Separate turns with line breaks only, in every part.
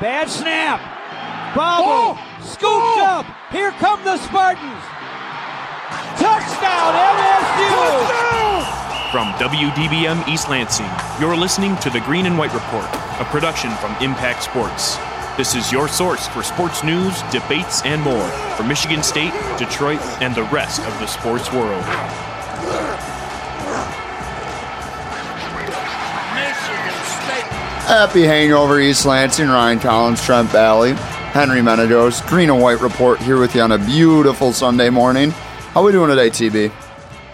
Bad snap. Bobble.
Oh!
Scooped up. Here come the Spartans. Touchdown, MSU.
From WDBM East Lansing, you're listening to the Green and White Report, a production from Impact Sports. This is your source for sports news, debates, and more from Michigan State, Detroit, and the rest of the sports world.
Happy Hangover, East Lansing, Ryan Collins, Trent Valley, Henry Menados, Green and White Report here with you on a beautiful Sunday morning. How we doing today, TB?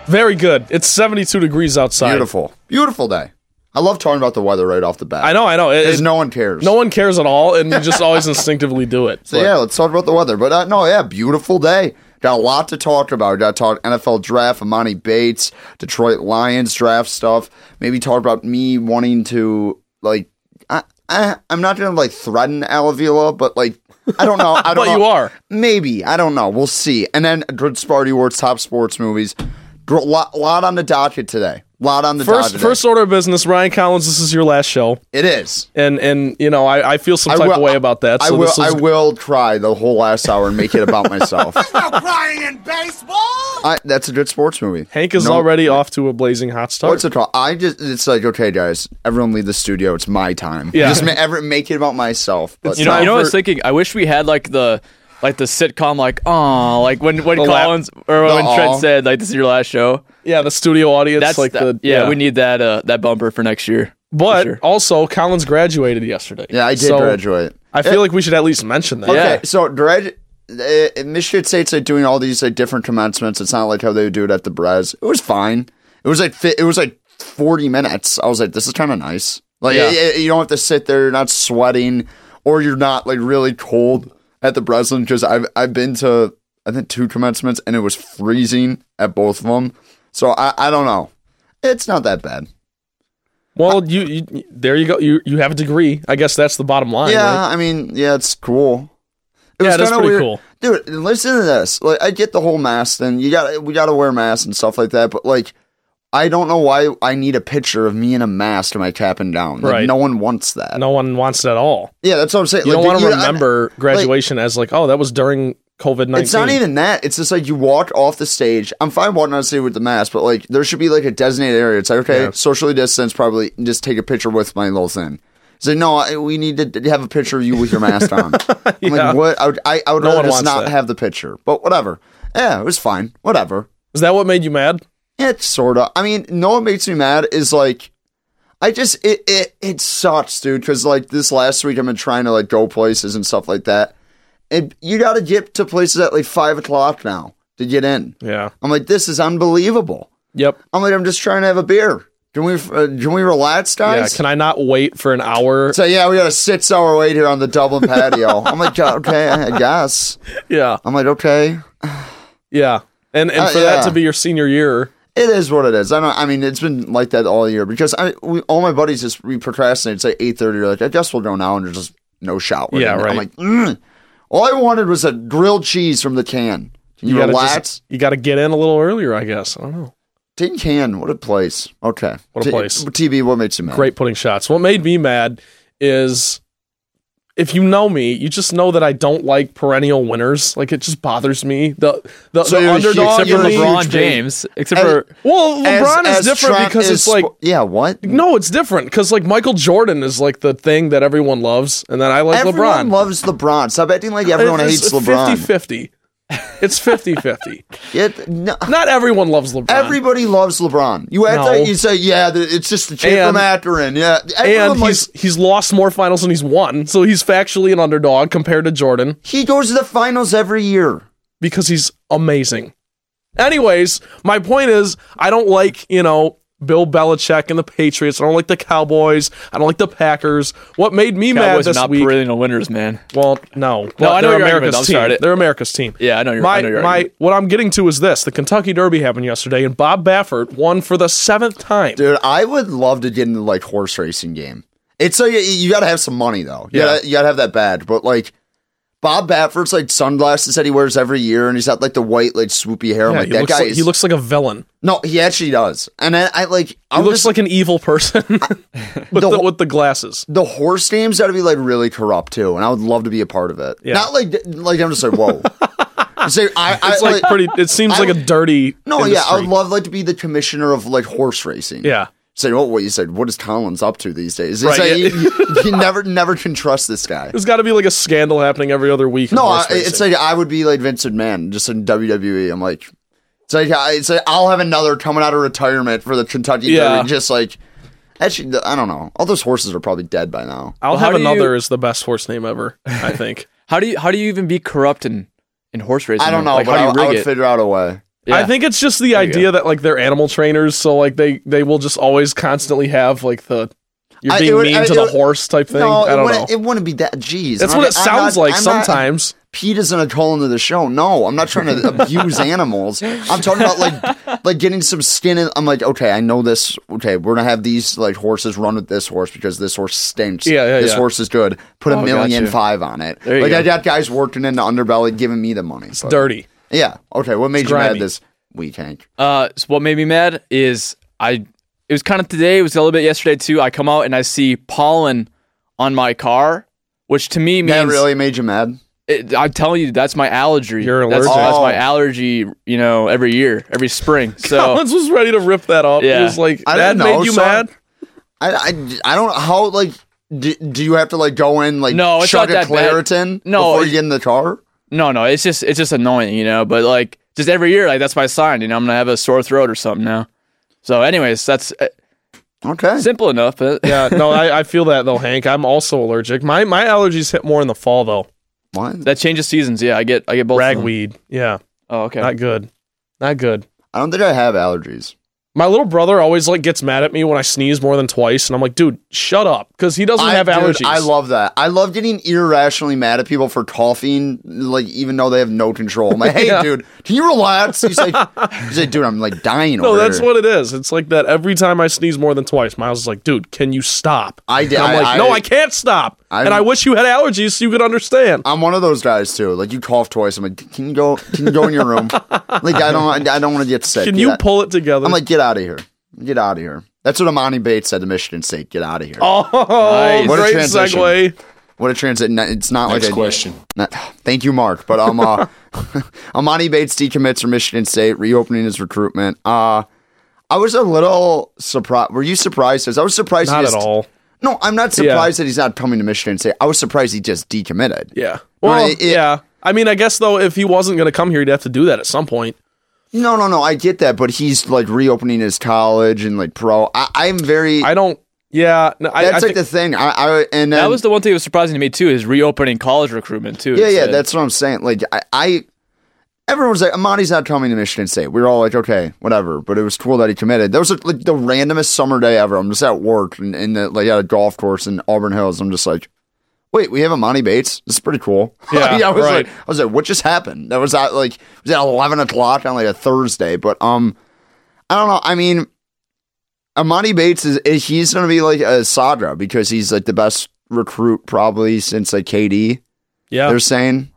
Very good. It's 72 degrees outside.
Beautiful. Beautiful day. I love talking about the weather right off the bat.
I know, I know. It,
Because
it-
no one cares.
no one cares at all, and you just always instinctively do it.
So, yeah, let's talk about the weather. But uh, no, yeah, beautiful day. Got a lot to talk about. Got to talk NFL draft, Amani Bates, Detroit Lions draft stuff. Maybe talk about me wanting to like. I, I I'm not gonna like threaten Alavila, but like I don't know. I don't.
But
know.
you are.
Maybe I don't know. We'll see. And then good Sparty Awards, top sports movies. Gr- Lot, lot on the docket today. Lot on the
First,
docket.
first order of business, Ryan Collins. This is your last show,
it is.
and and you know I, I feel some type of way about that. So
I will.
this is
I will try the whole last hour and make it about myself.
crying in baseball?
I, that's a good sports movie.
Hank is
No,
already off to a blazing hot start.
What's it called? I just it's like okay, guys, everyone leave the studio. It's my time.
Yeah.
just ma- ever make it about myself. But
You know, you know, what I was
for-
thinking. I wish we had like the like the sitcom, like oh, like when when
The lap-
Collins or when
The aw.
Trent said like this is your last show.
yeah, the studio audience,
That's
like
the,
the
yeah, We need that uh that bumper for next year.
But
sure.
also, Collins graduated yesterday.
yeah, I did
So,
graduate.
I feel like we should at least mention that.
Yeah.
Okay, so grad. Uh, Michigan State's like doing all these like different commencements. It's not like how they would do it at the Brez. It was fine. It was like fi- it was like forty minutes. I was like, this is kind of nice. Like
Yeah.
y- y- you don't have to sit there, you're not sweating, or you're not like really cold at the Breslin because I've I've been to I think two commencements and it was freezing at both of them. So I I don't know. It's not that bad.
Well, you, you there you go. You you have a degree. I guess that's the bottom line.
Yeah,
right?
I mean, yeah, it's cool. It
Yeah,
was
that's
kinda
pretty
weird.
cool.
dude. Listen to this. Like, I get the whole mask thing. You got to we got to wear masks and stuff like that. But like, I don't know why I need a picture of me in a mask and my cap and down. Like,
Right.
No one wants that.
No one wants it at all.
Yeah, that's what I'm saying.
You
Like,
don't want to
I-
remember graduation as like, oh, that was during COVID nineteen.
It's not even that. It's just like you walk off the stage. I'm fine walking on stage with the mask, but like there should be like a designated area. It's like okay,
Yeah.
socially distance, probably and just take a picture with my little thing. It's like no, I, we need to d- have a picture of you with your mask on. I'm
Yeah.
like what? I would, I, I would
No
rather
one
just
wants
not
that.
have the picture, but whatever. Yeah, it was fine. Whatever.
Is that what made you mad?
It sort of. I mean, no, what makes me mad is like, I just it it it sucks, dude. Because like this last week, I've been trying to like go places and stuff like that, and you got to get to places at like five o'clock now to get in.
Yeah.
I'm like, this is unbelievable.
Yep.
I'm like, I'm just trying to have a beer. Can we uh, can we relax,
Yeah.
guys?
Can I not wait for an hour?
so yeah, we got a six hour wait here on the Dublin patio. I'm like, okay, I guess.
Yeah.
I'm like, okay,
Yeah. And and
Uh,
for
yeah.
that to be your senior year,
It is what it is. I don't. I mean, it's been like that all year because I, we, all my buddies just we procrastinate. It's like eight thirty. You're like, I guess we'll go now, and there's just no shower.
Yeah,
And I'm
right.
like, mm. all I wanted was a grilled cheese from the can. Can you,
you gotta
relax?
just, you gotta get in a little earlier, I guess. I don't know.
Tin can. What a place. Okay.
What
T-
a place.
TB. What makes you mad?
Great putting shots. What made me mad is if you know me, you just know that I don't like perennial winners. Like it just bothers me. The the,
So
the
you're a huge-
underdog.
except for
in the-
LeBron.
LeBron James, except
And-
for
Well,
As-
LeBron
as
is different
Trump
because
is
it's like
spo- yeah. What?
No, it's different because like Michael Jordan is like the thing that everyone loves, and then I like
everyone
LeBron.
loves LeBron. Stop acting like everyone hates LeBron.
50 It's 50 50.
It- no-
Not everyone loves LeBron.
Everybody loves LeBron. You act
No.
like you say, yeah, the, it's just the chip
And-
from Akron. Yeah, everyone
and
likes-
he's he's lost more finals than he's won, so he's factually an underdog compared to Jordan
He goes to the finals every year.
because he's amazing. Anyways, my point is I don't like, you know, Bill Belichick and the Patriots. I don't like the Cowboys. I don't like the Packers. What made me mad
Cowboys are
this
not
week?
perennial winners, man.
Well, no, no,
I know
they're
your argument.
America's
I'm
team.
sorry.
They're America's team.
Yeah, I know your- I
my
know your
my.
argument.
What I'm getting to is this: the Kentucky Derby happened yesterday, and Bob Baffert won for the seventh time.
Dude, I would love to get into like horse racing game. It's like you got to have some money though. You
Yeah.
gotta, you got to have that badge, but like Bob Baffert's like sunglasses that he wears every year, and he's got like the white, like swoopy hair. I'm
Yeah,
like,
he,
that
looks
guy
like,
is.
he looks like a villain.
no, he actually does. And I, I like.
He
I'm
looks
just,
like an evil person with, the,
wh-
with the glasses.
the horse name's got to be like really corrupt too, and I would love to be a part of it. Not like like I'm just like whoa. Say I, I
It's like pretty. It seems
I
like a
would-
dirty.
No, yeah, I would
industry.
love like to be the commissioner of like horse racing.
Yeah.
Say oh, what? What you said? What is Collins up to these days? It's
Right,
like,
yeah.
you, you never never can trust this guy.
There's got to be like a scandal happening every other week. in
No, I,
horse
it's
racing.
like I would be like Vincent Mann, just in WWE. I'm like, it's like I, it's like I'll have another coming out of retirement for the Kentucky
Yeah.
Derby, just like. Actually, I don't know. All those horses are probably dead by now.
I'll
Well, how
have
do you-
another is the best horse name ever. I think.
How do you how do you even be corrupt in, in horse racing?
I don't know,
Like,
but I,
how do
I
you
would
rig it?
figure out a way.
Yeah.
I think it's just the
you
idea that like they're animal trainers, so like they they will just always constantly have like the you're
I-
being
it would-
mean
I-
to
it
the
would-
horse type thing.
No,
I
it,
don't know.
wouldn't, it wouldn't be that. Jeez,
That's
I'm
what
not-
it
I'm
sounds
not-
like
I'm not-
sometimes.
Pete isn't a call into the show. No, I'm not trying to abuse animals. I'm talking about like like getting some skin. In, I'm like, okay, I know this. Okay, we're gonna have these like horses run with this horse because this horse stinks.
Yeah, yeah,
This
yeah.
horse is good. Put a
Oh,
million
gotcha.
five on it.
you
like
go.
I got guys working in the underbelly giving me the money. It's
Dirty.
Yeah. Okay. What made
It's
you mad
grimy.
this week, Hank?
Uh, so what made me mad is I. It was kind of today. It was a little bit yesterday too. I come out and I see pollen on my car, which to me means
That really made you mad.
it, I'm telling you that's my allergy.
You're
that's,
allergic.
That's my
Oh.
allergy. You know, every year, every spring. So
Collins was ready to rip that off. He
Yeah.
was like,
I
"That
don't know,
made you
son.
mad."
I I, I don't know how like. Do, do you have to like go in like
No, it's
chug
not
a
that bad.
Claritin
No,
before
it-
you get in the car?
no, no, it's just it's just annoying, you know. But like, just every year, like that's my sign. You know, I'm gonna have a sore throat or something now. So, anyways, that's uh,
Okay.
simple enough. But
Yeah, no, I, I feel that though, Hank. I'm also allergic. My my allergies hit more in the fall though.
What?
that changes seasons. Yeah, I get I get both. of them.
Ragweed. Yeah,
Oh, okay.
not good. Not good.
I don't think I have allergies.
My little brother always like gets mad at me when I sneeze more than twice, and I'm like, "Dude, shut up," because he doesn't
I
have
dude,
allergies.
I love that. I love getting irrationally mad at people for coughing, like even though they have no control. I'm like, hey,
Yeah.
dude, can you relax? He's like, he's like, dude, I'm like dying.
No,
over
that's
here.
what it is. It's like that every time I sneeze more than twice, Miles is like, dude, can you stop?
I
And
did-
I'm
I-
like,
I-
no, I can't stop.
I'm-
and I wish you had allergies so you could understand.
I'm one of those guys too. Like you cough twice. I'm like, can you go? Can you go in your room? like I don't. I, I don't want to get sick.
Can
Get
you
out-
pull it together?
I'm like, get out of here. Get out of here. That's what Amani Bates said to Michigan State. Get out of here.
oh,
What a
great
transition.
segue.
What a transit. no, It's not like
Next
a
question.
Not, thank you, Mark. But um, uh, Amani Bates decommits from Michigan State, reopening his recruitment. Uh, I was a little surprised. Were you surprised? 'Cause I was surprised. he
Not at
just-
all.
No, I'm not surprised that he's not coming to Michigan State. I was surprised he just decommitted.
Yeah. Well,
it-
yeah. I mean, I guess though, if he wasn't going to come here, he'd have to do that at some point.
No, no, no. I get that, but he's like reopening his college and like pro. I, I'm very.
I don't. Yeah. No, I,
that's
I
like
think,
the thing. I, I and then,
That was the one thing that was surprising to me too is reopening college recruitment too.
Yeah,
It
yeah,
said-
that's what I'm saying. Like, I, I everyone's like, Amani's not coming to Michigan State. We were all like, okay, whatever. But it was cool that he committed. That was like, like, the randomest summer day ever. I'm just at work and, and uh, like at a golf course in Auburn Hills. I'm just like, wait, we have Amani Bates. This is pretty cool.
Yeah,
I was like,
right.
I was like, what just happened? That was at like it was at 11 o'clock on like a Thursday. But um, I don't know. I mean. Amani Bates is he's gonna be like a Sadra because he's like the best recruit probably since like KD
yeah.
they're saying.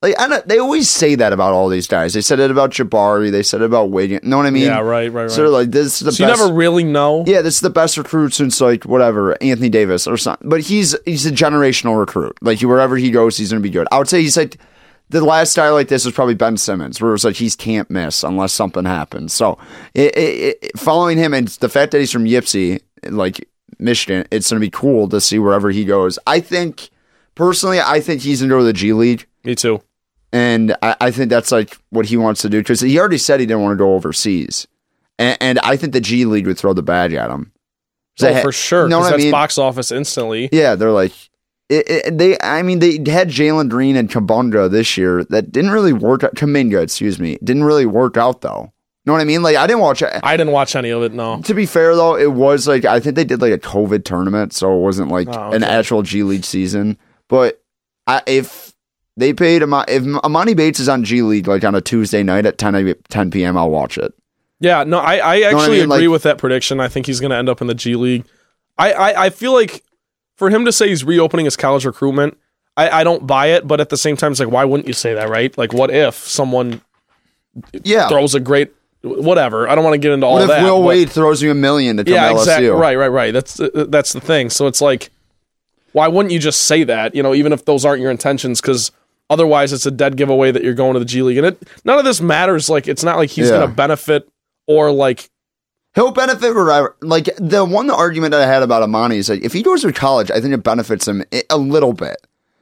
Like I don't, they always say that about all these guys. They said it about Jabari. They said it about Wiggins. You know what I mean?
yeah. Right. Right. Right.
So they're like this is the
so you
best.
never really know.
yeah, this is the best recruit since like whatever Anthony Davis or something. But he's he's a generational recruit. Like wherever he goes, he's gonna be good. I would say he's like the last guy like this was probably Ben Simmons, where it was like he's can't miss unless something happens. So it, it, it, following him and the fact that he's from Yipsy, like Michigan, it's gonna be cool to see wherever he goes. I think personally, I think he's gonna go to the G League.
Me too.
And I, I think that's like what he wants to do because he already said he didn't want to go overseas. And, and I think the G League would throw the badge at him.
Oh,
They ha-
for sure.
you know
'cause
what I
that's
mean?
box office instantly.
Yeah, they're like, it, it, they. I mean, they had Jalen Green and Kabunga this year that didn't really work out. Kaminga, excuse me, didn't really work out though. You know what I mean? Like, I didn't watch it.
I didn't watch any of it. No.
To be fair though, it was like, I think they did like a COVID tournament, so it wasn't like
Oh, okay.
an actual G League season. But I, if they paid Ama- if Amani Bates is on G League like on a Tuesday night at 10, a- 10 p.m., I'll watch it.
Yeah, no, I, I
what I
actually
mean?
agree
Like-
with that prediction. I think he's going to end up in the G League. I, I, I feel like for him to say he's reopening his college recruitment, I, I don't buy it, but at the same time, it's like, why wouldn't you say that, right? Like, what if someone
Yeah.
throws a great, whatever? I don't want to get into all
what if
that.
Will
but-
Wade throws you a million to come
yeah,
to LSU?
exactly. Right, right, right. That's uh, that's the thing. So it's like, why wouldn't you just say that? You know, even if those aren't your intentions, because otherwise it's a dead giveaway that you're going to the G League, and it none of this matters. Like, it's not like he's
Yeah.
going to benefit or like,
He'll benefit whatever. Like the one argument that I had about Amani is like if he goes to college, I think it benefits him i- a little bit.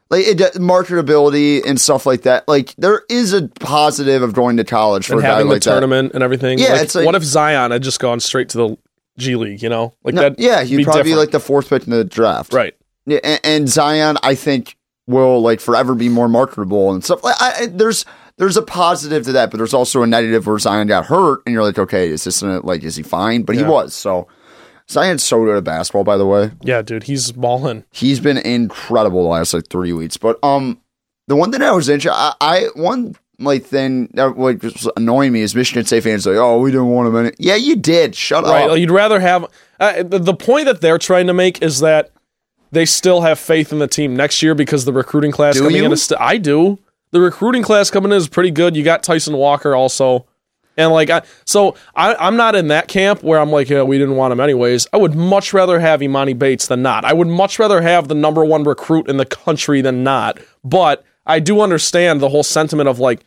Like it, marketability and stuff like that. Like there is a positive of going to college for
and
a guy
having
like
the tournament and everything.
Yeah,
Like,
it's like-
what if Zion had just gone straight to the G League? You know, like
that. No,
that.
yeah, he'd probably be like the fourth pick in the draft.
right.
Yeah, and, and Zion, I think, will like forever be more marketable and stuff. Like, I, I- there's there's a positive to that, but there's also a negative where Zion got hurt, and you're like, okay, is this gonna, like is he fine? But he was. So Zion's so good at basketball, by the way.
Yeah, dude, he's balling.
He's been incredible the last like three weeks. But um, the one thing that was interesting, I, I one like thing that like was annoying me is Michigan State fans like, oh, we didn't want him in. it." Yeah, you did. Shut
Right. Oh,
up.
You'd rather have uh, the, the point that they're trying to make is that they still have faith in the team next year because the recruiting class
Do
coming
you?
in is st- I do. The recruiting class coming in is pretty good. You got Tyson Walker also. And like I, so I, I'm not in that camp where I'm like, yeah, we didn't want him anyways. I would much rather have Imani Bates than not. I would much rather have the number one recruit in the country than not. But I do understand the whole sentiment of like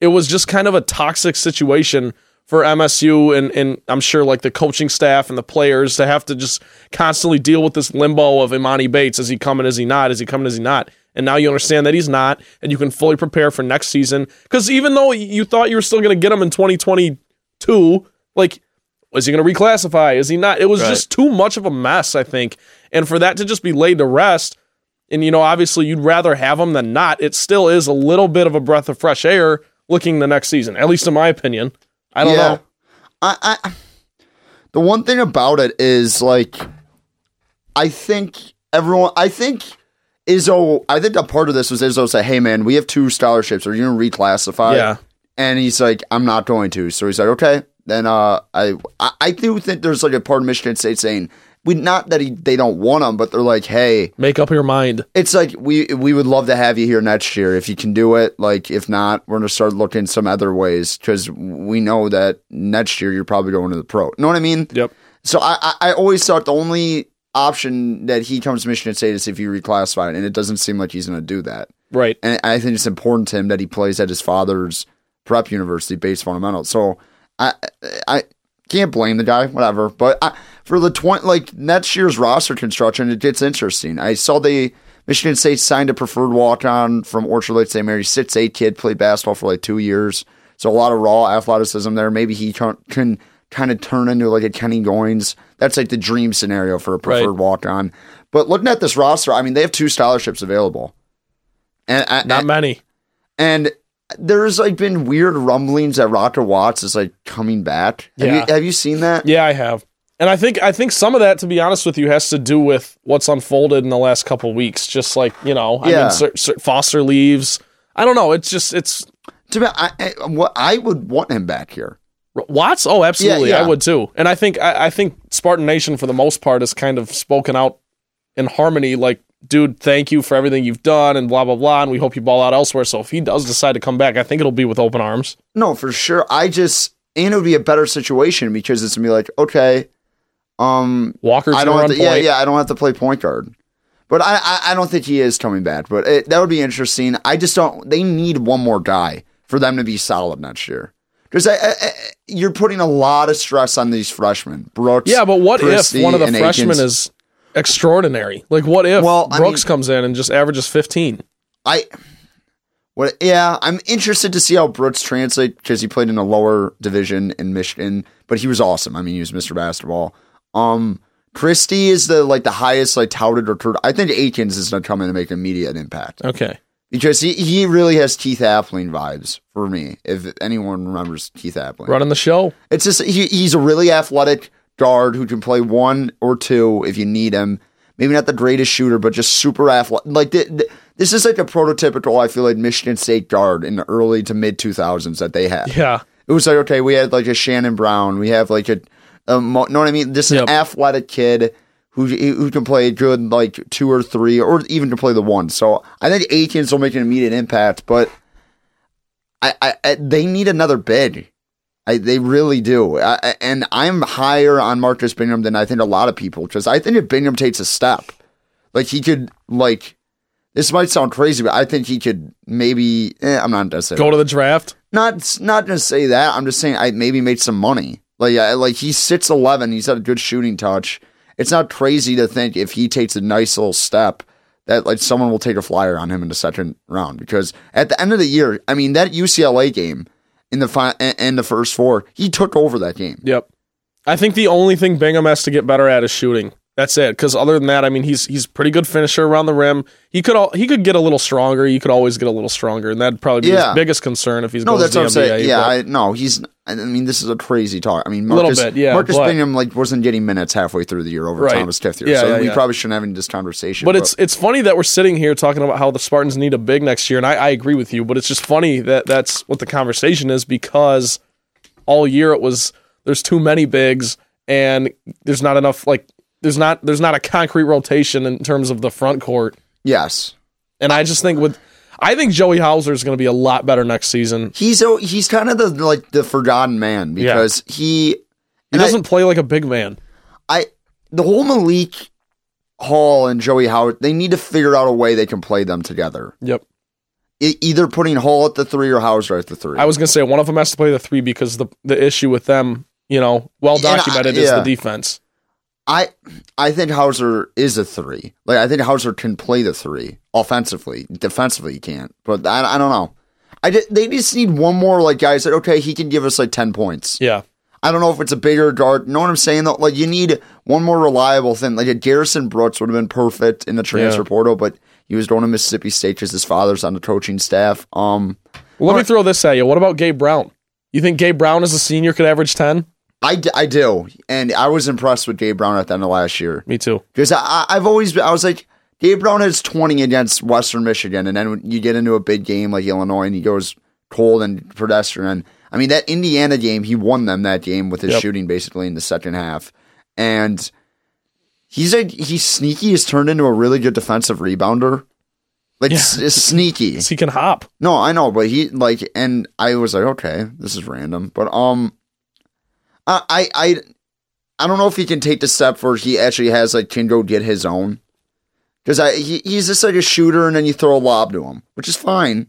it was just kind of a toxic situation for MSU and, and I'm sure like the coaching staff and the players to have to just constantly deal with this limbo of Imani Bates. Is he coming? Is he not? Is he coming? Is he not? And now you understand that he's not, and you can fully prepare for next season. Because even though you thought you were still going to get him in 2022, like, is he going to reclassify? Is he not? It was just too much of a mess, I think. And for that to just be laid to rest, and you know obviously you'd rather have him than not it still is a little bit of a breath of fresh air looking the next season at least in my opinion i don't know
I, I the one thing about it is like I think everyone I think Izzo I think a part of this was Izzo say, Hey man, we have two scholarships. Are you gonna reclassify?
Yeah.
And he's like, I'm not going to. So he's like, Okay. Then uh I I, I do think there's like a part of Michigan State saying we not that he, they don't want him, but they're like, Hey,
make up your mind
it's like we we would love to have you here next year if you can do it. Like if not, we're gonna start looking some other ways because we know that next year you're probably going to the pro. Know what I mean?
yep
So I, I I always thought the only option that he comes to Michigan State is if you reclassify it, and it doesn't seem like he's gonna do that.
right
And I think it's important to him that he plays at his father's prep university, base fundamentals. So I I can't blame the guy, whatever. But I, for the twenty like next year's roster construction, it gets interesting. I saw they Michigan State signed a preferred walk on from Orchard Lake St. Mary, six eight kid, played basketball for like two years. So a lot of raw athleticism there. Maybe he can, can kind of turn into like a Kenny Goins. That's like the dream scenario for a preferred
Right.
walk on. But looking at this roster, I mean, they have two scholarships available. And I,
not
and-
many
and there's like been weird rumblings that Rocker Watts is like coming back. Have,
Yeah.
you, have you seen that?
yeah i have and i think i think some of that to be honest with you has to do with what's unfolded in the last couple weeks just like you know i
Yeah.
mean Sir, Sir foster leaves i don't know it's just it's
To me, I, I, what I would want him back here.
Watts? Oh, absolutely.
Yeah, yeah.
I would too. And I think I, I think Spartan Nation for the most part has kind of spoken out in harmony, like, dude, thank you for everything you've done and blah blah blah, and we hope you ball out elsewhere. So if he does decide to come back, I think it'll be with open arms.
No, for sure. I just and it would be a better situation because it's gonna be like okay, um,
Walker's
I
gonna
don't
run
have to,
point.
yeah yeah I don't have to play point guard. But I, I, I don't think he is coming back. But it, that would be interesting. I just don't. They need one more guy for them to be solid next year. Because I, I, I, you're putting a lot of stress on these freshmen. Brooks.
Yeah, but what
Christie,
if one of the
and
freshmen
Akins.
is extraordinary? Like what if
Well, I
Brooks
mean-
comes in and just averages fifteen?
I what yeah, I'm interested to see how Brooks translate because he played in a lower division in Michigan, but he was awesome. I mean, he was Mr. Basketball. Um Christie is the like the highest like touted recruit. I think Aikens is gonna come in and make an immediate impact.
Okay.
Because he, he really has Keith Appling vibes for me, if anyone remembers Keith Appling.
Running the show.
It's just he, he's a really athletic guard who can play one or two if you need him. Maybe not the greatest shooter, but just super athletic. Like th- th- this is like a prototypical. I feel like Michigan State guard in the early to mid two thousands that they had.
Yeah.
It was like okay, we had like a Shannon Brown. We have like a, a Mo- know what I mean. This is an
Yep.
athletic kid who who can play a good like two or three, or even can play the one. So I think Aikens will make an immediate impact, but I, I, I they need another bid. I, they really do. I, I- and I'm higher on Marcus Bingham than I think a lot of people because I think if Bingham takes a step, like he could like. This might sound crazy, but I think he could maybe. Eh, I'm not necessarily
Go to the draft.
not not to say that. I'm just saying I maybe made some money. Like I, like he sits eleven. He's had a good shooting touch. It's not crazy to think if he takes a nice little step that like someone will take a flyer on him in the second round because at the end of the year, I mean that UCLA game in the fi- in in the first four, he took over that game.
Yep. I think the only thing Bingham has to get better at is shooting. That's it. Because other than that, I mean, he's he's a pretty good finisher around the rim. He could all, he could get a little stronger. You could always get a little stronger, and that'd probably be
Yeah.
his biggest concern if he's
No,
going
that's
to
what
the
I'm
NBA.
saying. Yeah,
but-
I, no, he's. I mean, this is a crazy talk. I mean,
Little
Marcus,
bit, yeah,
Marcus
but-
Bingham like wasn't getting minutes halfway through the year over
Right.
Thomas Tiff
Yeah,
so
yeah,
we
yeah.
probably shouldn't have this conversation.
But it's it's funny that we're sitting here talking about how the Spartans need a big next year, and I, I agree with you. But it's just funny that that's what the conversation is because all year it was there's too many bigs and there's not enough like there's not there's not a concrete rotation in terms of the front court.
yes.
And I just think with I think Joey Hauser is going to be a lot better next season.
he's oh, he's kind of the like the forgotten man because he
He
and I-
doesn't play like a big man.
I the whole Malik Hall and Joey Howard they need to figure out a way they can play them together.
Yep.
E- either putting Hall at the three or Hauser at the three.
I was going to say one of them has to play the 3 because the the issue with them, you know, well
And I-
documented is
yeah.
the defense.
I I think Hauser is a three. Like I think Hauser can play the three offensively. Defensively, he can't. But I, I don't know. I ju- they just need one more like guy. who's like, okay, he can give us like ten points.
Yeah.
I don't know if it's a bigger guard. Know what I'm saying? Though, like you need one more reliable thing. Like a Garrison Brooks would have been perfect in the transfer
Yeah.
portal, but he was going to Mississippi State because his father's on the coaching staff. Um,
Let me throw this at you. What about Gabe Brown? You think Gabe Brown as a senior could average 10?
I, d- I do, and I was impressed with Gabe Brown at the end of last year
Me too.
because I, I I've always been, I was like Gabe Brown has 20 against Western Michigan, and then when you get into a big game like Illinois, and he goes cold and pedestrian. I mean that Indiana game, he won them that game with his
Yep.
shooting basically in the second half, and. he's a he's sneaky. He's turned into a really good defensive rebounder. Like s- s- sneaky.
He can hop.
No, I know, but he like, and I was like, okay, this is random, but um, I I I, I don't know if he can take the step where he actually has like can go get his own, because I he, he's just like a shooter, and then you throw a lob to him, which is fine.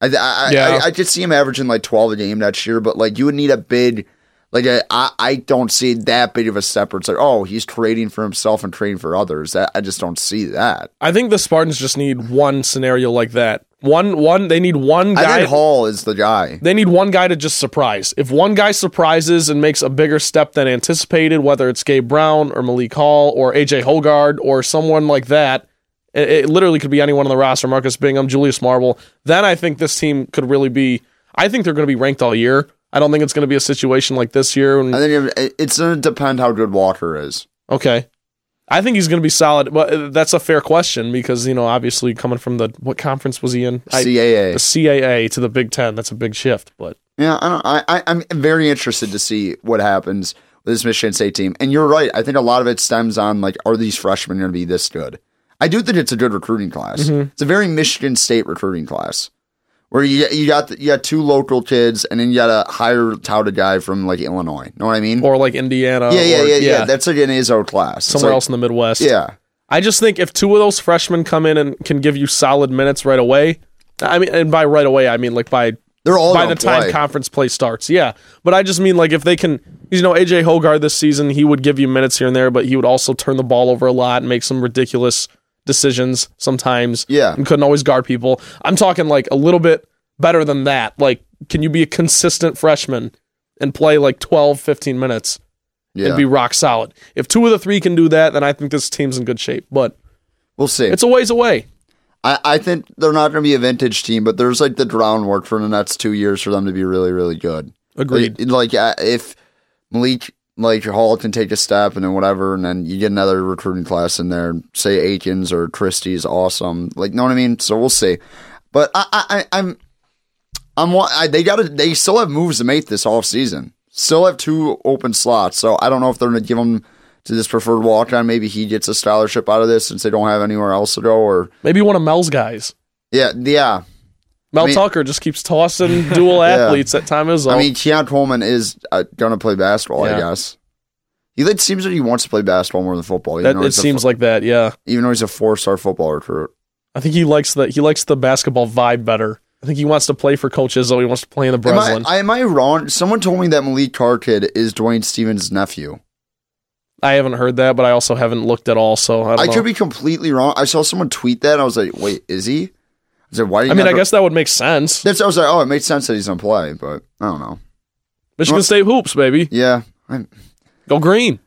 I I,
Yeah.
I I could see him averaging like twelve a game next year, but like you would need a big. Like I I I don't see that big of a step where it's like, oh, he's trading for himself and trading for others. That I just don't see that.
I think the Spartans just need one scenario like that. One one they need one
I
guy
think Hall is the guy.
they need one guy to just surprise. If one guy surprises and makes a bigger step than anticipated, whether it's Gabe Brown or Malik Hall or AJ Hogard or someone like that, it, it literally could be anyone on the roster, Marcus Bingham, Julius Marble, then I think this team could really be I think they're going to be ranked all year. I don't think it's going to be a situation like this year. when-
I think it- it's going to depend how good Walker is.
Okay. I think he's going to be solid, but uh, that's a fair question because you know obviously coming from the what conference was he in? I-
CAA.
the CAA to the Big Ten. That's a big shift, but
yeah, I don't. I, I I'm very interested to see what happens with this Michigan State team. And you're right. I think a lot of it stems on like, are these freshmen going to be this good? I do think it's a good recruiting class.
Mm-hmm.
It's a very Michigan State recruiting class. Where you you got the, you got two local kids and then you got a higher touted guy from like Illinois. Know what I mean?
or like Indiana,
yeah, yeah,
or,
yeah, yeah, That's like an Izzo class. It's
somewhere
like-
else in the Midwest.
Yeah,
I just think if two of those freshmen come in and can give you solid minutes right away, I mean, and by right away I mean like by
they're all
by
gonna
the time
play.
conference play starts. Yeah, but I just mean like if they can, you know, AJ Hogard this season he would give you minutes here and there, but he would also turn the ball over a lot and make some ridiculous decisions sometimes.
Yeah.
and couldn't always guard people. I'm talking like a little bit better than that. Like, can you be a consistent freshman and play like 12, 15 minutes
yeah,
and be rock solid? If two of the three can do that, then I think this team's in good shape. But
we'll see.
it's a ways away.
I, I think they're not going to be a vintage team, but there's like the groundwork for the next two years for them to be really, really good.
Agreed.
Like, like, uh, if Malik, like Hall can take a step and then whatever, and then you get another recruiting class in there, say Aikens or Christie's awesome. Like, know what I mean? So we'll see. But I, I, I I'm, I'm, wa- I, they got to, they still have moves to make this offseason. Still have two open slots. So I don't know if they're going to give them to this preferred walk on. Maybe he gets a scholarship out of this since they don't have anywhere else to go. Or
Maybe one of Mel's guys.
yeah, yeah.
Mel
mean-
Tucker just keeps tossing dual athletes at time is
I mean, Keon Coleman is uh, gonna play basketball.
Yeah.
I guess he it seems that he wants to play basketball more than football. Even
that,
though
it
he's a
seems
fo-
like that. Yeah,
even though he's a four-star football recruit.
I think he likes the he likes the basketball vibe better. I think he wants to play for coaches, though he wants to play in the
Am I,
Breslin. I,
I- am I wrong? Someone told me that Malik Carr kid is Dwayne Stevens' nephew.
haven't heard that, but I also haven't looked at all. So I, don't
I
know.
could be completely wrong. I saw someone tweet that. And I was like, wait, is he? I was like, why? Do you
I mean, I
never-
guess that would make sense.
That's, I was like, oh, it made sense that he's gonna play, but I don't know.
Michigan State hoops, baby,
Yeah, i
go green.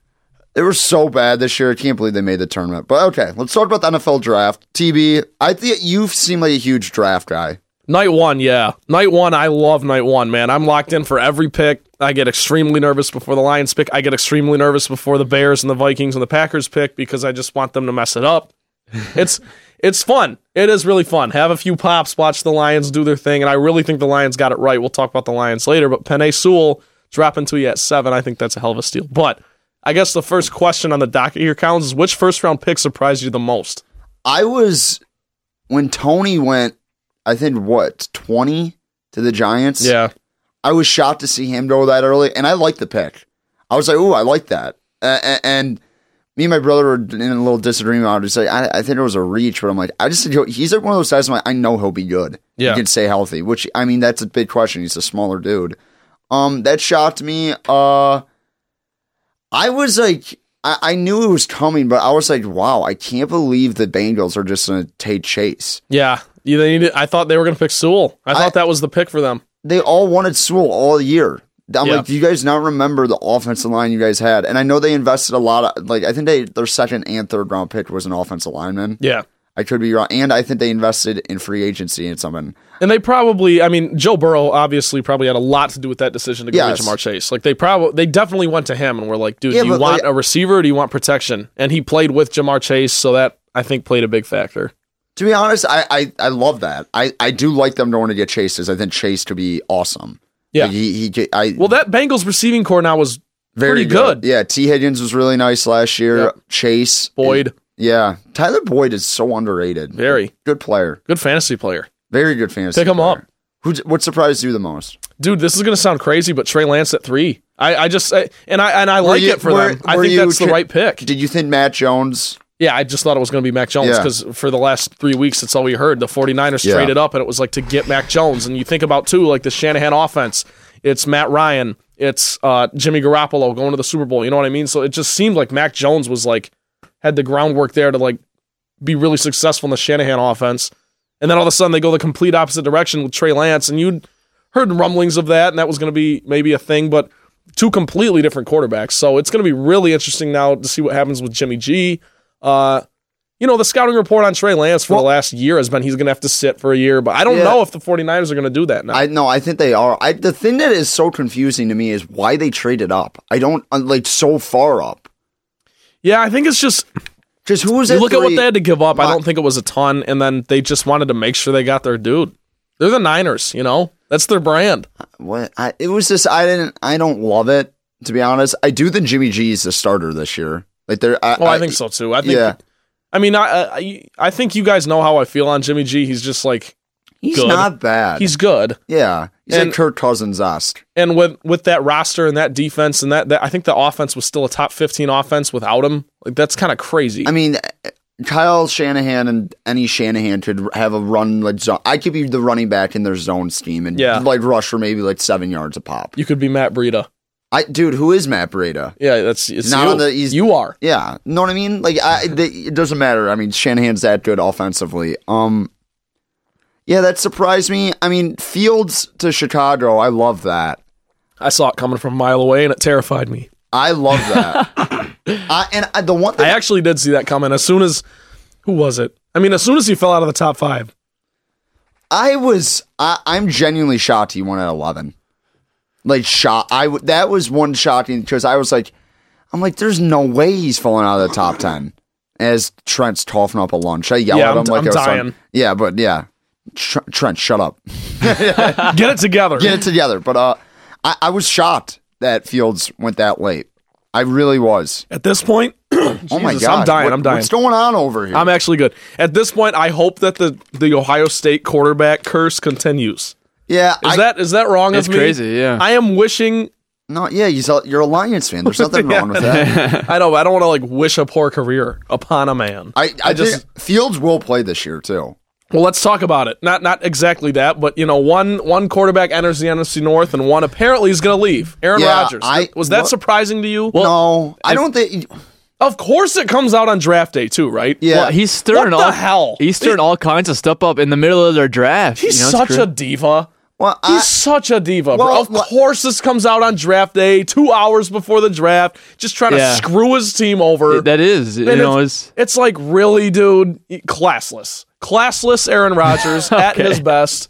they were so bad this year. I can't believe they made the tournament. But okay, let's talk about the NFL draft. TB, I think you seem like a huge draft guy.
Night one, yeah. Night one, I love night one, man. I'm locked in for every pick. I get extremely nervous before the Lions pick. I get extremely nervous before the Bears and the Vikings and the Packers pick because I just want them to mess it up. It's it's fun. It is really fun. Have a few pops, watch the Lions do their thing, and I really think the Lions got it right. We'll talk about the Lions later, but Penay Sewell dropping to you at seven. I think that's a hell of a steal. But I guess the first question on the docket here, Collins, is which first round pick surprised you the most?
I was when Tony went. I think what twenty to the Giants. I was shocked to see him go that early, and I liked the pick. I was like, "Ooh, I like that." Uh, a- and me and my brother were in a little disagreement. I was like, I, "I think it was a reach," but I'm like, "I just he's like one of those guys. I'm like, I know he'll be good.
Yeah.
he can stay healthy." Which I mean, that's a big question. He's a smaller dude. Um, that shocked me. Uh, I was like, I, I knew it was coming, but I was like, "Wow, I can't believe the Bengals are just going to take Chase."
Yeah. You- They needed, I thought they were going to pick Sewell. I thought that was the pick for them.
they all wanted Sewell all year. I'm
Yeah.
like, do you guys not remember the offensive line you guys had? And I know they invested a lot of like I think they their second and third round pick was an offensive lineman.
Yeah.
I could be wrong. And I think they invested in free agency and something.
And they probably, I mean, Joe Burrow obviously probably had a lot to do with that decision to go
Yes.
to Jamar Chase. Like they probably, they definitely went to him and were like, dude,
Yeah,
do you
but,
want
like-
a receiver or do you want protection? And he played with Jamar Chase, so that I think played a big factor.
To be honest, I I, I love that. I, I do like them going to get Chase because I think Chase could be awesome.
Yeah.
Like, he, he I
Well, that Bengals receiving core now was pretty good.
Yeah, T Higgins was really nice last year.
Yep.
Chase
Boyd,
yeah, Tyler Boyd is so underrated.
Very.
good player.
good fantasy player.
Very good fantasy.
Pick him
player.
up.
Who what surprised you the most?
Dude, this is going to sound crazy, but Trey Lance at three. I, I just, I, and I, and I like
you-
it for
were-
them. I
were
think
you
that's the
ki-
right pick.
Did you think Matt Jones?
Yeah, I just thought it was going to be Mac Jones
Yeah.
because for the last three weeks, it's all we heard. The 49ers
Yeah.
traded up, and it was like to get Mac Jones. And you think about, too, like the Shanahan offense, it's Matt Ryan, it's uh, Jimmy Garoppolo going to the Super Bowl. You know what I mean? So it just seemed like Mac Jones was like, had the groundwork there to like be really successful in the Shanahan offense. And then all of a sudden, they go the complete opposite direction with Trey Lance. And you'd heard rumblings of that, and that was going to be maybe a thing, but two completely different quarterbacks. So it's going to be really interesting now to see what happens with Jimmy G. Uh, you know, the scouting report on Trey Lance for the last year has been he's going to have to sit for a year, but I don't
Yeah.
know if the 49ers are going to do that now.
I no, I think they are. I the thing that is so confusing to me is why they traded up. I don't uh, like so far up.
yeah, I think it's just
Because who was
you
at
look at what
three?
they had to give up. I
My-
don't think it was a ton, and then they just wanted to make sure they got their dude. They're the Niners, you know? That's their brand.
What I, it was just I didn't. I don't love it to be honest. I do think Jimmy G is the starter this year. Like they're. I,
Well, Oh, I, think so too. I think.
yeah.
I mean, I, I I think you guys know how I feel on Jimmy G. He's just like
He's
good.
not bad.
he's good,
yeah. He's
and-
like Kirk Cousins esque.
and with with that roster and that defense and that, that I think the offense was still a top fifteen offense without him. Like that's kind of crazy.
I mean, uh, Kyle Shanahan and any Shanahan could have a run like zone. I could be the running back in their zone scheme and
Yeah.
like rush for maybe like seven yards a pop.
you could be Matt Breida.
I dude, who is Matt Breida?
Yeah, that's it's
Not
you.
on the- he's-
you are.
Yeah, know what I mean? Like, I they, it doesn't matter. I mean, Shanahan's that good offensively. Um, yeah, that surprised me. I mean, Fields to Chicago, I love that.
I saw it coming from a mile away, and it terrified me.
I love that. I, and I, the one
I
thing
actually did see that coming. As soon as who was it? I mean, as soon as he fell out of the top five,
I was, I, I'm genuinely shocked he won at 11. Like, shot. I w- that was one shocking because I was like, I'm like, there's no way he's falling out of the top 10 as Trent's coughing up a lunch. I yell at
Yeah,
him
I'm-
like
I'm
I was some-
dying.
Yeah, but yeah. Tr- Trent, shut up.
get it together.
Get it together. But uh, I, I was shocked that Fields went that late. I really was.
At this point,
oh my
Jesus,
god,
I'm dying,
What-
I'm dying.
What's going on over here?
I'm actually good. At this point, I hope that the, the Ohio State quarterback curse continues.
yeah,
Is
I,
that is that wrong
It's
of me?
crazy, yeah.
I am wishing.
no, yeah, he's a, you're a Lions fan. There's nothing wrong with that.
I know. I don't want to like wish a poor career upon a man.
I, I, just Fields will play this year too.
Well, let's talk about it. Not not exactly that, but you know, one one quarterback enters the NFC North, and one apparently is going to leave. Aaron
Yeah,
Rodgers.
I-
was that
what-
surprising to you?
no, I don't think.
of course it comes out on draft day too, right?
Yeah,
Well, he's stirring
What the
all
hell?
He's stirring all kinds of stuff up in the middle of their draft.
He's
you know, it's
such
cra-
a diva.
Well, I-
He's such a diva, bro.
Well,
Of
well-
course, this comes out on draft day, two hours before the draft, just trying
Yeah.
to screw his team over.
that is you
And
know
it's,
is
it's like really, dude, classless, classless. Aaron Rodgers at his best.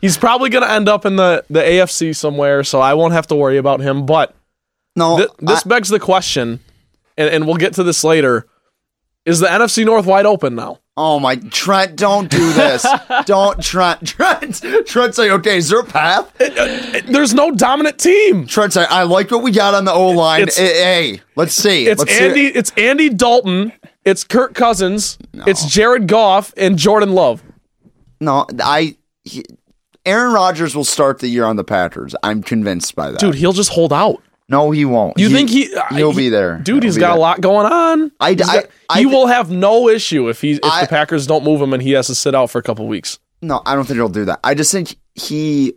He's probably going to end up in the the AFC somewhere, so I won't have to worry about him. But
no,
th- this
I-
begs the question, and, and we'll get to this later. Is the NFC North wide open now?
oh my, Trent, don't do this. don't Trent, Trent, Trent's like, okay, is there a path?
There's no dominant team.
Trent's like, I liked what we got on the O line.
It's-
Hey, let's see.
It's
let's see it.
Andy. It's Andy Dalton. It's Kirk Cousins. It's Jared Goff and Jordan Love.
No, I. He, Aaron Rodgers will start the year on the Packers. I'm convinced by that.
Dude, he'll just hold out.
no, he won't.
You think he?
He'll be there.
Dude,
he's
he's got a lot going on.
I-
He's
I-
got-
I
he
thi-
will have no issue if he if
I-
the Packers don't move him and he has to sit out for a couple weeks.
No, I don't think he'll do that. I just think he,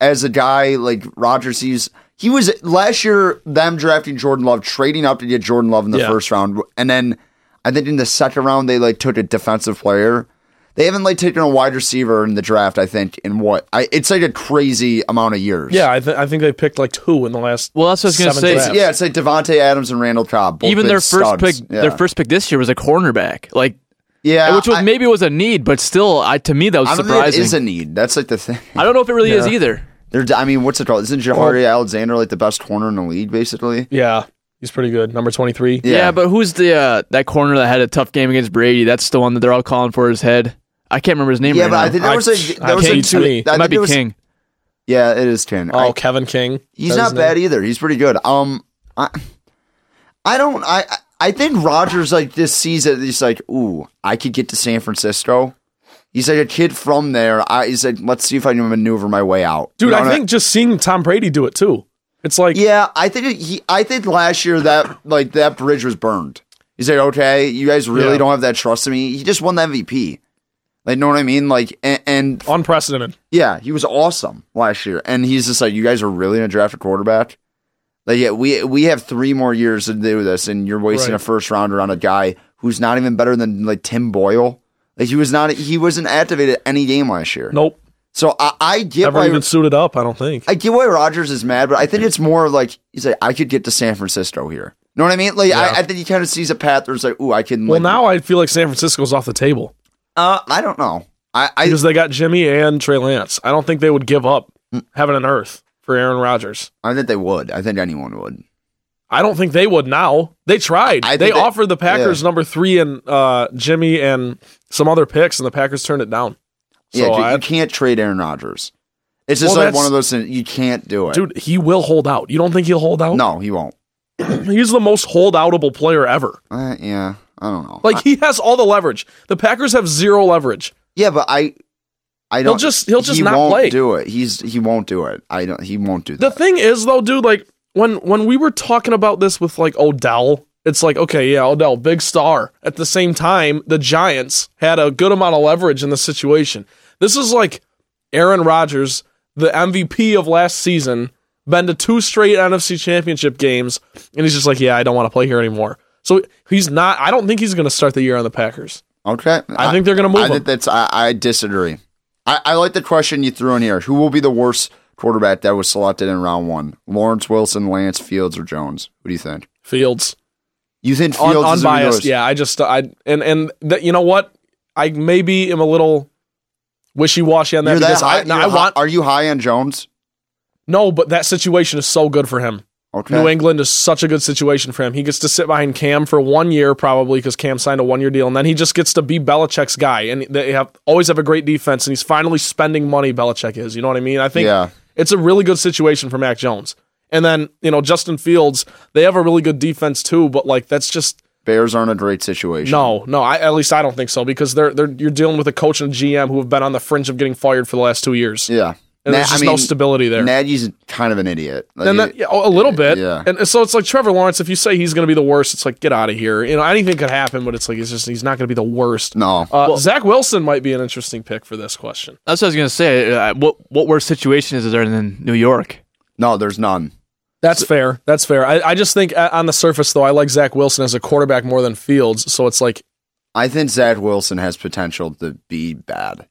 as a guy like Rodgers, he's he was last year them drafting Jordan Love, trading up to get Jordan Love in the
Yeah.
first round, and then I think in the second round they like took a defensive player. They haven't like taken a wide receiver in the draft. I think in what I, it's like a crazy amount of years.
Yeah, I, th- I think they picked like two in the last.
Well, that's what I was gonna
seven
say.
drafts.
Yeah, it's like Devonte Adams and Randall Cobb. both
even
big
their first
studs.
pick.
yeah.
Their first pick this year was a cornerback, like
yeah,
which was
I-
maybe was a need, but still, I to me that was
I don't think it
surprising.
is a need. That's like the thing.
I don't know if it really is either.
They're, I mean, what's it called? Isn't Jahari Alexander like the best corner in the league, basically?
Yeah, he's pretty good. Number twenty three.
Yeah. but who's the uh, that corner that had a tough game against Brady? That's the one that they're all calling for his head. I can't remember his name.
Yeah,
right
but
now.
I think there was a
I
there was a
can't see.
I
it might
think
be
there was-
King.
Yeah, it is King.
Oh,
I-
Kevin King.
he's
That
not
his
bad
name?
either. He's pretty good. Um, I, I don't. I I- I think Rogers like this season. He's like, ooh, I could get to San Francisco. He's like a kid from there. I, he's like, let's see if I can maneuver my way out.
Dude,
You know
I
what
think just seeing Tom Brady do it too. It's like
Yeah, I think he. I think last year that like that bridge was burned. He's like, okay, you guys really
Yeah.
don't have that trust in me. He just won the MVP. Like, know what I mean? Like, and, and
unprecedented.
yeah, he was awesome last year, and he's just like, you guys are really gonna draft a quarterback. Like, yeah, we we have three more years to do this, and you're wasting
Right.
a first rounder on a guy who's not even better than like Tim Boyle. Like, he was not. He wasn't activated any game last year.
Nope,
So I, I get
never
why
even suited up. I don't think.
I get why Rogers is mad, but I think it's more like he's like, I could get to San Francisco here. Know what I mean? Like, I, I think he kind of sees a path where it's like, ooh, I can.
well,
like,
now I feel like San Francisco's off the table
uh, I don't know. I, I
because they got Jimmy and Trey Lance. I don't think they would give up
Mm.
heaven and earth for Aaron Rodgers.
I think they would. I think anyone would.
I don't think they would now. They tried.
I think
they,
they-
offered the Packers
yeah.
number three and uh, Jimmy and some other picks, and the Packers turned it down. So
yeah, dude,
I-
you can't trade Aaron Rodgers. It's just
Well,
like
that's-
one of those things you can't do it.
dude, he will hold out. You don't think he'll hold out?
no, he won't.
He's the most holdoutable player ever.
Uh, yeah, I don't know.
Like he has all the leverage. The Packers have zero leverage.
yeah, but I, I don't.
just- he'll just
he
not
won't
play.
Do it. He's he won't do it. I don't. He won't do
The
that.
thing is though, dude, like when when we were talking about this with like Odell, it's like, okay, yeah, Odell, big star. At the same time, the Giants had a good amount of leverage in the situation. This is like Aaron Rodgers, the MVP of last season, been to two straight NFC championship games, and he's just like, Yeah, I don't want to play here anymore. So he's not I don't think he's gonna start the year on the Packers.
okay,
I, think they're gonna move
I
him.
think that's I, I disagree. I, I like the question you threw in here. Who will be the worst quarterback that was selected in round one? Lawrence Wilson, Lance Fields, or Jones? What do you think?
Fields.
You think
Un-
Fields is gonna be the
unbiased.
worst?
Yeah, I just I and and that you know what I maybe am a little wishy washy on that
You're that
because
high,
I, no,
you're
I
hi-
want
Are you high on Jones?
no, but that situation is so good for him.
Okay.
New England is such a good situation for him. He gets to sit behind Cam for one year probably because Cam signed a one year deal, and then he just gets to be Belichick's guy, and they have always have a great defense, and he's finally spending money. Belichick is, you know what I mean? I think
Yeah.
it's a really good situation for Mac Jones. And then, you know, Justin Fields, they have a really good defense too, but like that's just
Bears aren't a great situation.
no, no, I at least I don't think so because they're they're you're dealing with a coach and a GM who have been on the fringe of getting fired for the last two years.
Yeah.
And there's
Na- I
just no
mean,
stability there.
Nagy's kind of an idiot. Like,
and that, yeah, a little bit.
Yeah.
And so it's like Trevor Lawrence, if you say he's going to be the worst, it's like, get out of here. You know, anything could happen, but it's like, he's just, he's not going to be the worst.
no.
Uh, Zach Wilson might be an interesting pick for this question.
That's what I was gonna say. Uh, what what worse situation is there than New York?
no, there's none.
That's fair. That's fair. I, I just think uh, on the surface, though, I like Zach Wilson as a quarterback more than Fields. So it's like,
I think Zach Wilson has potential to be bad.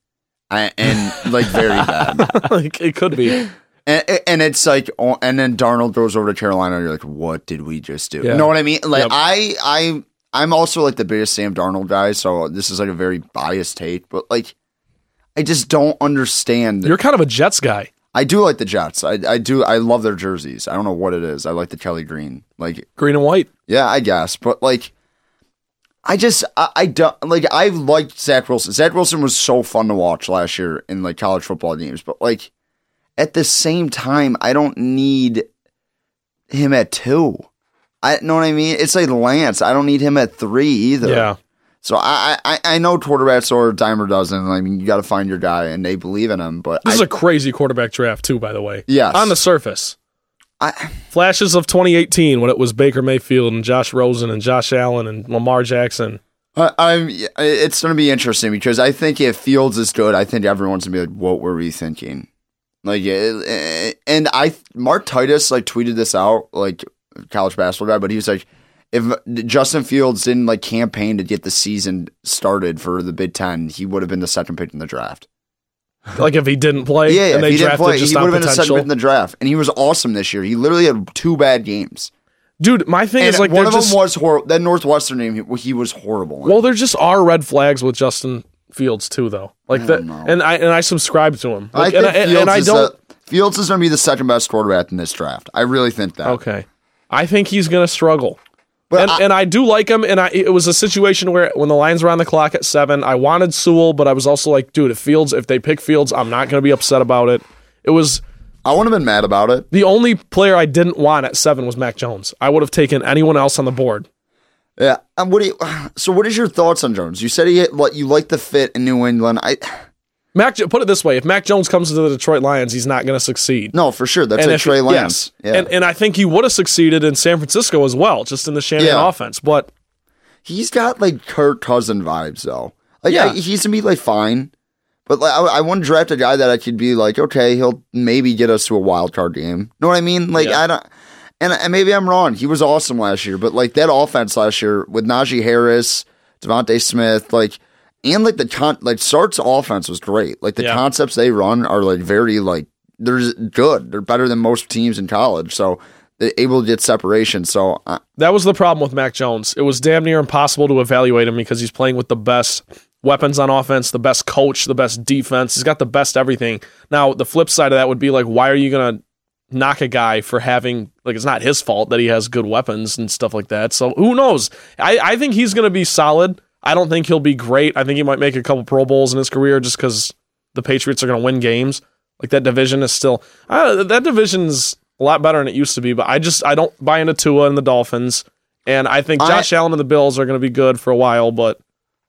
I, and like very bad.
like, it could be.
And, and it's like, oh, and then Darnold goes over to Carolina. And you're like, what did we just do?
Yeah.
You know what I mean? Like,
Yep.
I, I, I'm also like the biggest Sam Darnold guy, so this is like a very biased take, but like, I just don't understand.
You're kind of a Jets guy.
I do like the Jets. I, I do. I love their jerseys. I don't know what it is. I like the Kelly green. Like,
Green and white.
yeah, I guess, but like, I just, I, I don't like. I liked Zach Wilson. Zach Wilson was so fun to watch last year in like college football games, but like, at the same time, I don't need him at two. I know what I mean. It's like Lance. I don't need him at three either.
Yeah.
So I, I, I- I know quarterbacks are a dime or dozen. I mean, you got to find your guy, and they believe in him. But
This
I,
is a crazy quarterback draft, too, by the way.
Yes.
On the surface.
I-
Flashes of 2018 when it was Baker Mayfield and Josh Rosen and Josh Allen and Lamar Jackson.
I- I'm. It's going to be interesting because I think if Fields is good, I think everyone's going to be like, "What were we thinking?" Like, eh, and I Mark Titus like tweeted this out, like college basketball guy, but he was like, "If Justin Fields didn't like campaign to get the season started for the Big Ten, he would have been the second pick in the draft."
Like if he didn't play
Yeah, yeah
and
if
they
he didn't
drafted
play,
just
he would
on
have been the second
potential.
pick in the draft, and he was awesome this year. He literally had two bad games,
Dude, my thing
and
is like
one
they're
of them
just
was horrible. That Northwestern game, he, he was horrible. in.
well, there just are red flags with Justin Fields too, though. Like
don't
that,
know.
and I and I subscribe to him.
I
Like,
think
and, I,
Fields,
and I
is
don't.
the- Fields is going to be the second best quarterback in this draft. I really think that.
okay, I think he's gonna struggle.
But
and,
I-
and I do like him. And I it was a situation where when the Lions were on the clock at seven, I wanted Sewell, but I was also like, dude, if Fields, if they pick Fields, I'm not gonna be upset about it. It was
I wouldn't have been mad about it.
the only player I didn't want at seven was Mac Jones. I would have taken anyone else on the board.
Yeah. Um, what do you, so, what is your thoughts on Jones? You said he like you like the fit in New England. I
Mac, Jo- put it this way: if Mac Jones comes to the Detroit Lions, he's not going to succeed.
no, for sure. That's
and
a
if-
Trey
yes.
Lance. Yeah,
and and I think he would have succeeded in San Francisco as well, just in the Shanahan
Yeah.
offense. But
he's got like Kirk Cousin vibes though. Like,
Yeah.
I- he's gonna be like fine, but like I, I want to draft a guy that I could be like, okay, he'll maybe get us to a wild card game. Know what I mean? Like I don't. And, and maybe I'm wrong. He was awesome last year, but like that offense last year with Najee Harris, Devontae Smith, like and like the con like Sart's offense was great. Like the
Yeah.
concepts they run are like very like they're good. They're better than most teams in college, so they're able to get separation. So I,
that was the problem with Mac Jones. It was damn near impossible to evaluate him because he's playing with the best weapons on offense, the best coach, the best defense. He's got the best everything. Now, the flip side of that would be like, why are you going to knock a guy for having like it's not his fault that he has good weapons and stuff like that. So who knows? I, I think he's going to be solid. I don't think he'll be great. I think he might make a couple Pro Bowls in his career just because the Patriots are going to win games. Like that division is still uh, that division's a lot better than it used to be. But I just I don't buy into Tua and the Dolphins, and I think
I-
Josh Allen and the Bills are going to be good for a while. But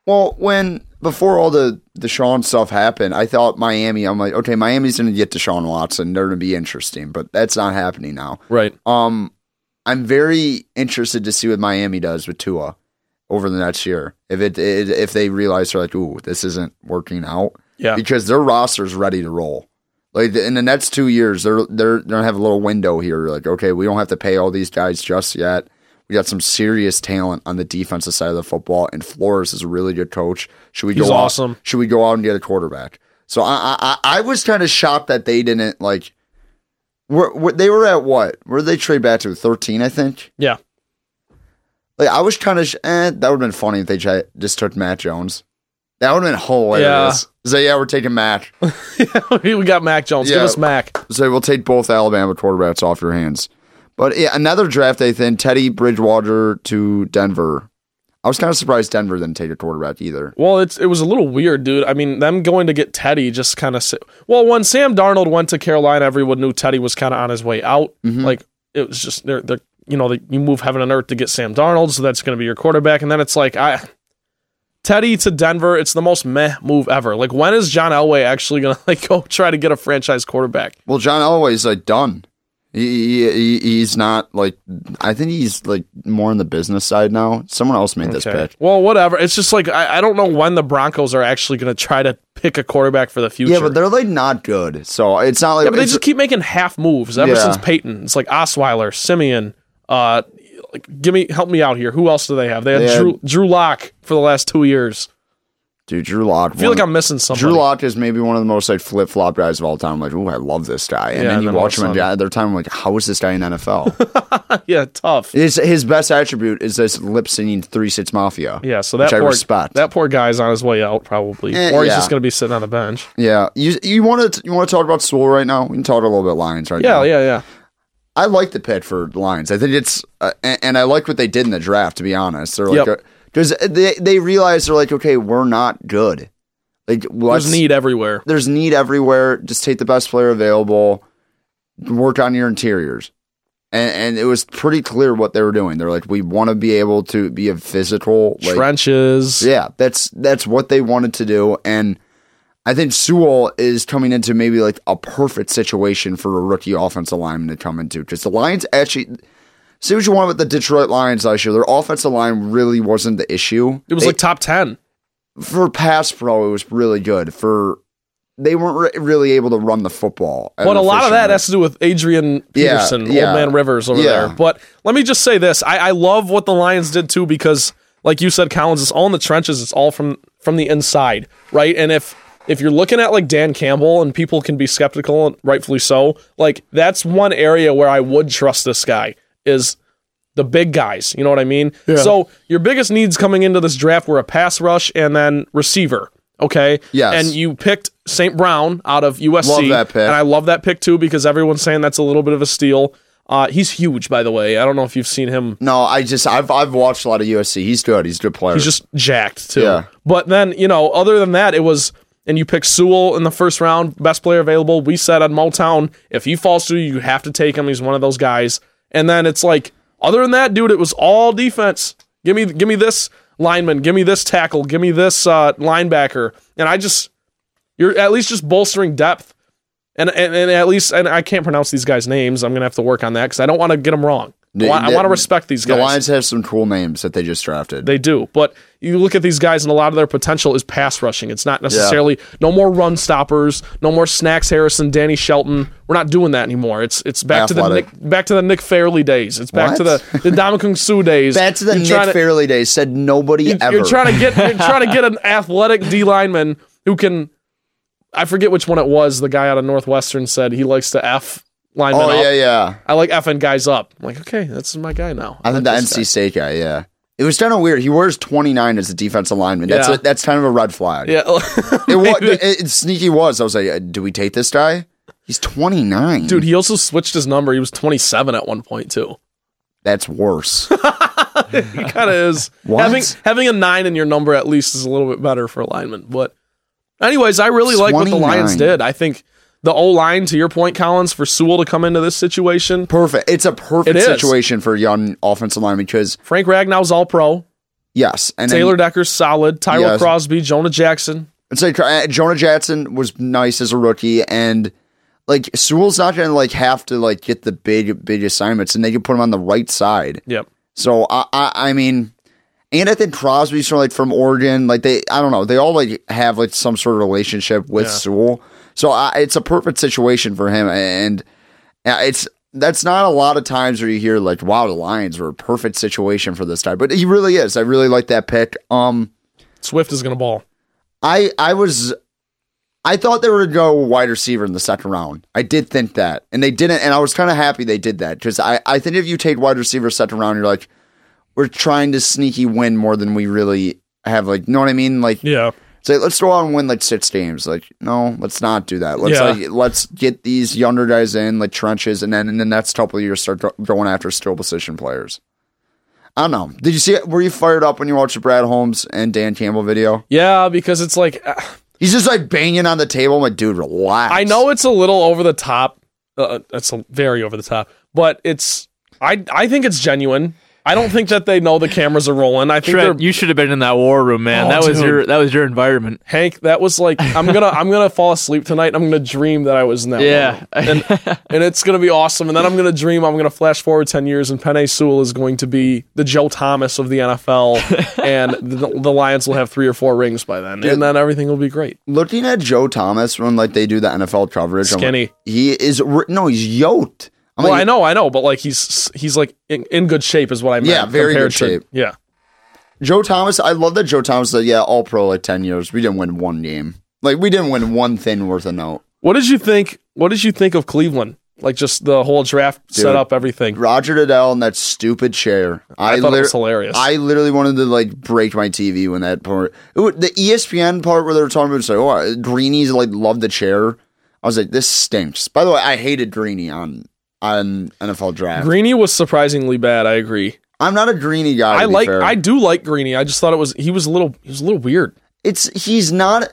Well, when before all the Deshaun stuff happened, I thought Miami. I'm like, okay, Miami's going to get Deshaun Watson. They're going to be interesting, but that's not happening now.
right,
Um, I'm very interested to see what Miami does with Tua over the next year. If it, it if they realize they're like, ooh, this isn't working out,
yeah,
because their roster's ready to roll. Like in the next two years, they're they're gonna have a little window here. Like, okay, we don't have to pay all these guys just yet. We got some serious talent on the defensive side of the football, and Flores is a really good coach. Should we
He's
go out-
awesome.
should we go out and get a quarterback? So I I, I I was kind of shocked that they didn't like. Were, were, they were at what? Where did they trade back to? Thirteen, I think.
yeah.
Like I was kind of sh- eh, that would have been funny if they ch- just took Matt Jones. That would have been hilarious. So yeah, we're taking Matt.
we got Mac Jones. Give
Yeah.
us Mac.
So we'll take both Alabama quarterbacks off your hands. But yeah, another draft day thing, Teddy Bridgewater to Denver. I was kind of surprised Denver didn't take a quarterback either.
Well, it's it was a little weird, dude. I mean, them going to get Teddy just
Mm-hmm.
kind of. Well, when Sam Darnold went to Carolina, everyone knew Teddy was kind of on his way out. Like it was just they're they're you know they, you move heaven and earth to get Sam Darnold, so that's going to be your quarterback, and then it's like I. Teddy to Denver, it's the most meh move ever. Like, when is John Elway actually gonna like go try to get a franchise quarterback?
Well, John Elway's like done. He, he, he's not like I think he's like more on the business side now. Someone else made this
Okay.
pick.
Well, whatever. It's just like I, I don't know when the Broncos are actually going to try to pick a quarterback for the future.
Yeah, but they're like not good. So it's not like
Yeah, but they
it's-
just keep making half moves ever
Yeah.
since Peyton. It's like Osweiler, Simeon. Uh, like, give me help me out here. Who else do they have? They had
They had-
Drew Drew Lock for the last two years.
dude Drew Lock.
I feel like I'm missing something.
Drew Lock is maybe one of the most like flip flop guys of all time. Like, ooh, I love this guy. And
Yeah,
then
and
you
then all
watch
of a
him at
sudden-
other time, like, how is this guy in NFL?
Yeah, tough.
his his best attribute is this lip singing three six mafia.
Yeah, so that
which
poor
I respect.
that poor guy's on his way out probably,
Eh,
or he's
yeah.
just going to be sitting on the bench.
yeah. You you want to you want to talk about Sewell right now? We can talk a little bit Lions right now.
Yeah, yeah, yeah.
I like the pit for Lions. I think it's, uh, and, and I like what they did in the draft. To be honest, they're like,
Yep.
because they they realize they're like, okay, we're not good. Like, what's
There's need everywhere.
There's need everywhere. Just take the best player available. Work on your interiors, and and it was pretty clear what they were doing. They're like, we want to be able to be a physical, like,
Trenches.
yeah, that's that's what they wanted to do, and I think Sewell is coming into maybe like a perfect situation for a rookie offensive lineman to come into because the Lions actually. See what you want with the Detroit Lions last year. Their offensive line really wasn't the issue.
It was
They-
like top ten.
for pass pro, it was really good. For they weren't re- really able to run the football. at
But
an
a lot of
efficient
that
rate.
has to do with Adrian
Yeah,
Peterson,
yeah.
old man Rivers over
Yeah.
there. But let me just say this: I, I love what the Lions did too, because like you said, Collins, it's all in the trenches. It's all from from the inside, right? And if if you're looking at like Dan Campbell, and people can be skeptical, and rightfully so, like that's one area where I would trust this guy is the big guys. You know what I mean? So your biggest needs coming into this draft were a pass rush and then receiver. Okay.
Yes.
And you picked St. Brown out of USC.
Love that pick.
And I love that pick too because everyone's saying that's a little bit of a steal. Uh, he's huge, by the way. I don't know if you've seen him.
No, I just I've I've watched a lot of USC. He's good. He's a good player.
He's just jacked too.
Yeah.
But then you know, other than that, it was. And you pick Sewell in the first round, best player available. We said on Motown, if he falls through, you have to take him. He's one of those guys. And then it's like, other than that, dude, it was all defense. Give me, give me this lineman, give me this tackle, give me this uh, linebacker. And I just, you're at least just bolstering depth. And, and and at least, and I can't pronounce these guys' names. I'm gonna have to work on that because I don't want to get them wrong. I
The-
want,
the-
I want to respect these
the
guys.
Lions have some cool names that they just drafted.
They do. But you look at these guys, and a lot of their potential is pass rushing. It's not necessarily no more run stoppers, no more Snacks Harrison, Danny Shelton. We're not doing that anymore. It's it's back
Athletic.
to the Nick, back to the Nick Fairley days. It's back to
What?
the the Dominican Sue days.
Back to the
You're
Nick
trying to-
Fairley days. Said nobody ever.
You're trying to get you're trying to get an athletic D lineman who can. I forget which one it was. The guy out of Northwestern said he likes to f linemen.
oh
up.
yeah, yeah.
I like effing guys up. I'm like, okay, that's my guy now.
I think the
this
NC State guy. Yeah, it was kind of weird. He wears 29 as a defensive lineman. That's
Yeah.
a, that's kind of a red flag.
guy. Yeah.
It, wa- it, it sneaky was. I was like, uh, do we take this guy? He's 29.
Dude, he also switched his number. He was 27 at one point too.
that's worse.
He kind of is.
What?
Having having a nine in your number at least is a little bit better for alignment. But, anyways, I really like what the
29.
Lions did. I think the O line, to your point, Collins, for Sewell to come into this situation.
perfect. It's a perfect
It is.
situation for a young offensive lineman because
Frank Ragnow's All Pro.
yes, and then-
Taylor Decker's solid. Tyrell
Yes.
Crosby, Jonah Jackson.
it's like uh, Jonah Jackson was nice as a rookie, and like Sewell's not going to like have to like get the big big assignments, and they can put him on the right side.
Yep.
So I, I, I mean, and I think Crosby's from like from Oregon. Like they, I don't know, they all like have like some sort of relationship with Sewell. So I, it's a perfect situation for him, and uh, it's that's not a lot of times where you hear like, "Wow, the Lions were a perfect situation for this guy," but he really is. I really like that pick. Um,
Swift is gonna ball.
I, I was. I thought they were going to go wide receiver in the second round. I did think that. And they didn't. And I was kind of happy they did that because I, I think if you take wide receiver second round, you're like, we're trying to sneaky win more than we really have. Like, you know what I mean? Like,
Yeah.
say, let's go out and win like six games. Like, no, let's not do that. Let's
Yeah.
like, let's get these younger guys in like trenches, and then in the next couple of years, start go- going after skill position players. I don't know. Did you see it? Were you fired up when you watched the Brad Holmes and Dan Campbell video?
Yeah, because it's like
He's just like banging on the table. I'm like, dude, relax.
I know it's a little over the top, Uh, that's a very over the top, but it's I I think it's genuine. I don't think that they know the cameras are rolling. I think
Trent,
they're
you should have been in that war room, man.
Oh,
that was
dude.
your that was your environment.
Hank. That was like I'm gonna I'm gonna fall asleep tonight. and I'm gonna dream that I was in that.
Yeah.
room. and and it's gonna be awesome. And then I'm gonna dream I'm gonna flash forward ten years and Penny Sewell is going to be the Joe Thomas of the NFL, and the, the Lions will have three or four rings by then, and then everything will be great.
Looking at Joe Thomas when like they do the NFL coverage, I'm like,
Skinny.
he is ri- no, he's yoked. I'm
Well,
like,
I know, I know, but like he's he's like in, in good shape is what I meant.
Yeah, very
compared
good
to-
shape.
Yeah,
Joe Thomas. I love that Joe Thomas said, "Yeah, all pro like ten years. We didn't win one game. Like we didn't win one thing worth a note."
What did you think? What did you think of Cleveland? Like just the whole draft setup, everything.
Roger Goodell and that stupid chair. I,
thought it was hilarious.
I literally wanted to like break my TV when that part. It wa- the E ESPN part where they were talking about it's like, oh, Greenies like loved the chair. I was like, this stinks. By the way, I hated Greeny on on NFL draft.
Greeny was surprisingly bad. I agree.
I'm not a Greeny guy.
I
to be
like.
fair.
I do like Greeny. I just thought it was he was a little he was a little weird.
it's he's not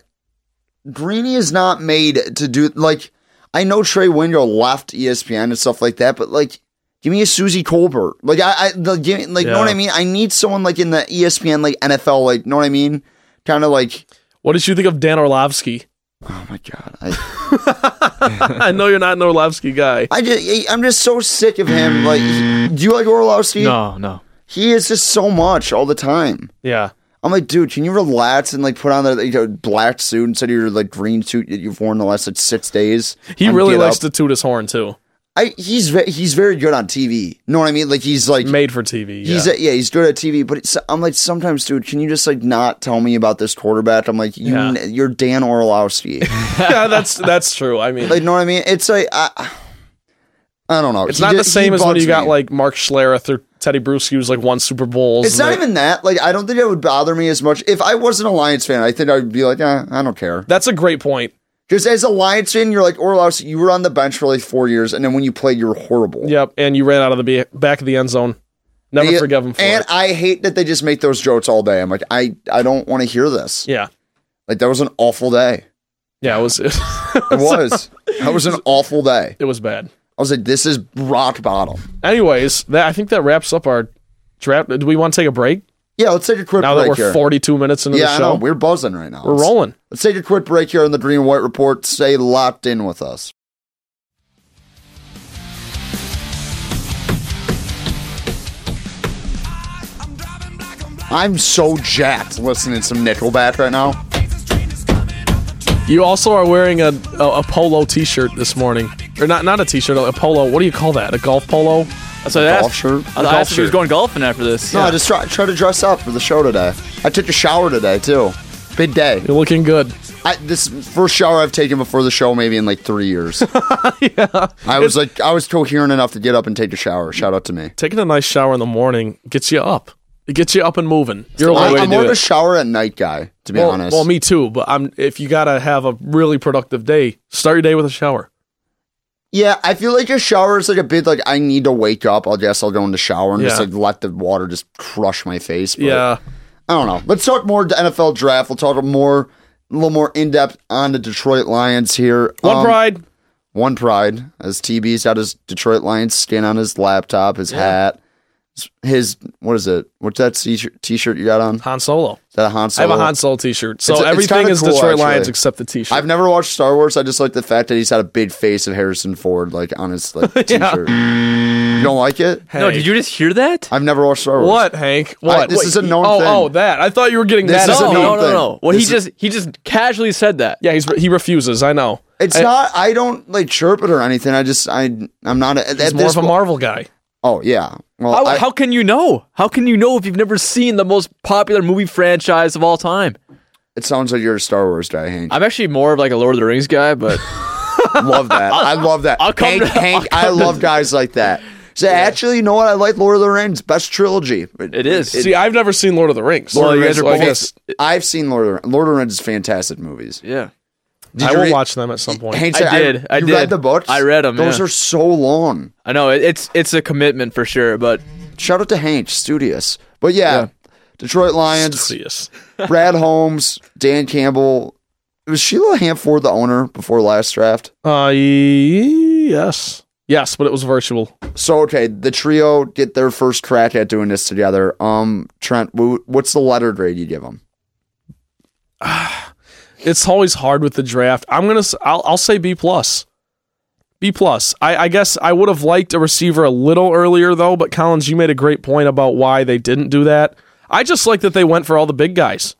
Greeny is not made to do like I know Trey Wingo left E ESPN and stuff like that, but like give me a Susie Colbert. Like I, I the, give, like know what
Yeah.
I mean? I need someone like in the E ESPN like NFL like know what I mean? Kind of like
What did you think of Dan Orlovsky?
oh my god. I
I know you're not an Orlovsky guy.
I just I'm just so sick of him like he- do you like Orlovsky?
No, no.
He is just so much all the time.
Yeah,
I'm like, dude, can you relax and like put on the you know, black suit instead of your like green suit that you've worn the last like six days?
he
and
really
get
likes
up?
to toot his horn too.
I he's ve- he's very good on TV. Know what I mean? Like he's like
Made for TV. Yeah.
he's yeah. yeah he's good at TV. But it's, I'm like sometimes, dude, can you just like not tell me about this quarterback? I'm like you
Yeah.
n- you're Dan Orlowski.
yeah, that's that's true. I mean,
like know what I mean? It's like I, I don't know.
it's
He
not
ju-
the same
he
as when
bugs
you got
me.
like Mark Schlereth or Teddy Bruschi who's like won Super Bowls.
It's not
and they-
even that. Like I don't think it would bother me as much if I was an Alliance fan. I think I'd be like, eh, I don't care.
That's a great point.
Because as a Lions fan, you're like Orlowski. You were on the bench for like four years, and then when you played, you were horrible.
Yep, and you ran out of the ba- back of the end zone. Never
Yeah,
forgive him for
and
it.
I hate that they just make those jokes all day. I'm like, I, I don't want to hear this.
yeah,
Like that was an awful day.
yeah, it was it,
It was. that was an awful day.
was bad.
I was like, this is rock bottom.
Anyways, that I think that wraps up our draft. Do we want to take a break
Yeah, let's take a quick
now that
break
we're
here.
42 minutes into
yeah,
the
I
show?
know. We're buzzing right now.
we're
Let's-
rolling.
Let's take a quick break here on the Green and White Report. Stay locked in with us. I'm so jacked listening to some Nickelback right now.
You also are wearing a a, a polo T-shirt this morning, or not not a T-shirt, a polo. What do you call that? A golf polo?
So I
golf
asked,
shirt?
I
The
asked
golf
if he was
shirt.
going golfing after this.
No, I just try, try to dress up for the show today. I took a shower today too. Big day.
You're looking good.
I, this first shower I've taken before the show, maybe in like three years. I was like, I was coherent enough to get up and take a shower. Shout out to me.
Taking a nice shower in the morning gets you up. It gets you up and moving. You're
I,
like,
am more of a shower at night guy, to be
well,
honest.
well, me too. But I'm if you gotta have a really productive day, start your day with a shower.
yeah, I feel like a shower is like a bit like I need to wake up. I guess I'll go in the shower and just
Yeah.
like let the water just crush my face. But
Yeah.
I don't know. Let's talk more to NFL draft. We'll talk more, a little more in depth on the Detroit Lions here.
One
Um,
pride.
One pride. As TB's got his Detroit Lions skin on his laptop, his hat, his what is it? What's that t-shirt t-shirt you got on? Is
Han Solo.
that a Han
I have
Solo?
a Han Solo T-shirt. So
It's- it's
everything
kinda
is
cool,
Detroit
actually.
Lions except the T-shirt.
I've never watched Star Wars. I just like the fact that he's had a big face of Harrison Ford, like on his like t-shirt. You don't like it?
No,
Hey.
did you just hear that?
I've never watched Star Wars.
What, Hank? What?
I- this
What?
is a known
oh,
thing.
Oh, that. I thought you were getting
This
that.
is
at
a
no,
me.
known
no, no,
thing.
no. Well, he
This is-
just he just casually said that.
Yeah, he's he refuses. I know.
It's not. I don't like chirp it or anything. I just I I'm not. A, at
He's more
this
of a
po-
Marvel guy.
Oh yeah. Well,
How,
I,
how can you know? How can you know if you've never seen the most popular movie franchise of all time?
it sounds like you're a Star Wars guy, Hank.
I'm actually more of like a Lord of the Rings guy, but
love that. I love that.
I'll come
Hank,
to-
Hank, I love guys like that. So actually, you know what? I like Lord of the Rings, best trilogy.
it is.
See, I've never seen Lord of the Rings.
Well, you
So
guys are
I
both-
guess
I've seen Lord of the Rings. Lord of the Rings is fantastic movies.
yeah.
I
you
will
read-
watch them at some point.
Hank
I
said,
did. I
you
did.
read the books.
I read 'em,
Those
yeah.
are so long.
I know it, it's it's a commitment for sure, but
Shout out to Hank, studious. But yeah,
Yeah.
Detroit Lions,
See us.
Brad Holmes, Dan Campbell. Was Sheila Hamford the owner before last draft?
Uh, ye- Yes. Yes, but it was virtual.
So okay, the trio get their first crack at doing this together. Um, Trent, wh- what's the letter grade you give them?
It's always hard with the draft. I'm gonna. s- I'll, I'll say B plus. B plus. I, I guess I would have liked a receiver a little earlier though. But Collins, you made a great point about why they didn't do that. I just like that they went for all the big guys.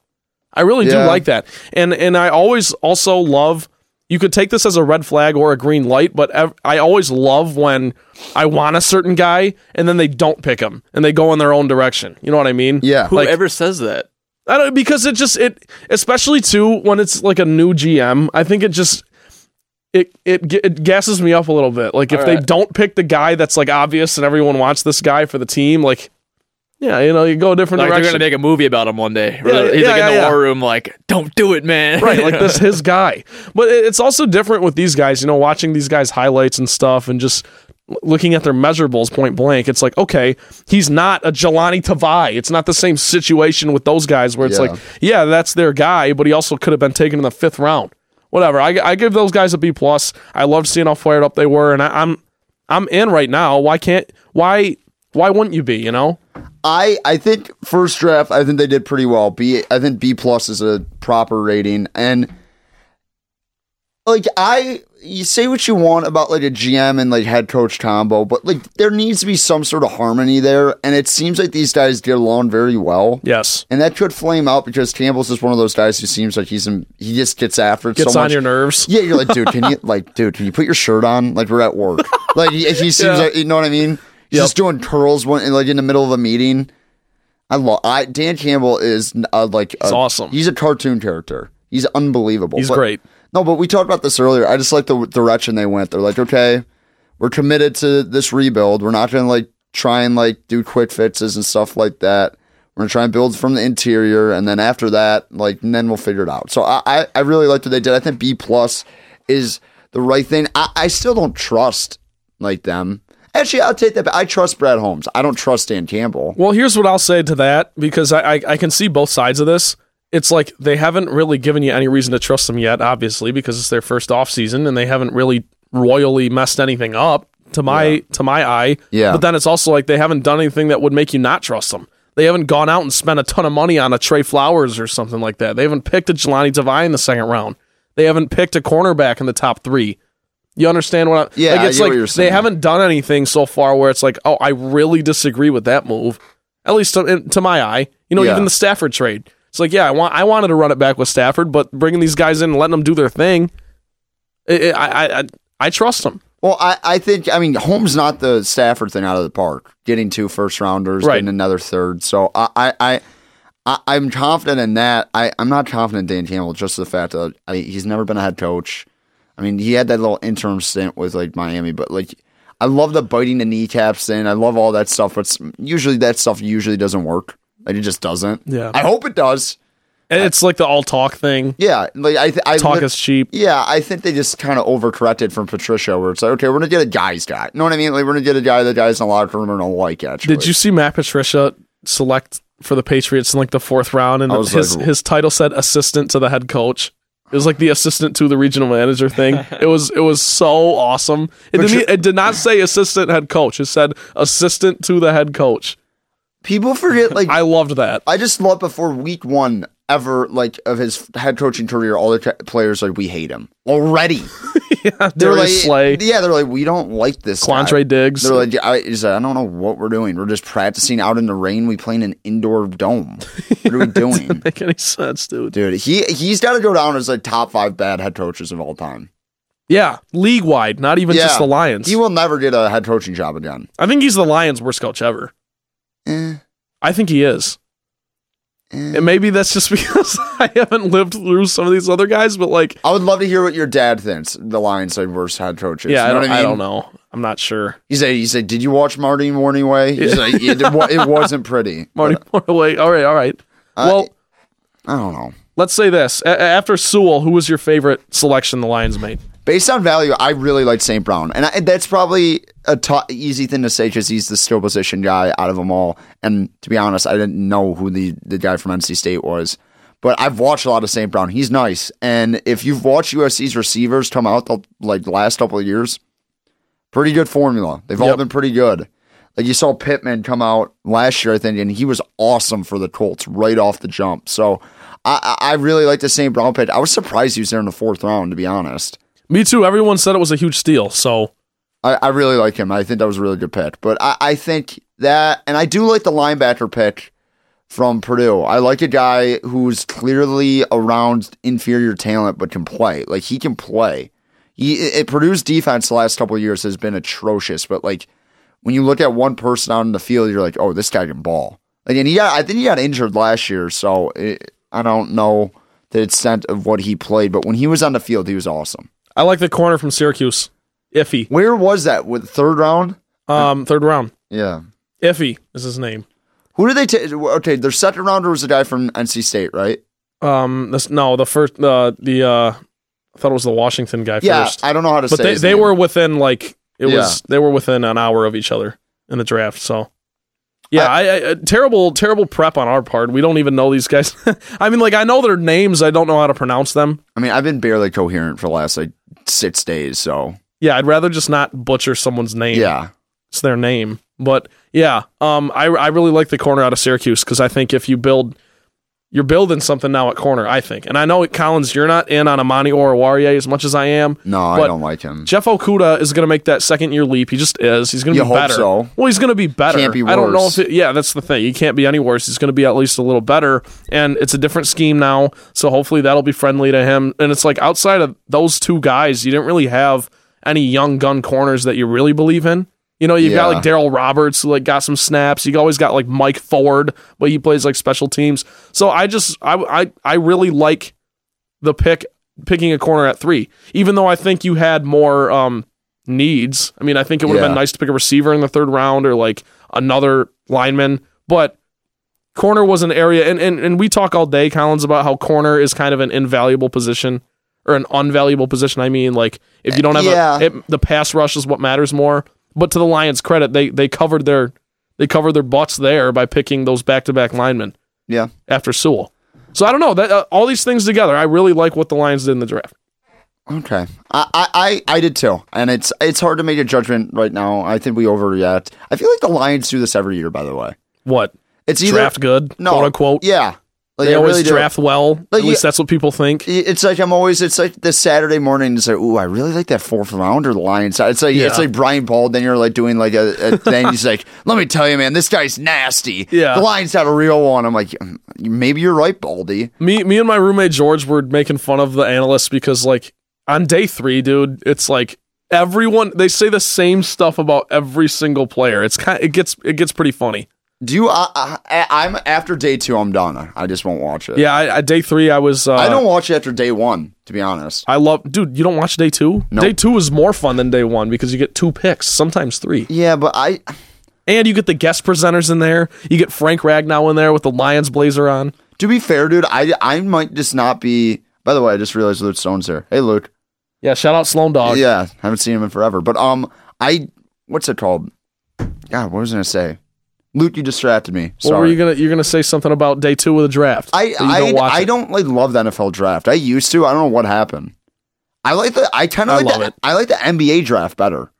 I really do
Yeah.
like that. And and I always also love you could take this as a red flag or a green light, but ev- I always love when I want a certain guy and then they don't pick him and they go in their own direction. You know what I mean?
Yeah.
Like,
Whoever says that.
I don't because it just it especially too when it's like a new GM. I think it just it it ga- it gasses me up a little bit. Like if they
Alright.
don't pick the guy that's like obvious and everyone wants this guy for the team, like yeah, you know, you go a different
Like they're
direction.
gonna make a movie about him one day.
Yeah,
He's like
yeah,
in the
yeah,
war
yeah.
room, like, don't do it, man.
right like this his guy but it- it's also different with these guys you know watching these guys highlights and stuff and just l- looking at their measurables point blank it's like okay he's not a Jelani Tavai it's not the same situation with those guys where it's
Yeah.
like yeah that's their guy but he also could have been taken in the fifth round whatever I, I give those guys a B plus I loved seeing how fired up they were and I, I'm I'm in right now why can't why why wouldn't you be you know
I I think first draft. I think they did pretty well. B I think B plus is a proper rating, and like I you say what you want about like a GM and like head coach combo, but like there needs to be some sort of harmony there, and it seems like these guys get along very well.
yes
And that could flame out because Campbell's just one of those guys who seems like he's in, he just gets after it
gets
so
on
much.
your nerves
Yeah, you're like, dude, can you like, dude, can you put your shirt on? Like we're at work. Like he, he seems, like, you know what I mean? He's
Yep.
just doing curls one like in the middle of a meeting. I love I Dan Campbell is uh, like he's
awesome.
He's a cartoon character. He's unbelievable.
He's
But-
great.
No, but we talked about this earlier. I just like the direction they went. They're like, okay, we're committed to this rebuild. We're not gonna like try and like do quick fixes and stuff like that. We're gonna try and build from the interior, and then after that, like and then we'll figure it out. So I I, I really liked what they did. I think B plus is the right thing. I, I still don't trust like them. Actually, I'll take that. back. I trust Brad Holmes. I don't trust Dan Campbell.
Well, here's what I'll say to that because I, I, I can see both sides of this. It's like they haven't really given you any reason to trust them yet, obviously, because it's their first offseason and they haven't really royally messed anything up to my to my eye.
Yeah.
But then it's also like they haven't done anything that would make you not trust them. They haven't gone out and spent a ton of money on a Trey Flowers or something like that. They haven't picked a Jelani Tavai in the second round. They haven't picked a cornerback in the top three. You understand what I'm?
Yeah,
like,
I
it's
get what
like
you're saying.
They haven't done anything so far where it's like, oh, I really disagree with that move. At least to, in- to my eye, you know,
Yeah.
even the Stafford trade. It's like, yeah, I want, I wanted to run it back with Stafford, but bringing these guys in and letting them do their thing, it, it, I, I, I, I trust them.
Well, I, I think I mean Holmes not the Stafford thing out of the park. Getting two first rounders,
Right.
getting another third. So I I, I, I I'm confident in that. I I'm not confident in Dan Campbell just the fact that I, he's never been a head coach. I mean, he had that little interim stint with like Miami, but like I love the biting the kneecaps thing. I love all that stuff, but s- usually that stuff usually doesn't work. Like it just doesn't.
Yeah.
I hope it does.
And it's like the all talk thing.
Yeah, like I th- I
Talk
lit-
is cheap.
yeah, I think they just kind of overcorrected from Patricia, where it's like, okay, we're gonna get a guy's guy. You know what I mean? Like we're gonna get a guy that guys in the locker room are gonna like. Actually,
Did you see Matt Patricia select for the Patriots in like the fourth round, and
I was
his
like-
his title said assistant to the head coach. It was like the assistant to the regional manager thing. It was it was so awesome. It didn't e, it did not say assistant head coach. It said assistant to the head coach.
People forget like
I
I,
loved that.
just love before week one ever like of his head coaching career, all the ca- players like we hate him already.
Darius
like,
Slay,
yeah, they're like we don't like this. guy."
Quantre Diggs.
They're like, I, he's like, I don't know what we're doing. We're just practicing out in the rain. We play in an indoor dome. What are we doing?
Make any sense, dude?
Dude, he he's got to go down as like top five bad head coaches of all time.
Yeah, league wide, not even just the Lions.
He will never get a head coaching job again. Eh.
I think he's the Lions' worst coach ever. I think he is. And maybe that's just because I haven't lived through some of these other guys, but like,
I would love to hear what your dad thinks. The Lions are worst head coaches. You
yeah, I
know
don't,
what
I
mean?
don't know. I'm not sure.
He said, he said, did you watch Marty Morningway? He's like, it, wa- it wasn't pretty.
Marty Morley. All right, all right. well,
I don't know.
let's say this. A- a- after Sewell, who was your favorite selection the Lions made?
Based on value, I really like St. Brown, and I, that's probably a tou- easy thing to say because he's the skill position guy out of them all. And to be honest, I didn't know who the, the guy from NC State was, but I've watched a lot of St. Brown. He's nice, and if you've watched USC's receivers come out the like last couple of years, Pretty good formula. They've all
Yep.
been pretty good. Like you saw Pittman come out last year, I think, and he was awesome for the Colts right off the jump. So I, I I really like the St. Brown pick. I was surprised he was there in the fourth round, to be honest.
Me too. Everyone said it was a huge steal. So
I, I really like him. I think that was a really good pick. But I, I think that, and I do like the linebacker pick from Purdue. I like a guy who's clearly around inferior talent but can play. Like he can play. He, it, it- Purdue's defense the last couple of years has been atrocious. But like when you look at one person out in the field, you're like, oh, this guy can ball. Like, and he got, I think he got injured last year, so it, I don't know the extent of what he played. But when he was on the field, he was awesome.
I like the corner from Syracuse. Iffy.
Where was that? With third round?
Um, third round.
Yeah.
Iffy is his name.
Who did they take? Okay, their second rounder was a guy from NC State, right?
Um, this no, the first uh, the uh, I thought it was the Washington guy
Yeah,
first,
I don't know how to
but
say.
they
his
they
name.
were within like it
Yeah.
was they were within an hour of each other in the draft. So yeah, I, I, I- terrible terrible prep on our part. We don't even know these guys. I mean, like I know their names, I don't know how to pronounce them.
I mean, I've been barely coherent for the last like six days, so
Yeah, I'd rather just not butcher someone's name.
yeah,
it's their name. But yeah, um, I I really like the corner out of Syracuse because I think if you build, you're building something now at corner. I think, and I know Collins, you're not in on Amani Oruwariye as much as I am.
no, I
But
don't like him.
Jeff Okuda is going to make that second year leap. He just is. He's going to
You
be
hope
better.
so.
Well, he's going to be better.
Can't be
I don't know
worse.
if it, yeah, that's the thing. He can't be any worse. He's going to be at least a little better, and it's a different scheme now. So hopefully that'll be friendly to him. And it's like outside of those two guys, you didn't really have any young gun corners that you really believe in. You know, you've got
Yeah.
like Daryl Roberts who like got some snaps. You always got like Mike Ford, but he plays like special teams. So I just I I, I really like the pick picking a corner at three, even though I think you had more um, needs. I mean, I think it would have
Yeah.
been nice to pick a receiver in the third round or like another lineman, but corner was an area, and, and, and we talk all day, Collins, about how corner is kind of an invaluable position or an unvaluable position. I mean, like if you don't have
Yeah.
a, it, the pass rush is what matters more. But to the Lions' credit, they they covered their they covered their butts there by picking those back to back linemen
Yeah,
after Sewell. So I don't know that uh, all these things together, I really like what the Lions did in the draft.
okay, I, I, I I did too, and it's it's hard to make a judgment right now. I think we overreact. I feel like the Lions do this every year. By the way,
What
it's either
draft good,
no,
quote unquote.
yeah. Like,
they
I
always
really do.
draft well.
Like,
At least
yeah.
that's what people think.
it's like I'm always. It's like the Saturday morning. It's like, ooh, I really like that fourth rounder, the Lions. It's like it's
Yeah.
like Brian Ball. Then you're like doing like a, a thing. He's like, let me tell you, man, this guy's nasty.
Yeah.
the Lions had a real one. I'm like, "Mm, maybe you're right, Baldy.
Me, me, and my roommate George were making fun of the analysts because, like, on day three, dude, it's like everyone they say the same stuff about every single player. It's kind, it gets, it gets pretty funny.
Do you? I, I, I'm after day two. I'm done. I just won't watch it.
Yeah, I, I day three, I was. Uh,
I don't watch it after day one. To be honest,
I love, dude. You don't watch day two.
Nope.
Day two is more fun than day one because you get two picks, sometimes three.
yeah, but I
And you get the guest presenters in there. You get Frank Ragnow in there with the Lions blazer on.
to be fair, dude, I I might just not be. By the way, I just realized Luke Stone's there. Hey, Luke.
Yeah, shout out Sloan Dog.
Yeah, haven't seen him in forever. But um, I what's it called? God, what was I gonna say? Luke, you distracted me.
What
Sorry.
were you gonna? You're gonna say something about day two of the draft?
I
that you
I
watch
I
it.
don't like love the NFL draft. I used to. I don't know what happened. I like the I kind
I
of like
love
the,
it.
I like the NBA draft better,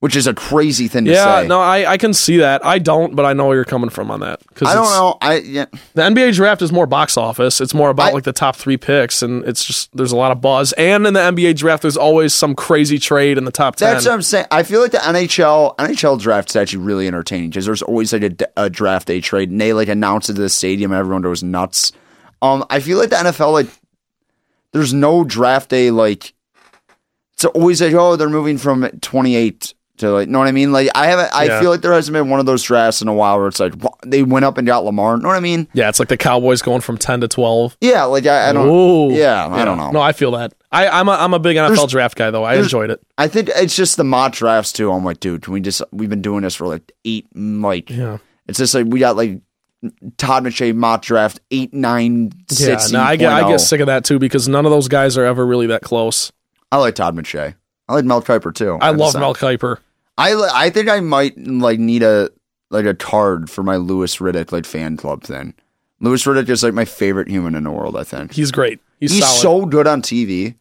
which is a crazy thing to
Yeah,
say.
no, I, I can see that. I don't, but I know where you're coming from on that. Cause
I don't
it's-
know. I yeah,
The NBA draft is more box office. It's more about
I-
like the top three picks, and it's just there's a lot of buzz. And in the NBA draft, there's always some crazy trade in the top ten.
that's what I'm saying. I feel like the NHL NHL draft is actually really entertaining because there's always like a, d- a draft day trade, and they like announce it to the stadium, and everyone goes nuts. Um, I feel like the NFL like there's no draft day like it's always like oh they're moving from 28 to like know what I mean like I haven't I
Yeah.
feel like there hasn't been one of those drafts in a while where it's like wha- they went up and got Lamar know what I mean
yeah, it's like the Cowboys going from ten to twelve.
yeah like I, I don't
Ooh.
yeah I don't know
No, I feel that. I, I'm a I'm a big NFL draft guy though. I enjoyed it.
I think it's just the mock drafts too I'm like dude can we just we've been doing this for like eight like
Yeah.
it's just like we got like Todd McShay mock draft eight nine
Yeah,
six oh.
no, I get I get sick of that too because none of those guys are ever really that close.
I like Todd McShay I like Mel Kiper too
I
At the
love
same-
Mel Kiper.
I li- I think I might like need a like a card for my Lewis Riddick like fan club thing. Lewis Riddick is like my favorite human in the world. I think
He's great. He's,
he's
solid.
so good on TV.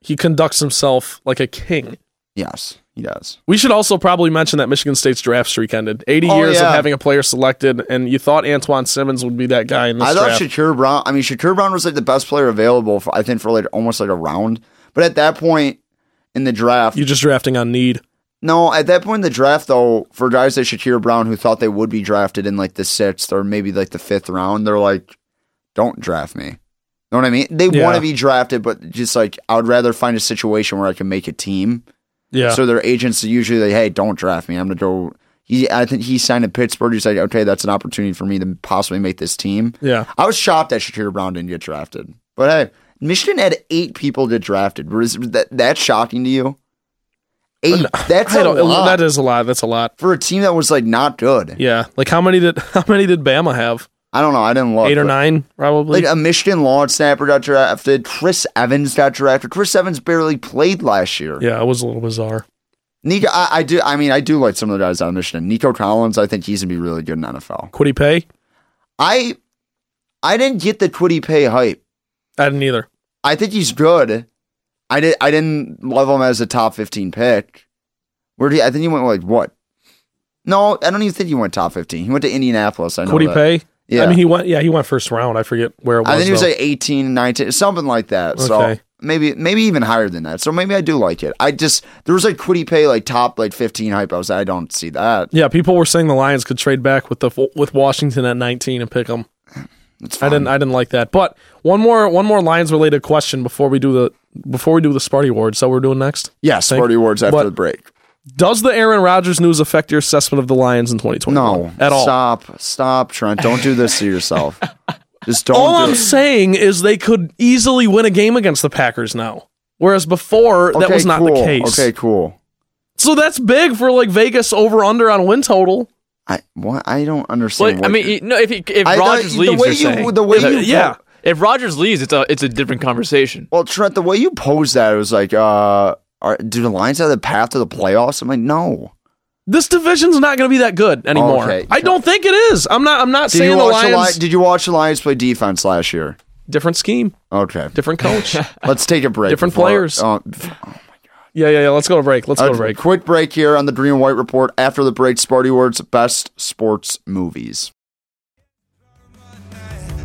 he conducts himself like a king.
Yes, he does.
We should also probably mention that Michigan State's draft streak ended. 80
Oh,
years
yeah.
of having a player selected, and you thought Antoine Simmons would be that guy in this
I
draft.
thought Shakur Brown. I mean, Shakur Brown was like the best player available. For, I think for like almost like a round. But at that point in the draft,
You're just drafting on need.
no. At that point in the draft, though, for guys like Shakur Brown who thought they would be drafted in like the sixth or maybe like the fifth round, they're like, "Don't draft me." Know what I mean? They
Yeah.
want to be drafted, but just like I would rather find a situation where I can make a team.
Yeah.
So their agents are usually like, "Hey, don't draft me. I'm gonna go." He, I think he signed in Pittsburgh. He's like, "Okay, that's an opportunity for me to possibly make this team."
yeah.
I was shocked that Shakir Brown didn't get drafted, but hey, Michigan had eight people get drafted. Was that that's shocking to you? Eight. That's
uh, I
a
don't-
lot
That is a lot. That's a lot.
for a team that was like not good.
Yeah. Like how many did how many did Bama have?
I don't know. I didn't look
Eight or
but-
nine, probably.
Like a Michigan lawn snapper got drafted. Chris Evans got drafted. Chris Evans barely played last year.
yeah, it was a little bizarre.
Nico, I, I do. I mean, I do like some of the guys out of Michigan. Nico Collins, I think he's gonna be really good in NFL.
Quiddy Pay?
I, I didn't get the Quiddy Pay hype.
I didn't either.
I think he's good. I did. I didn't love him as a top fifteen pick. Where did he, I think he went like what? No, I don't even think he went top fifteen. He went to Indianapolis. I know
Quiddy
that.
Pay?
Yeah.
I mean he went yeah, he went first round. I forget where it was.
I think he was
though.
like 18, 19, something like that. So
Okay.
maybe maybe even higher than that. So maybe I do like it. I just there was like Quiddy Pay like top like fifteen hype. I was like, I don't see that.
yeah, people were saying the Lions could trade back with the with Washington at 19 and pick them.
It's
I
fine.
didn't I didn't like that. But one more one more Lions related question before we do the before we do the Sparty Awards that we're doing next.
yeah,
Thank-
Sparty Awards after
What?
the break.
Does the Aaron Rodgers news affect your assessment of the Lions in 2020?
No,
at all.
Stop, stop, Trent. Don't do this to yourself. just don't.
All
do
I'm
it.
saying is they could easily win a game against the Packers now. Whereas before that
Okay,
was not
cool.
the case.
Okay, cool.
So that's big for like Vegas over under on win total.
I what I don't understand.
But I
what
mean,
you're-
you- no. If he, if
I-
Rogers
the
leaves,
way
you're
you-
saying.
the way
If-
you-
Yeah.
If Rogers leaves, it's a it's a different conversation.
well, Trent, the way you posed that, it was like, uh, are, do the Lions have the path to the playoffs? I'm like, no.
This division's not going to be that good anymore.
Okay.
I don't think it is. I'm not. I'm not
Did you
saying the
watch
Lions.
the Lions? Did you watch the Lions play defense last year?
different scheme,
Okay,
different coach. yeah,
let's take a break.
Different
before-
players.
uh,
yeah, yeah. Let's go to break. Let's go
a
to break.
Quick break here on the Green and White Report. After the break, Sparty Words best sports movies.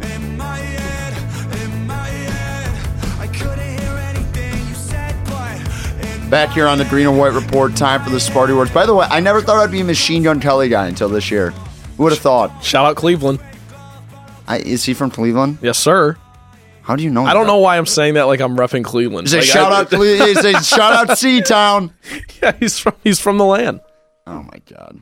In my head, in my head, I couldn't hear anything you said, but in
Back here on the Green and White Report, time for the Sparty Words. By the way, I never thought I'd be a Machine Gun Kelly guy until this year. Who would have thought?
Shout out Cleveland.
I, is he from Cleveland?
Yes, sir.
How do you know?
I don't
that?
know why I'm saying that. Like I'm repping Cleveland.
Is it
Like, I-
shout out? Cle- Is it shout out Sea Town?
Yeah, he's from he's from the land.
Oh my god.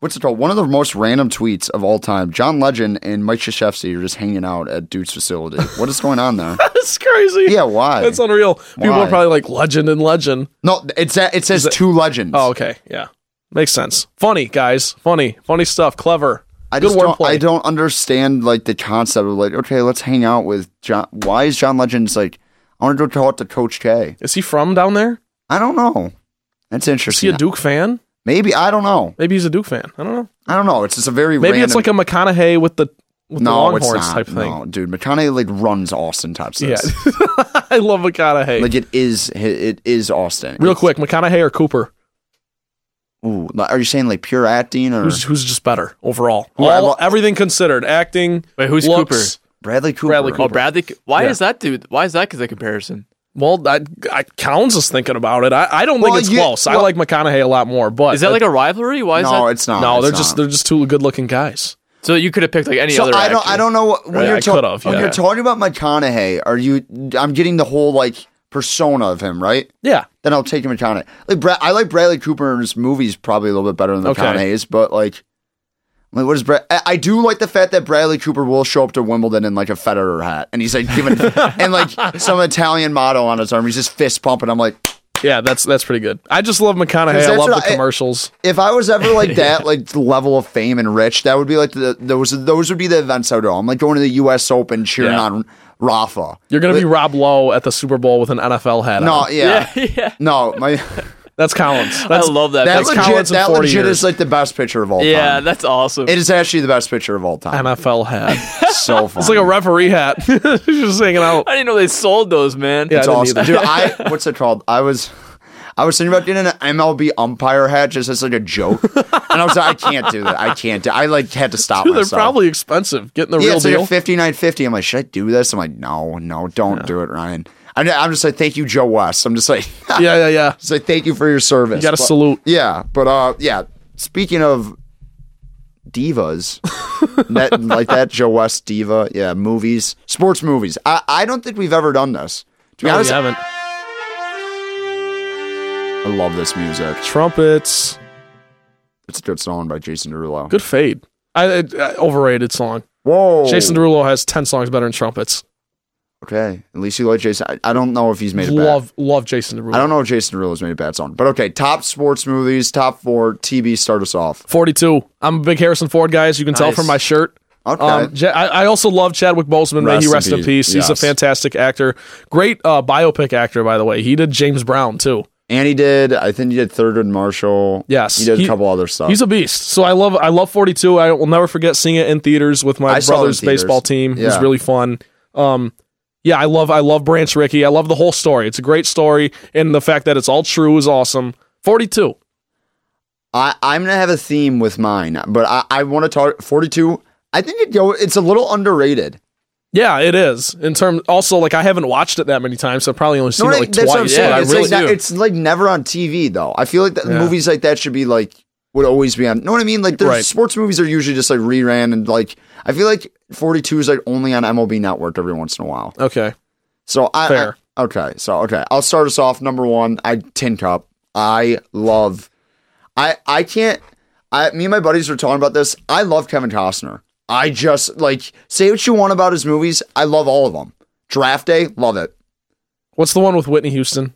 What's it called? One of the most random tweets of all time. John Legend and Mike Krzyzewski are just hanging out at Dude's facility. What is going on there?
That's crazy.
Yeah, why?
That's unreal. People
Why?
are probably like legend and legend.
No, it's a, it says two legends.
Oh, okay. Yeah. Makes sense. Funny, guys. Funny. Funny stuff. Clever.
I
Good
just don't,
wordplay.
I don't understand like the concept of like okay, let's hang out with John. Why is John Legend's like I want to go talk to Coach K?
Is he from down there?
I don't know. That's
Is he
interesting.
a Duke fan?
Maybe I don't know.
Maybe he's a Duke fan. I don't know.
I don't know. It's just a very
Maybe it's
random-
like a McConaughey with the with the
no, it's
Longhorns
not.
type thing.
No, dude, McConaughey like runs Austin Texas.
Yeah. I love McConaughey.
Like it is, it is Austin.
Real
It's-
quick, McConaughey or Cooper?
Ooh, like, are you saying like pure acting or
Who's who's just better overall?
Who I
All-
lo-
everything considered, acting.
Wait, who's
looks.
Bradley Cooper?
Bradley
Oh,
Cooper.
Bradley. Why
Yeah.
is that dude? Why is that? Because the comparison.
Well, I, I Counts is thinking about it. I, I don't
Well,
think it's
you-
close. I
well-
like McConaughey a lot more, but
Is that like a rivalry? Why is
Oh, No,
that?
it's not.
no?
it's
They're just
not.
they're just two good-looking guys.
so you could have picked like any
So
other.
I don't.
actor.
I don't know what, when
Right,
you're
I
talking.
could've,
When
yeah.
you're talking about McConaughey, are you? I'm getting the whole like persona of him, right?
Yeah,
Then I'll take McConaughey. Like Brad, I like Bradley Cooper's movies probably a little bit better than
Okay.
McConaughey's, but like. Like what is Brad? I, I do like the fact that Bradley Cooper will show up to Wimbledon in like a Federer hat, and he's like giving and like some Italian model on his arm. He's just fist pumping. I'm like,
yeah. That's that's pretty good. I just love McConaughey.
that's
I love
what
the
I-
commercials.
if I was ever like that, like level of fame and rich, that would be like the those those would be the events I would do. I'm like going to the U.S. Open cheering
Yeah.
on Rafa.
You're gonna be Rob Lowe at the Super Bowl with an NFL hat.
No,
on.
yeah,
yeah.
no, my
that's Collins. That's,
I love that.
that
That's
picture.
legit
Collins in
that
40
legit
years.
is like the best picture of all
yeah,
time.
that's awesome.
It is actually the best picture of all time.
NFL hat.
so fun.
It's like a referee hat. He's just hanging out.
I didn't know they sold those, man.
Yeah.
It's
I
awesome,
didn't either.
dude. I what's it called? I was I was thinking about getting an MLB umpire hat just as like a joke, and I was like, I can't do that. I can't. do I like had to stop
Dude, they're
myself.
probably expensive. Getting the
yeah,
real
it's like
deal.
a fifty nine fifty. I'm like, should I do this? I'm like, no, no, don't do it, Ryan. I'm, I'm just like, thank you, Joe West. I'm just like,
yeah, yeah, yeah.
just like, thank you for your service.
You got to
But-
salute.
Yeah, but uh, yeah. Speaking of divas, that like that Joe West diva, yeah, movies, sports movies. I I don't think we've ever done this. To be
No, we
honest,
haven't.
I love this music.
Trumpets.
It's a good song by Jason Derulo.
Good fade. I, I, I- overrated song.
Whoa,
Jason Derulo has ten songs better than trumpets.
Okay, at least you like Jason. I, I don't know if he's made it back.
Love, love Jason Derulo.
I don't know if Jason Derulo's made a bad song, but okay. Top sports movies, top four. TB, start us off.
42. I'm a big Harrison Ford guy, as you can tell
Nice.
from my shirt.
Okay.
Um, Ja- I, I also love Chadwick Boseman. May
Rest
he
in
rest in
peace.
peace. He's
Yes.
a fantastic actor. Great uh, biopic actor, by the way. He did James Brown too.
and he did. I think he did Third and Marshall.
Yes,
he did a couple other stuff.
He's a beast. So I love I love 42. I will never forget seeing it in theaters with my
I saw it in
brother's
theaters.
baseball team. It was
Yeah.
really fun. Um, yeah, I love I love Branch Rickey. I love the whole story. It's a great story, and the fact that it's all true is awesome. 42.
I, I'm gonna have a theme with mine, but I, I want to talk 42. I think it go. It's a little underrated.
Yeah, it is. In terms, also like I haven't watched it that many times, so I've probably only seen it like
that's what I'm
twice.
saying.
Yeah, I
it's,
really
like, not-
do.
it's like never on TV though. I feel like that
Yeah.
movies like that should be like would always be on. Know what I mean? Like the
Right.
sports movies are usually just like reran and like I feel like 42 is like only on MLB Network every once in a while.
Okay,
So I,
Fair.
I- okay. So okay, I'll start us off. Number one, I tin cup. I love. I I can't. I me and my buddies were talking about this. I love Kevin Costner. I just like say what you want about his movies. I love all of them. Draft Day, love it.
what's the one with Whitney Houston?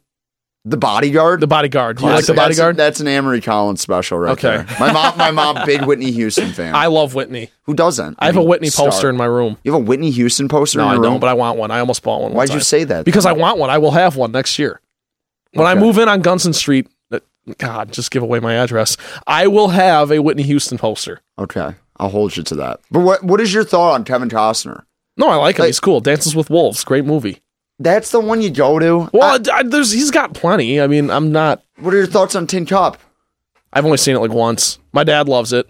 The Bodyguard.
The Bodyguard. You like
Classic.
the Bodyguard?
That's, that's an Amory Collins special, right
Okay.
there. My mom, my mom, big Whitney Houston fan.
I love Whitney.
Who doesn't?
I have a
mean,
Whitney
star.
poster in my room.
You have a Whitney Houston poster
No,
in
I
your room.
don't, but I want one. I almost bought one. one
Why'd you
time.
say that?
Because I want one. I will have one next year. When I move in on Gunson Street, uh, God, just give away my address. I will have a Whitney Houston poster.
okay, I'll hold you to that. But what what is your thought on Kevin Costner?
No, I like him.
Like-
he's cool. Dances with Wolves, great movie.
That's the one you go to. Uh,
Well, I, there's he's got plenty. I mean, I'm not.
What are your thoughts on Tin Cup?
I've only seen it like once. My dad loves it.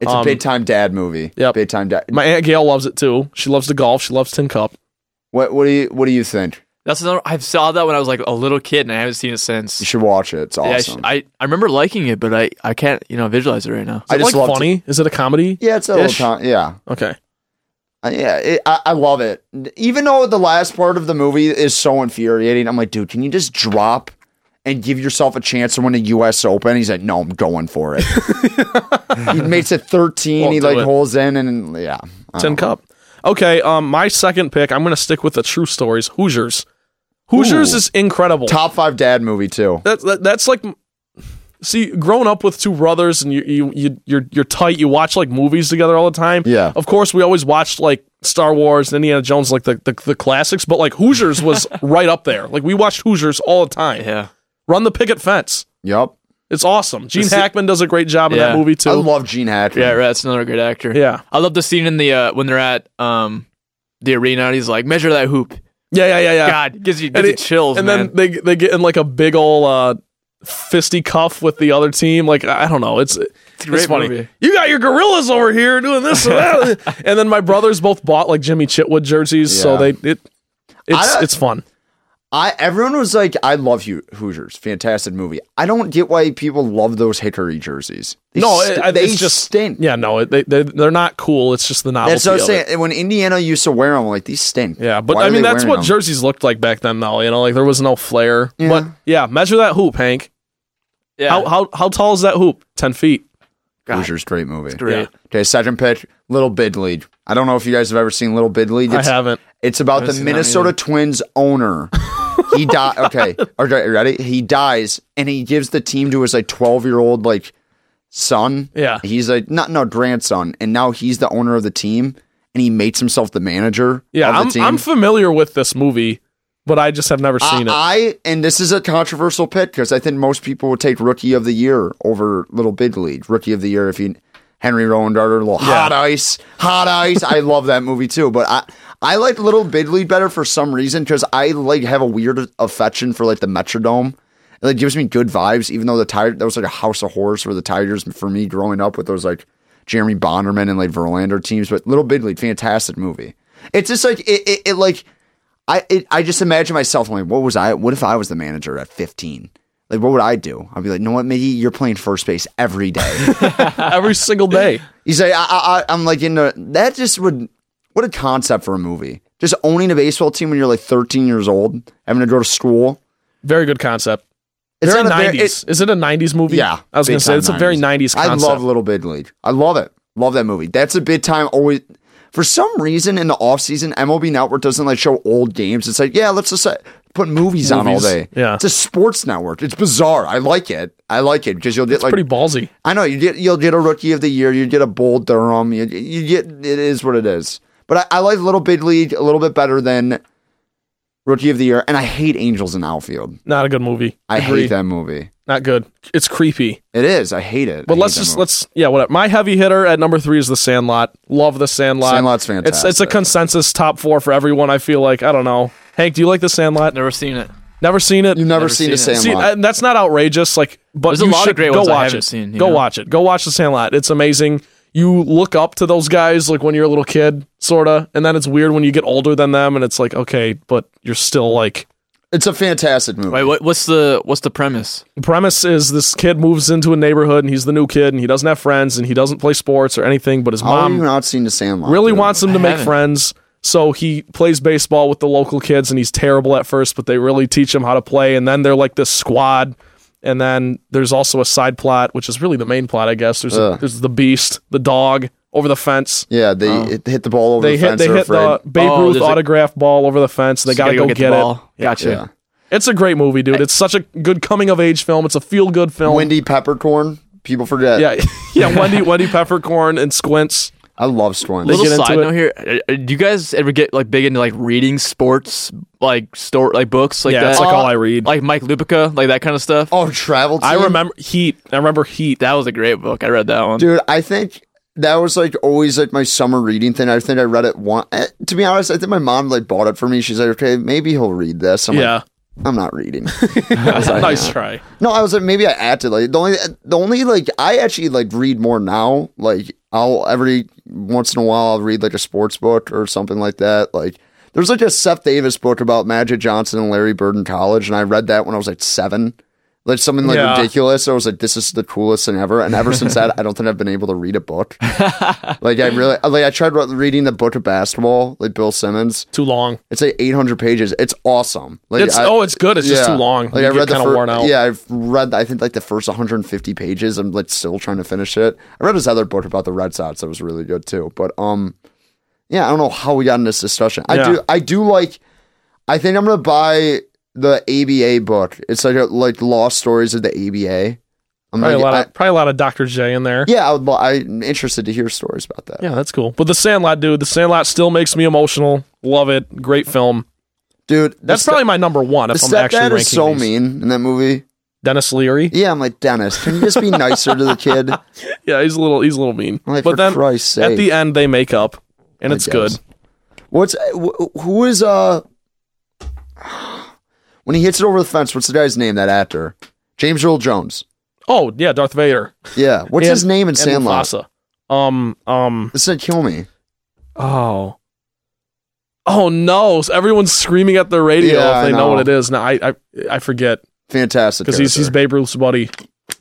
It's a
Um,
big time dad movie.
yep.
big time dad.
My aunt Gail loves it too. She loves to golf. She loves Tin Cup.
What what do you what do you think?
That's another. I saw that when I was like a little kid, and I haven't seen it since.
You should watch it. It's
Yeah, I,
awesome.
I, I remember liking it, but I, I can't you know visualize it right now.
Is
I
it
just
like
loved
funny? Is it a comedy?
yeah, it's a little
Ish.
time. Yeah,
Okay.
I- yeah. It, I, I love it. Even though the last part of the movie is so infuriating, I'm like, dude, can you just drop and give yourself a chance to win the U.S. Open? He's like, no, I'm going for it. he makes it 13.
Won't
he
do
like
it.
holds in and yeah. I don't know.
Tin Cup. Okay, um, my second pick. I'm gonna stick with the true stories. Hoosiers. Hoosiers
Ooh.
is incredible.
Top five dad movie too.
That, that that's like, see, growing up with two brothers and you you you you're, you're tight. You watch like movies together all the time.
Yeah.
Of course, we always watched like Star Wars and Indiana Jones, like the the, the classics. But like Hoosiers was right up there. Like we watched Hoosiers all the time.
Yeah,
Run the picket fence.
Yep.
It's awesome. Gene
This-
Hackman does a great job in
Yeah.
that movie too.
I love Gene Hackman.
yeah, right. That's another great actor.
Yeah.
I love the scene in the uh, when they're at um the arena. and He's like, measure that hoop.
yeah, yeah, yeah, yeah.
God, gives you, gives you
it-
chills,
and
man.
then they they get in like a big ol' uh, fisty cuff with the other team. Like I I don't know, it's it's,
great
funny.
movie.
You got your gorillas over here doing this and that, and then my brothers both bought like Jimmy Chitwood jerseys, so
Yeah.
they it it's
I-
it's fun.
I everyone was like, I love you, Hoosiers. Fantastic movie. I don't get why people love those Hickory jerseys. They
No,
st-
it, I-
they
it's just
stink.
Yeah, no, it, they they they're not cool. It's just the novelty.
that's what I'm
of
saying.
it.
And When Indiana used to wear them, like these stink.
Yeah, but
Why
I
are
mean
they
that's
wearing
what
them?
jerseys looked like back then, though. You know, like there was no flair.
Yeah.
But yeah, measure that hoop, Hank.
yeah,
How how how tall is that hoop? Ten feet.
Hoosiers. Great movie.
great.
yeah.
Okay, second pick, Little Bid League. I don't know if you guys have ever seen Little Bid League. It's,
I haven't.
It's about the
seen that
Minnesota
either.
Twins owner. he died. Okay, okay, ready? He dies, and he gives the team to his like twelve year old like son.
Yeah.
he's like not no grandson, and now he's the owner of the team, and he makes himself the manager.
Yeah,
of the
I'm
team.
I'm familiar with this movie, but I just have never seen it.
I, I and this is a controversial pick because I think most people would take rookie of the year over little big league rookie of the year if you Henry Rowan Darter, little hot ice, hot ice. I love that movie too, but I I like little big league better for some reason because I like have a weird affection for like the Metrodome. It like gives me good vibes, even though the tiger that was like a house of horrors for the Tigers for me growing up with those like Jeremy Bonderman and like Verlander teams. But Little Big League, fantastic movie. It's just like it, it, it like I it, I just imagine myself like, what was I? What if I was the manager at 15? Like, what would I do? I'd be like, you know what, Mickey, you're playing first base every day.
every single day.
He's like, I, I, I- I'm like, you know, that just would, what a concept for a movie. Just owning a baseball team when you're like 13 years old, having to go to school.
Very good concept.
It's
very
not a very-
90s. Is it a 90s movie?
Yeah,
I was
big
going to say
time
it's a very 90s
I
concept.
love Little Big League. I love it. Love that movie. That's a big time always. For some reason in the offseason, MLB Network doesn't like show old games. It's like, yeah, let's just uh, put movies, on all
Movies.
day.
Yeah.
It's a sports network. It's bizarre. I like it. I like it because you'll get like
Pretty ballsy.
I know you get you'll get a rookie of the year, you get a Bull Durham, you, you get it is what it is. But I, I like Little Big League a little bit better than Rookie of the Year, and I hate Angels in Outfield.
Not a good movie.
I
Agreed.
hate that movie.
Not good. It's creepy.
It is. I hate it.
But let's just let's yeah whatever. My heavy hitter at number three is the Sandlot. Love the Sandlot.
Sandlot's
It's it's a
fantastic.
consensus top four for everyone. I feel like I don't know. Hank, do you like the Sandlot?
Never seen it.
Never seen it.
You've never,
never
seen,
seen
the
it.
Sandlot.
See, I- that's not outrageous. Like, but
There's a
you
lot of
should
great
go
ones I
watch
haven't
it.
seen, you
Go
know?
watch it. Go watch the Sandlot. It's amazing. You look up to those guys like when you're a little kid, sorta, and then it's weird when you get older than them, and it's like okay, but you're still like
it's a fantastic movie.
Wait, what, what's the what's the premise?
The premise is this kid moves into a neighborhood and he's the new kid and he doesn't have friends and he doesn't play sports or anything, but his
How have
mom
you not seen the Sandlot?
um, really
dude?
wants him to make
haven't.
friends. So he plays baseball with the local kids and he's terrible at first, but they really teach him how to play. And then they're like this squad. And then there's also a side plot, which is really the main plot, I guess. There's,
Ugh.
there's the beast, the dog over the fence.
Yeah, they it hit the ball over
Oh. They
the
hit
fence.
they
they're
hit the
afraid.
Babe
Oh,
Ruth
there's a-
autograph ball over the fence. and They got to
Gotta
go get,
the
it.
ball. Gotcha.
Yeah.
It's a great movie, dude. It's such a good coming of age film. It's a feel good film.
Wendy Peppercorn. People forget.
Yeah, yeah. Wendy, Wendy Peppercorn and Squints.
I love Squint.
They
Little
get into
side
it.
note here: uh, uh, Do you guys ever get like big into like reading sports, like store, like books, like
Yeah,
that?
that's like all I read.
Like Mike Lupica, like that kind of stuff.
Oh, travel. Team?
I remember Heat. I remember Heat.
That was a great book. I read that one.
dude i think that was like always like my summer reading thing i think i read it one eh, to be honest i think my mom like bought it for me she's like okay maybe he'll read this i'm
yeah,
like i'm not reading
nice try.
no i was like maybe i acted like the only the only like i actually like read more now like i'll every once in a while i'll read like a sports book or something like that like there's like a Seth Davis book about Magic Johnson and Larry Bird in college, and I read that when I was like seven, like something like
Yeah.
ridiculous. I was like, "This is the coolest thing ever," and ever since that, I don't think I've been able to read a book. Like I really like I tried re- reading the book of basketball, like Bill Simmons.
Too long.
It's like 800 pages. It's awesome. Like
It's
I-
oh, it's good. It's just
yeah.
too long.
Like
you
I read the
kind of
fir-
worn out.
Yeah, I've read I think like the first 150 pages. I'm like still trying to finish it. I read his other book about the Red Sox that was really good too. But um, yeah, I don't know how we got in this discussion. I
Yeah.
do I do like. I think I'm gonna buy the ABA book. It's like a, like lost stories of the ABA. I'm
probably a
like,
lot. Of,
I-
probably a lot of Dr. J in there.
yeah, I would, lo- I'm interested to hear stories about that.
Yeah, that's cool. But the Sandlot, dude. The Sandlot still makes me emotional. Love it. Great film.
Dude, the
That's
sta-
probably my number one.
the
If I'm actually
stepdad
ranking
is so
these.
mean in that movie.
Dennis Leary.
Yeah, I'm like Dennis. Can you just be nicer to the kid?
Yeah, he's a little. He's a little mean.
Like, for
but then
Christ's
at
sake.
the end, they make up, and
I
it's
guess.
good.
What's wh- who is uh when he hits it over the fence? What's the guy's name? That actor, James Earl Jones.
Oh yeah, Darth Vader.
Yeah, what's
And-
his name in
and
Sandlot?
Mufasa. Um. Um.
This said kill me.
Oh. Oh no! So everyone's screaming at their radio
Yeah,
if
I
they know.
know.
what it is. Now I I, I forget
Fantastic.
because he's he's Babe Ruth's buddy.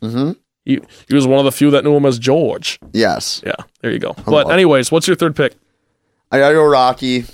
hmm
He, he was one of the few that knew him as George.
Yes,
Yeah, there you go. But
love-
anyways, what's your third pick?
I gotta go Rocky.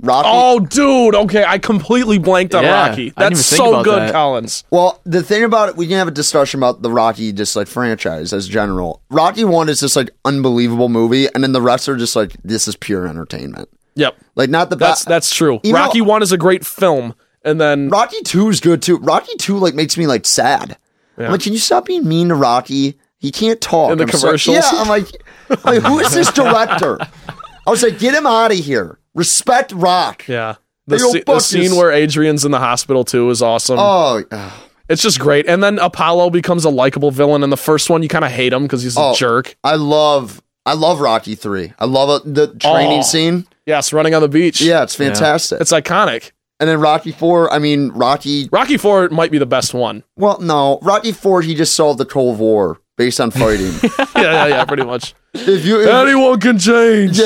Rocky.
Oh, dude. Okay, I completely blanked on
Yeah, I
Rocky.
didn't even
That's
think
so
about
good,
that.
Collins.
Well, the thing about it, we can have a discussion about the Rocky just like franchise as general. Rocky One is just like unbelievable movie, and then the rest are just like this is pure entertainment.
Yep,
Like not the
that's
best.
that's true.
You know-
Rocky One is a great film, and then
Rocky Two is good too. Rocky Two like makes me like sad. I'm like, can you stop being mean to Rocky? He can't talk.
In the
I'm sorry.
commercials?
yeah. I'm like, I'm like, who is this director? I was like, get him out of here. Respect Rock.
yeah, the,
Hey, yo,
sce- the
fuck
scene
this.
where Adrian's in the hospital too is awesome.
Oh, ugh.
It's just great. And then Apollo becomes a likable villain in the first one. You kind of hate him because he's a
Oh.
jerk.
I love, I love Rocky Three. I love uh, the training
Oh.
scene.
Yes, running on the beach.
Yeah, it's fantastic.
It's iconic.
And then Rocky Four, I mean Rocky.
Rocky Four might be the best one.
Well, no, Rocky Four. He just solved the Cold War based on fighting.
Yeah, yeah, yeah, pretty much.
if you, if-
Anyone can change.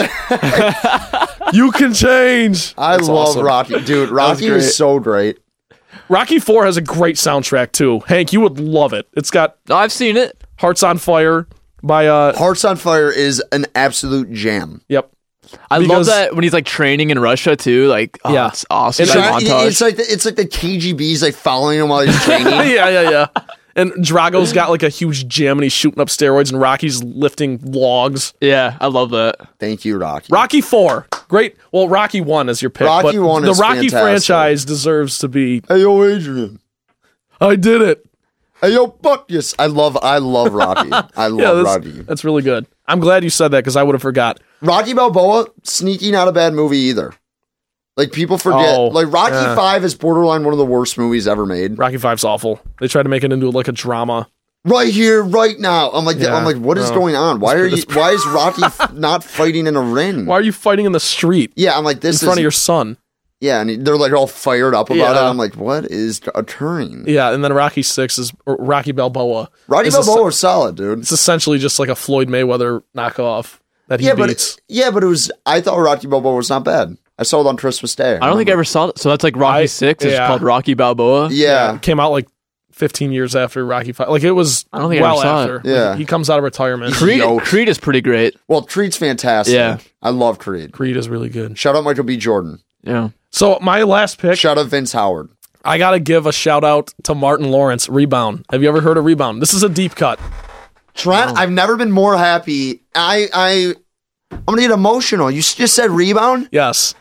you can change.
I
That's
love
awesome.
Rocky, dude. Rocky
great.
is so great.
Rocky Four has a great soundtrack too. Hank, you would love it. It's got
No, I've seen it.
Hearts on Fire by uh.
Hearts on Fire is an absolute jam.
Yep.
I
Because-
love that when he's like training in Russia too. Like, oh,
Yeah.
it's awesome.
It's
That
Try-
montage.
it's like the, it's like the KGB's like following him while he's
yeah,
training.
yeah, yeah. And Drago's got like a huge gym and he's shooting up steroids, and Rocky's lifting logs.
yeah, I love that.
Thank you, Rocky.
Rocky Four, great. Well, Rocky One is your pick.
Rocky
but
One
The
is
Rocky
fantastic.
franchise deserves to be.
Hey, yo, Adrian.
I did it.
Hey, yo, Buck. Yes, I love I love Rocky. I love
Yeah,
Rocky.
that's, that's really good. I'm glad you said that because I would have forgot.
Rocky Balboa, sneaky, not a bad movie either. Like people forget,
Oh,
like Rocky
yeah.
Five is borderline one of the worst movies ever made.
Rocky Five's awful. They tried to make it into like a drama.
Right here, right now, I'm like,
Yeah,
I'm like, what is
no.
going on? Why are you? Why is Rocky f- not fighting in a ring?
Why are you fighting in the street
Yeah, I'm like,
in
this
front
is
of your son?
yeah, and they're like all fired up about
Yeah.
it. I'm like, what is occurring?
Yeah, and then Rocky Six is or Rocky Balboa.
Rocky
is es-
Balboa is solid, dude.
it's essentially just like a Floyd Mayweather knockoff that he
yeah, but
beats.
it, yeah, but it was. I thought Rocky Balboa was not bad. I saw it on Christmas Day.
I don't think I ever saw it. So that's like Rocky
I-
Six. It's
yeah.
called Rocky Balboa.
Yeah,
came out like 15 years after Rocky Five. Like it was.
I don't think I
well
ever saw
after.
it.
Like,
Yeah.
he comes out of retirement. Creed,
Creed,
Yo.
Creed is pretty great.
well, Creed's fantastic.
Yeah.
I love Creed.
is really good.
Shout out Michael B. Jordan.
Yeah.
So my last pick,
Shout out Vince Howard.
I gotta give a shout out to Martin Lawrence. Rebound. Have you ever heard of rebound? This is a deep cut.
Trent, Oh. I've never been more happy. I, I, I'm gonna get emotional. You s- just said rebound.
Yes.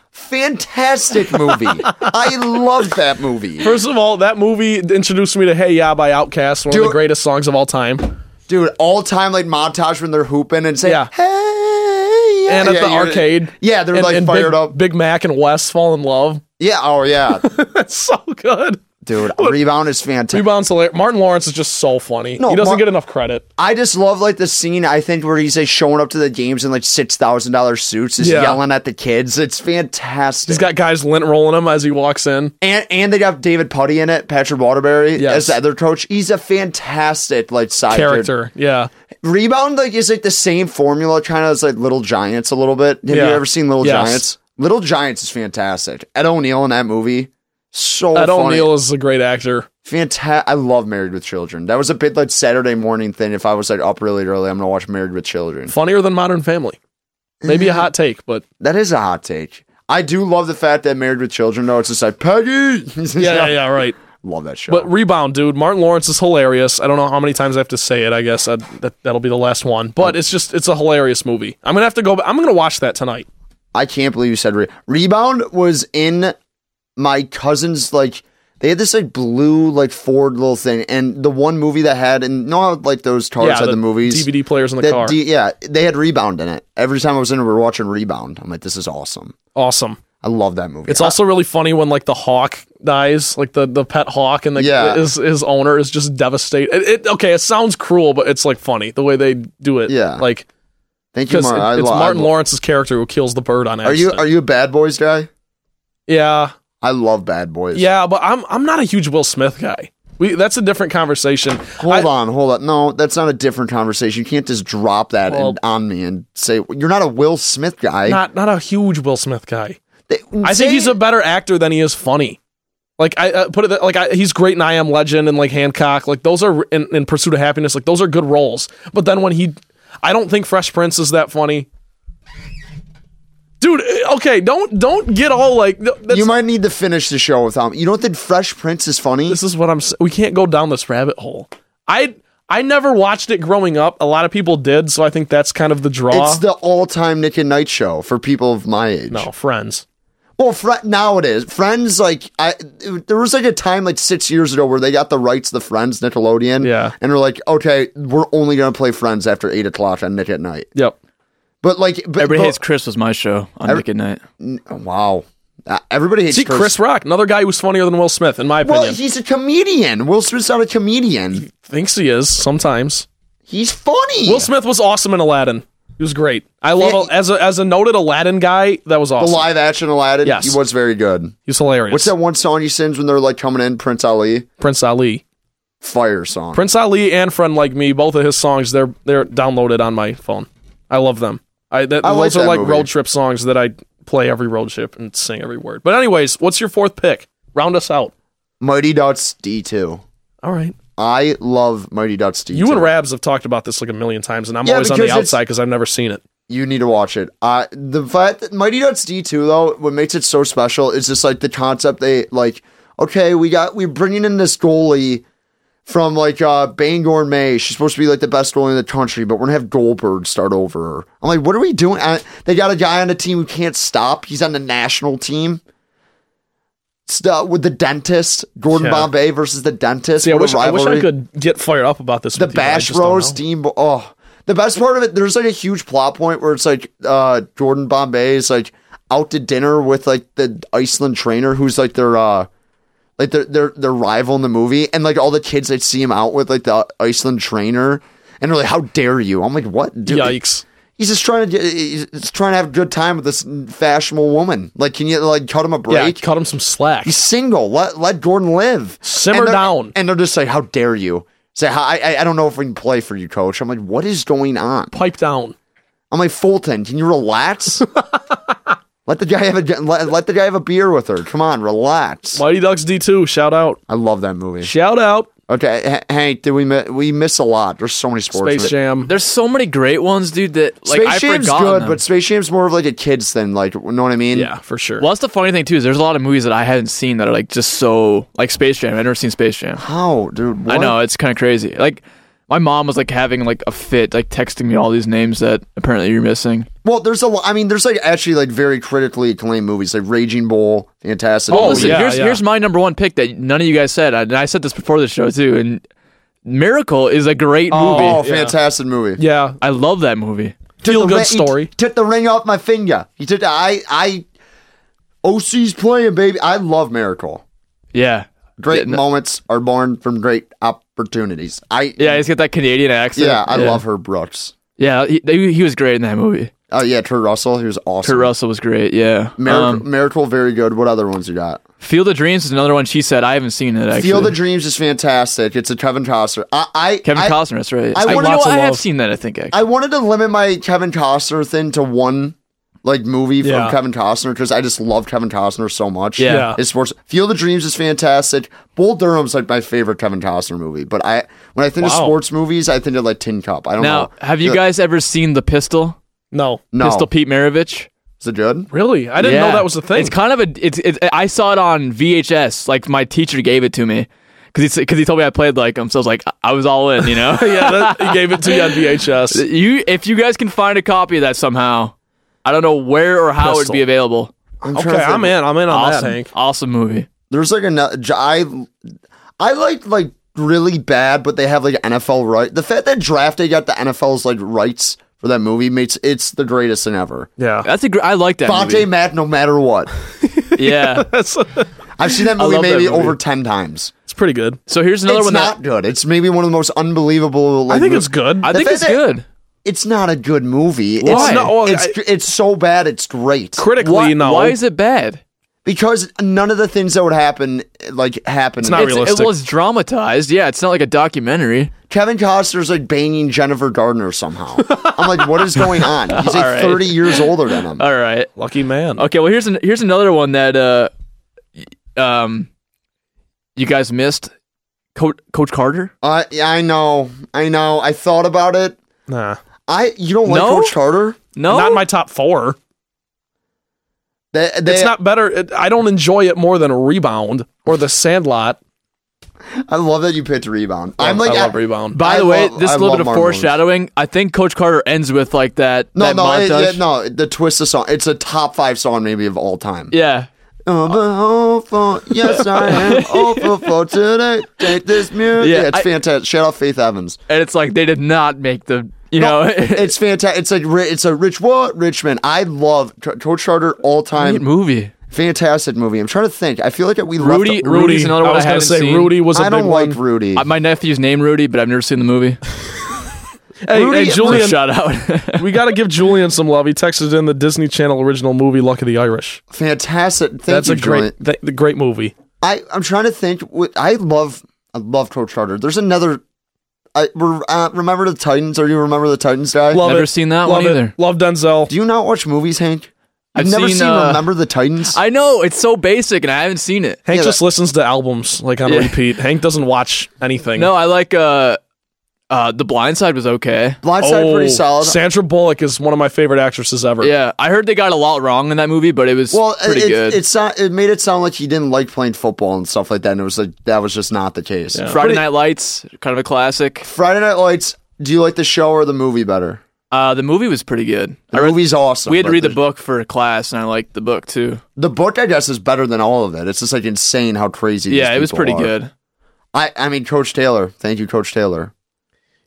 Fantastic movie. I love that movie,
First of all, that movie introduced me to Hey Ya by Outkast, one of
Dude.
the greatest songs of all time.
dude. All time like montage when they're hooping and saying,
Yeah.
"Hey," yeah.
And at
Yeah,
the
you're-
arcade.
Yeah, they're
and,
like
and
fired
Big,
up.
Big Mac and Wes fall in love.
Yeah. Oh yeah,
That's so good.
dude. rebound is fantastic.
Rebound's hilarious. Martin Lawrence is just so funny.
No,
he doesn't
Mar-
get enough credit.
I just love like the scene I think where he's like showing up to the games in like six thousand dollar suits, just
Yeah.
yelling at the kids. It's fantastic.
He's got guys lint rolling him as he walks in.
and and they got David Putty in it, Patrick Waterbury
Yes.
as the other coach. He's a fantastic like side character.
Character. Yeah.
Rebound like is like the same formula, kind of as like Little Giants a little bit. Have
Yeah.
you ever seen Little
Yes.
Giants? Little Giants is fantastic. Ed O'Neill in that movie, so
Ed
funny.
O'Neill is a great actor.
Fantastic. I love Married with Children. That was a bit like Saturday morning thing. If I was like up really early, I'm gonna watch Married with Children.
Funnier than Modern Family.
Mm.
Maybe a hot take, but
That is a hot take. I do love the fact that Married with Children, though, it's just like Peggy.
yeah, yeah, yeah, right.
Love that show.
But rebound, dude. Martin Lawrence is hilarious. I don't know how many times I have to say it. I guess I, that that'll be the last one. But
Oh.
it's just it's a hilarious movie. I'm gonna have to go. I'm gonna watch that tonight.
I can't believe you said re- rebound was in my cousin's like they had this like blue like Ford little thing, and the one movie that had and you know how like those cars had the, movies
DVD players in the
That
car.
D- yeah, they had rebound in it. Every time I was in, it, we were watching rebound. I'm like, this is awesome.
awesome.
I love that movie.
It's also really funny when like the hawk dies, like the, the pet hawk, and the
Yeah.
his his owner is just devastated. It, it- okay, it sounds cruel, but it's like funny the way they do it.
Yeah.
like
thank you,
because
Martin. I
it's
lo- I
Martin
lo-
Lawrence's character who kills the bird on
Are
accident.
you are you a Bad Boys guy?
yeah,
I love Bad Boys.
yeah, but I'm I'm not a huge Will Smith guy. We that's a different conversation.
Hold
I-
on, hold on. No, that's not a different conversation. You can't just drop that
Well-
and, on me and say you're not a Will Smith guy.
not not a huge Will Smith guy.
They-
I
say-
think he's a better actor than he is funny. Like I uh, put it that- like I, he's great in I Am Legend and like Hancock. Like those are in, in Pursuit of Happiness. Like those are good roles. But then when he, I don't think Fresh Prince is that funny. Dude, eh, okay, don't don't get all like th- that's,
You might need to finish the show without me. You don't think Fresh Prince is funny?
this is what I'm. s- We can't go down this rabbit hole. I I never watched it growing up. A lot of people did, so I think that's kind of the draw.
it's the all-time Nick and Night show for people of my age.
no, Oh, Friends.
Well, fr- now it is. Friends, like I, it- there was like a time like six years ago where they got the rights to Friends, Nickelodeon,
Yeah.
and they're like, okay, we're only gonna play Friends after eight o'clock on Nick at Night.
Yep.
But like, but,
Everybody
but- oh,
Hates Chris was my show on Nick at Night.
wow, Uh, everybody hates
See, Chris, Rock, another guy who's funnier than Will Smith, in my opinion.
Well, he's a comedian. Will Smith's not a comedian.
Thinks he is sometimes.
He's funny.
Will Smith was awesome in Aladdin. He was great. I love
Yeah, he-
as a as a noted Aladdin guy. That was
The
awesome.
live action Aladdin,
Yes.
he was very good.
He's hilarious.
What's that one song he sings when they're like coming in? Prince Ali,
Prince Ali.
fire song.
Prince Ali and Friend Like Me, both of his songs, they're they're downloaded on my phone. I love them. I, that,
I like
those are
that
like
movie.
road trip songs that I play every road trip and sing every word. But anyways, what's your fourth pick? Round us out.
Mighty Ducks D two.
All right.
I love Mighty Ducks D two.
You and Rabs have talked about this like a million times, and I'm
Yeah,
always on the
because it's-
outside because I've never seen it.
You need to watch it. Uh, the fact that Mighty Ducks D two though, what makes it so special is just like the concept they like. Okay, we got we're bringing in this goalie from like uh Bangor May. She's supposed to be like the best goalie in the country, but we're gonna have Goldberg start over her. I'm like, what are we doing? I, they got a guy on the team who can't stop. He's on the national team. Stuff with the dentist, Gordon
Yeah.
Bombay versus the dentist.
See, I
What a
wish, I wish I
rivalry.
could get fired up about this.
the
with you, but I
Bash
just don't
Bros
know.
team. Oh, the best part of it, there's like a huge plot point where it's like uh, Jordan Bombay is like out to dinner with like the Iceland trainer who's like their uh, like their their their rival in the movie, and like all the kids that see him out with like the Iceland trainer, and they're like, "How dare you?" I'm like, "What, dude?"
Yikes!
He's just trying to get- he's just trying to have a good time with this fashionable woman. Like, can you like cut him a
Yeah,
break?
cut him some slack.
He's single. Let let Gordon live.
Simmer
And they're-
down.
And they're just like, "How dare you?" Say, "I I- I don't know if we can play for you, coach." I'm like, "What is going on?"
Pipe down.
I'm like, "Fulton, can you relax? let the guy have a let, let the guy have a beer with her. Come on, relax."
Mighty Ducks D two. Shout out.
I love that movie.
Shout out.
Okay, H- Hank, did we mi- we miss a lot? There's so many sports.
Space Jam.
There's so many great ones, dude. That like
Space
I
Jam's
forgot.
good, but Space Jam's more of like a kids thing. Like, you know what I mean?
Yeah, for sure.
well, that's the funny thing too. Is there's a lot of movies that I haven't seen that are like just so like Space Jam. I've never seen Space Jam.
How, dude?
I
what?
know it's kind of crazy. Like my mom was like having like a fit, like texting me all these names that apparently you're missing.
Well, there's a. lo- I mean, there's like actually like very critically acclaimed movies like Raging Bull, Fantastic.
Oh,
Four.
listen,
yeah,
here's
yeah.
here's my number one pick that none of you guys said. I, and I said this before the show too. And Miracle is a great movie.
Oh, fantastic movie.
yeah,
I love that movie.
feel
The
good
ring-
story.
He took the ring off my finger. He took the, I I OC's playing, baby. I love Miracle.
Yeah,
Great
Yeah, no-
moments are born from great opportunities. I
yeah. He's got that Canadian accent.
yeah, I love her Brooks.
Yeah, he, he he was great in that movie.
Oh yeah, Kurt Russell, he was awesome.
Kurt Russell was great. Yeah.
Miracle,
Um,
Miracle, very good. What other ones you got?
Field of Dreams is another one. She said I haven't seen it. Actually.
Field of Dreams is fantastic. It's a Kevin Costner. I, I
Kevin
I,
Costner. That's right.
I
I,
wanna
you know
know-
what?
I
I
have
have seen that. I think. Actually.
I wanted to limit my Kevin Costner thing to one like movie from
Yeah.
Kevin Costner because I just love Kevin Costner so much.
Yeah. Yeah.
His sports Field of Dreams is fantastic. Bull Durham's like my favorite Kevin Costner movie. But I when I think of
Wow.
sports movies, I think of like Tin Cup. I don't
now,
know.
have you
Yeah.
guys ever seen The Pistol?
No,
No.
Pistol Pete Maravich.
Is it good?
really, I didn't know
Yeah.
that was a thing.
It's kind of a. It's, it's. I saw it on VHS. Like my teacher gave it to me because he because he told me I played like him. So I was like, I- I was all in. You know.
yeah, that, he gave it to you on VHS.
you if you guys can find a copy of that somehow, I don't know where or how it'd
Pistol.
be available.
I'm trying
Okay,
to think.
I'm in. I'm in on that,
Awesome,
Hank.
awesome movie.
There's like another I I like like really bad, but they have like NFL right. The fact that draft day got the NFL's like rights for that movie makes it's the greatest thing ever.
Yeah,
That's a great. I like that
Fonte
movie.
Matt, no matter what.
Yeah.
that's
I've seen that
I
movie
love that
maybe
movie.
over ten times.
it's pretty good.
So here's another
it's
one
not
that
good. It's maybe one of the most unbelievable. Like,
I think
mo-
it's good.
I think
fact
it's
that-
good.
It's not a good movie.
Why?
It's,
No, well,
it's,
I-
it's so bad. It's great
Critically,
Why,
no.
why is it bad?
because none of the things that would happen like happen.
not
It's-
realistic.
It was dramatized. Yeah, it's not like a documentary.
Kevin Costner's like banging Jennifer Gardner somehow. I'm like, what is going on? He's like 30 years older than
Uh,
him.
All right.
Lucky man.
Okay. Well, here's an, here's another one that uh, y- um, you guys missed. Coach Coach Carter.
Uh, yeah, I know. I know. I thought about it.
Nah,
I you don't like
No?
Coach Carter?
No.
not in my top four.
They, they,
It's not better. It, I don't enjoy it more than Rebound or The Sandlot.
I love that you picked rebound. I'm
I
like
love
I-
Rebound.
By
I
the way,
love-
this
I
little
love
bit of
Marvel movies.
foreshadowing. I think Coach Carter ends with like that.
No,
that
no, it,
montage.
yeah, no. The twist of song. It's a top five song maybe of all time.
Yeah.
I'm a hopeful. Yes, I am hopeful for today. Take this music.
Yeah,
Yeah, it's
I-
fantastic. Shout out Faith Evans.
and it's like they did not make the you
No,
know
it's fantastic. It's like ri- it's a rich what Richmond. I love Co- Coach Charter all
great
time.
movie.
Fantastic movie. I'm trying to think. I feel like we left
Rudy,
the-
Rudy's another
I
one I,
was gonna
haven't
say
seen.
Rudy was
I
a big
don't like
one.
Rudy.
Uh, My nephew's name Rudy, but I've never seen the movie.
Hey,
Rudy-
hey Julian,
Shout out.
we got to give Julian some love. He texted in the Disney Channel original movie Luck of the Irish.
Fantastic. Thank
That's
you,
a great,
Julian.
th- the great movie.
I I'm trying to think. wh- I love I love Coach Carter. There's another. I re- uh, remember the Titans. Or you remember the Titans guy?
Love
Never
it.
seen that
Love
one
it.
either.
Love Denzel.
Do you not watch movies, Hank? I've
I've
never seen,
seen, uh,
Remember the Titans.
I know it's so basic, and I haven't seen it.
Hank
Yeah,
just listens to albums like on
Yeah.
repeat. Hank doesn't watch anything.
No, I like uh, uh, The Blind Side was okay.
Blindside
Oh,
pretty solid.
Oh, Sandra Bullock is one of my favorite actresses ever.
Yeah, I heard they got a lot wrong in that movie, but it was
well,
pretty
it,
good.
it, sound- it made it sound like he didn't like playing football and stuff like that, and it was like that was just not the case.
Friday Night Lights, kind of a classic.
Friday Night Lights. Do you like the show or the movie better?
Uh, the movie was pretty good.
The movie's awesome.
We had to
but
read the book for class, and I liked the book too.
The book, I guess, is better than all of it. It's just like insane how crazy. these
Yeah, it was
people
pretty
are.
good.
I, I mean, Coach Taylor. Thank you, Coach Taylor.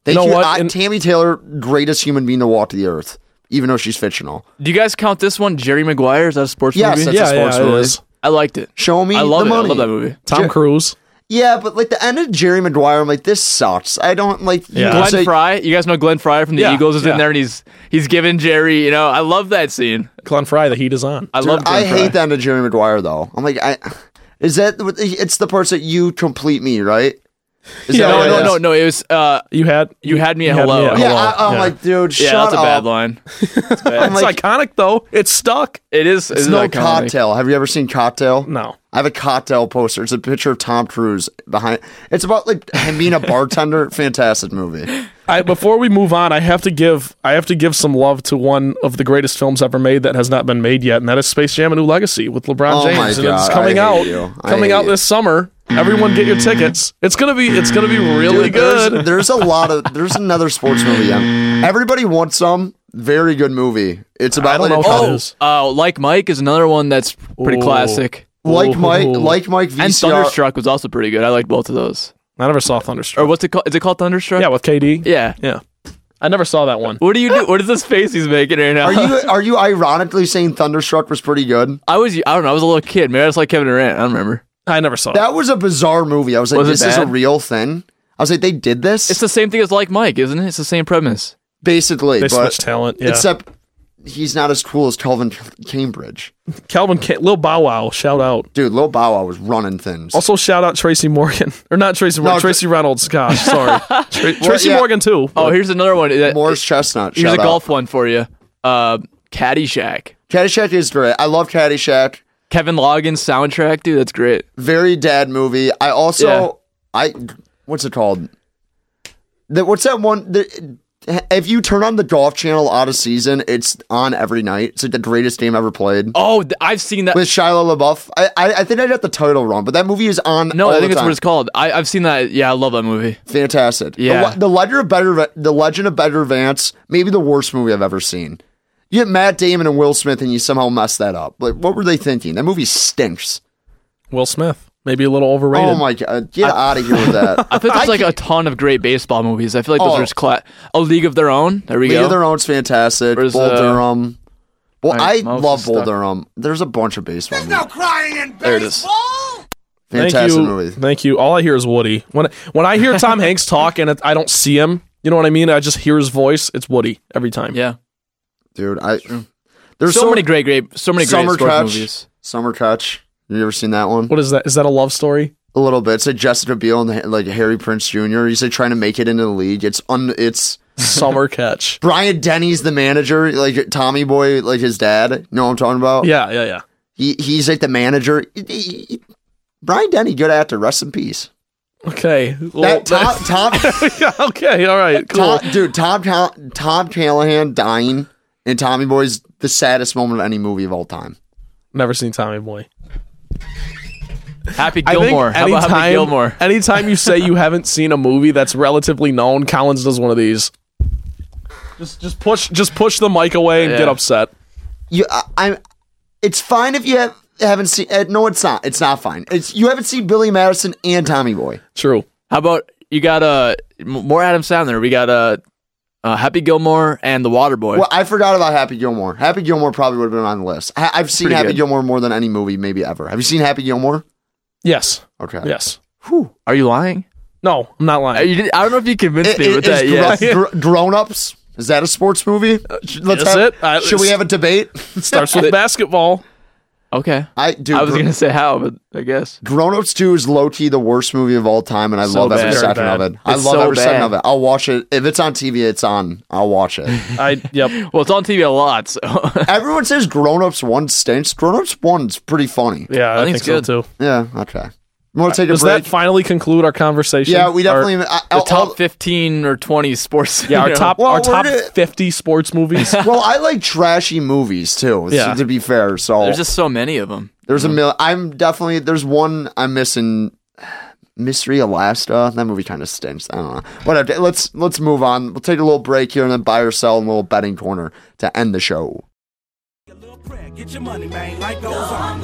Thank
know
you,
what?
I,
And-
Tammy Taylor, greatest human being to walk the earth, even though she's fictional.
Do you guys count this one, Jerry Maguire? Is that a sports
Yes, that's
movie?
yeah,
a sports
yeah, it
movie.
is.
I liked it.
Show me
I love
the
it.
money.
I love that movie.
Tom Cruise.
Yeah, but like the end of Jerry Maguire, I'm like, this sucks. I don't like. you
Yeah.
can
Glenn
say-
Fry, you guys know Glenn Fry from the
Yeah,
Eagles is
yeah.
in there, and he's he's giving Jerry. You know, I love that scene.
Glenn Fry, the heat is on.
I
Dude,
love. Glenn
I
Fry.
hate the end of Jerry Maguire though. I'm like, I is that what- it's the parts that you complete me, right? Is
Yeah,
that
No,
what it
no,
is?
no, no. It was. Uh,
You had
You had me at hello.
at
Yeah,
Yeah, I, I'm
Yeah.
like, dude,
yeah,
shut
that's a
up.
bad line. It's bad.
I'm
it's
like,
iconic though. It's stuck.
It is. It's
it's
no
no
iconic.
cocktail. Have you ever seen cocktail?
No.
I have a cocktail poster. It's a picture of Tom Cruise behind. It's about like him being a bartender. Fantastic movie.
I, before we move on, I have to give I have to give some love to one of the greatest films ever made that has not been made yet, and that is Space Jam: A New Legacy with LeBron
Oh my
James, and it's
God,
coming
I hate
out
you. I
coming
hate
out
you. Mm.
this summer. Everyone, get your tickets. It's gonna be it's gonna be really
Dude,
good.
There's, there's a lot of there's another sports movie. um, Everybody wants some. Very good movie. It's about
don't
like,
know if that
oh,
is.
Oh, like Mike is another one that's pretty
Ooh.
classic.
like Mike,
Ooh.
like Mike VCR.
And Thunderstruck was also pretty good. I liked both of those.
I never saw
Or
Thunderstruck.
what's it called? Is it called Thunderstruck?
yeah, with KD.
Yeah.
yeah. I never saw that one.
What do you do? What is this face he's making right now?
Are you are you ironically saying Thunderstruck was pretty good?
I was. I don't know. I was a little kid. Maybe I was like Kevin Durant. I don't remember.
I never saw that.
That was a bizarre movie. I was like,
Was it
this is a
bad?
real thing. I was like, they did this
It's the same thing as like Mike, isn't it? It's the same premise.
basically,
They
but
switched talent. Yeah.
except he's not as cool as Calvin Cambridge.
Calvin Ca- Lil Bow Wow. Shout out.
Dude, Lil Bow Wow was running things.
Also, shout out Tracy Morgan or not Tracy Morgan.
No,
Tracy Reynolds. Gosh, sorry. Tra- Tracy
yeah.
Morgan too.
Oh, here's another one. That-
Morris Chestnut.
here's
shout
a
out.
golf one for you. Uh, Caddyshack.
Caddyshack is great. I love Caddyshack.
Kevin Loggins soundtrack, dude. That's great.
Very dad movie. I also
Yeah.
I what's it called? That what's that one? The, if you turn on the golf channel out of season, it's on every night. It's like the greatest game ever played.
Oh, th- I've seen that.
with Shia LaBeouf. I, I I think I got the title wrong, but that movie is on.
No,
all
I
the
think that's
time.
what it's called. I, I've seen that. Yeah, I love that movie.
fantastic. The
Yeah.
Le- the, Legend of Better the Legend of Better Vance, maybe the worst movie I've ever seen. You get Matt Damon and Will Smith, and you somehow mess that up. Like, what were they thinking? That movie stinks.
Will Smith. Maybe a little overrated.
Oh my god, get out of here with that.
I feel like there's like a ton of great baseball movies. I feel like those
Oh.
are just cla- a League of Their Own. There we
League
go.
of Their Own's fantastic.
Where's,
Bull
uh,
Durham. Well,
my
I
mouse
love
is
Bull
stuck.
Durham. There's a bunch of baseball. Movies.
No crying in
There it is.
baseball.
Thank
Fantastic
you.
movie.
Thank you. All I hear is Woody. When when I hear Tom Hanks talk and it, I don't see him, you know what I mean? I just hear his voice. It's Woody every time.
Yeah,
Dude, I there's
so, many great, great, so many great
Summer
sports
Catch.
movies.
Summer Catch. You ever seen that one?
What is that? Is that a love story?
A little bit. It's like Jessica Biel and like Harry Prince Jr. He's like trying to make it into the league. It's un. It's
Summer catch.
Brian Denny's the manager, like Tommy Boy, like his dad. You know what I'm talking about?
Yeah, yeah, yeah.
He he's like the manager. He- he- he- Brian Denny, good actor. Rest in peace.
Okay. Well,
That Tom, Tom,
yeah, okay. All right. Cool.
Tom dude, Tom Cal- Tom Callahan dying and Tommy Boy's the saddest moment of any movie of all time.
Never seen Tommy Boy.
Happy
I think
Gilmore. How about Happy Gilmore?
anytime you say you haven't seen a movie that's relatively known, Collins does one of these. Just just push just push the mic away and
Yeah.
get upset.
You, I, I, it's fine if you have, haven't seen. Uh, no, it's not. It's not fine. It's you haven't seen Billy Madison and Tommy Boy.
True.
How about you got uh, m- more Adam Sandler? We got uh, uh, Happy Gilmore and The Waterboy.
Well, I forgot about Happy Gilmore. Happy Gilmore probably would have been on the list. I, I've seen
pretty
Happy
good.
Gilmore more than any movie maybe ever. Have you seen Happy Gilmore?
Yes.
Okay.
Yes.
Are you lying? Uh,
No, I'm not lying.
You did, I don't know if you convinced me with that.
is
Yeah, Uh,
gro- gr- grown ups. Is that a sports movie? Let's
Is
have,
it? I-
should we have a debate?
Starts with basketball.
okay.
I do.
I was gonna say how, but I guess
Grown Ups Two is low key the worst movie of all time, and I love every
bad.
second
Very
of
bad.
it. I
It's
love
so
every second
bad.
of it. I'll watch it if it's on TV. It's on. I'll watch it.
I yep.
Well, it's on TV a lot, so
Everyone says Grown Ups One stinks. Grown Ups One's pretty funny. Yeah.
Yeah, I,
think
think,
it's
so
good.
too.
okay. You want to take a
Does
break?
that finally conclude our conversation?
yeah, we
Our-
definitely. I,
the
I'll-
top
I'll-
fifteen or twenty sports.
yeah,
you
our
know.
top
Well,
our
we're
top
gonna-
50 sports movies.
well, I like trashy movies too.
Yeah.
To be fair, so
There's just so many of them.
There's a
Mm-hmm.
mil. I'm definitely there's one I'm missing. Mystery Alaska. That movie kind of stinks. I don't know. Whatever. Let's let's move on. We'll take a little break here and then buy or sell in a little betting corner to end the show.
Get your money, man. Life goes
So I'm
on.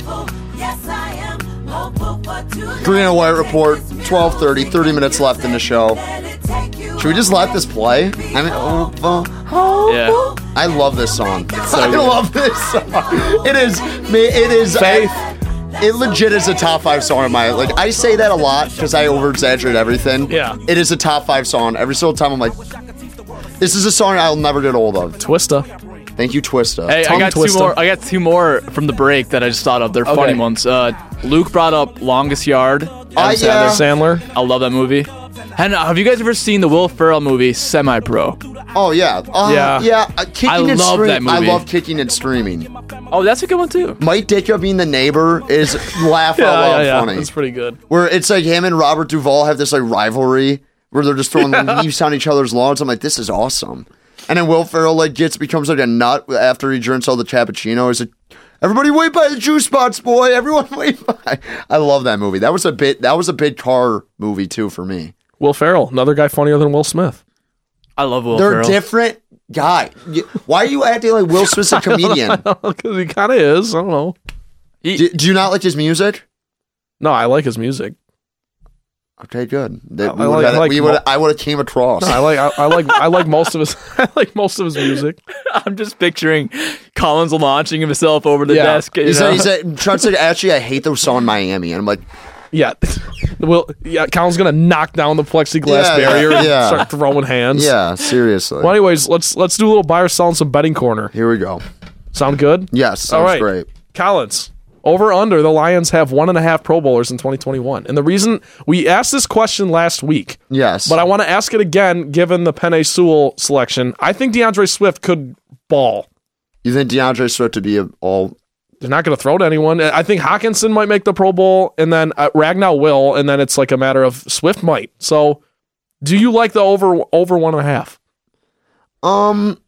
hopeful. Yes, I am hopeful for tonight.
Green and White Report. 12:30. 30 minutes left in the show. Should we just let this play? I mean, oh, oh,
Yeah.
I love this song. I love this song. It is. ma- It is.
Faith.
it legit is a top five song of my like. I say that a lot because I over exaggerate everything.
Yeah.
It is a top five song every single time. I'm like, this is a song I'll never get old of.
Twista.
Thank you, Twista.
Hey,
Tongue
I got
twister.
two more. I got two more from the break that I just thought of. They're funny
Okay.
ones. Uh, Luke brought up Longest Yard.
Uh,
Adam Sandler.
yeah.
Sandler.
I love that movie. And uh, have you guys ever seen the Will Ferrell movie Semi Pro?
Oh yeah. Uh, yeah.
Yeah.
Uh, kicking
I
and
love
stream-
that movie.
I love kicking and streaming.
Oh, that's a good one too.
Mike Ditka being the neighbor is laugh out
Yeah,
loud
yeah, yeah.
funny.
That's pretty good.
where it's like him and Robert Duvall have this like rivalry where they're just throwing leaves on each other's lawns. I'm like, this is awesome. And then Will Ferrell like gets becomes like a nut after he drinks all the cappuccino. He's like, everybody wait by the juice box, boy. Everyone wait by. I love that movie. That was a bit. That was a big car movie too for me.
Will Ferrell, another guy funnier than Will Smith.
I love Will
They're
Ferrell.
different guy. You- Why are you acting like Will Smith's a comedian?
Because Oh, he kind of is. I don't know.
do, do you not like his music?
No, I like his music.
Okay, good. That
I
we
like-
would've had
I
it-
like
we
mo-
would've- I would have came across.
I like. I, I like. I like most of his. I like most of his music.
I'm just picturing Collins launching himself over the
Yeah.
desk. you
He said,
know?
he
uh,
said, Trump said, actually, I hate those song in Miami. And I'm like,
Yeah. Will. Yeah. Colin's gonna knock down the plexiglass
Yeah,
barrier and
yeah.
start throwing hands.
Yeah, seriously.
Well, anyways, let's let's do a little buy or sell and some betting corner.
Here we go.
Sound good?
Yes, sounds
All right.
great.
Collins. Over or under the Lions have one and a half Pro Bowlers in 2021, and the reason we asked this question last week.
Yes.
But I want to ask it again, given the Penny Sewell selection. I think DeAndre Swift could ball.
you think DeAndre Swift would be a- all?
They're not going to throw to anyone. I think Hawkinson might make the Pro Bowl, and then uh, Ragnar will, and then it's like a matter of Swift might. So, do you like the over over one and a half?
Um.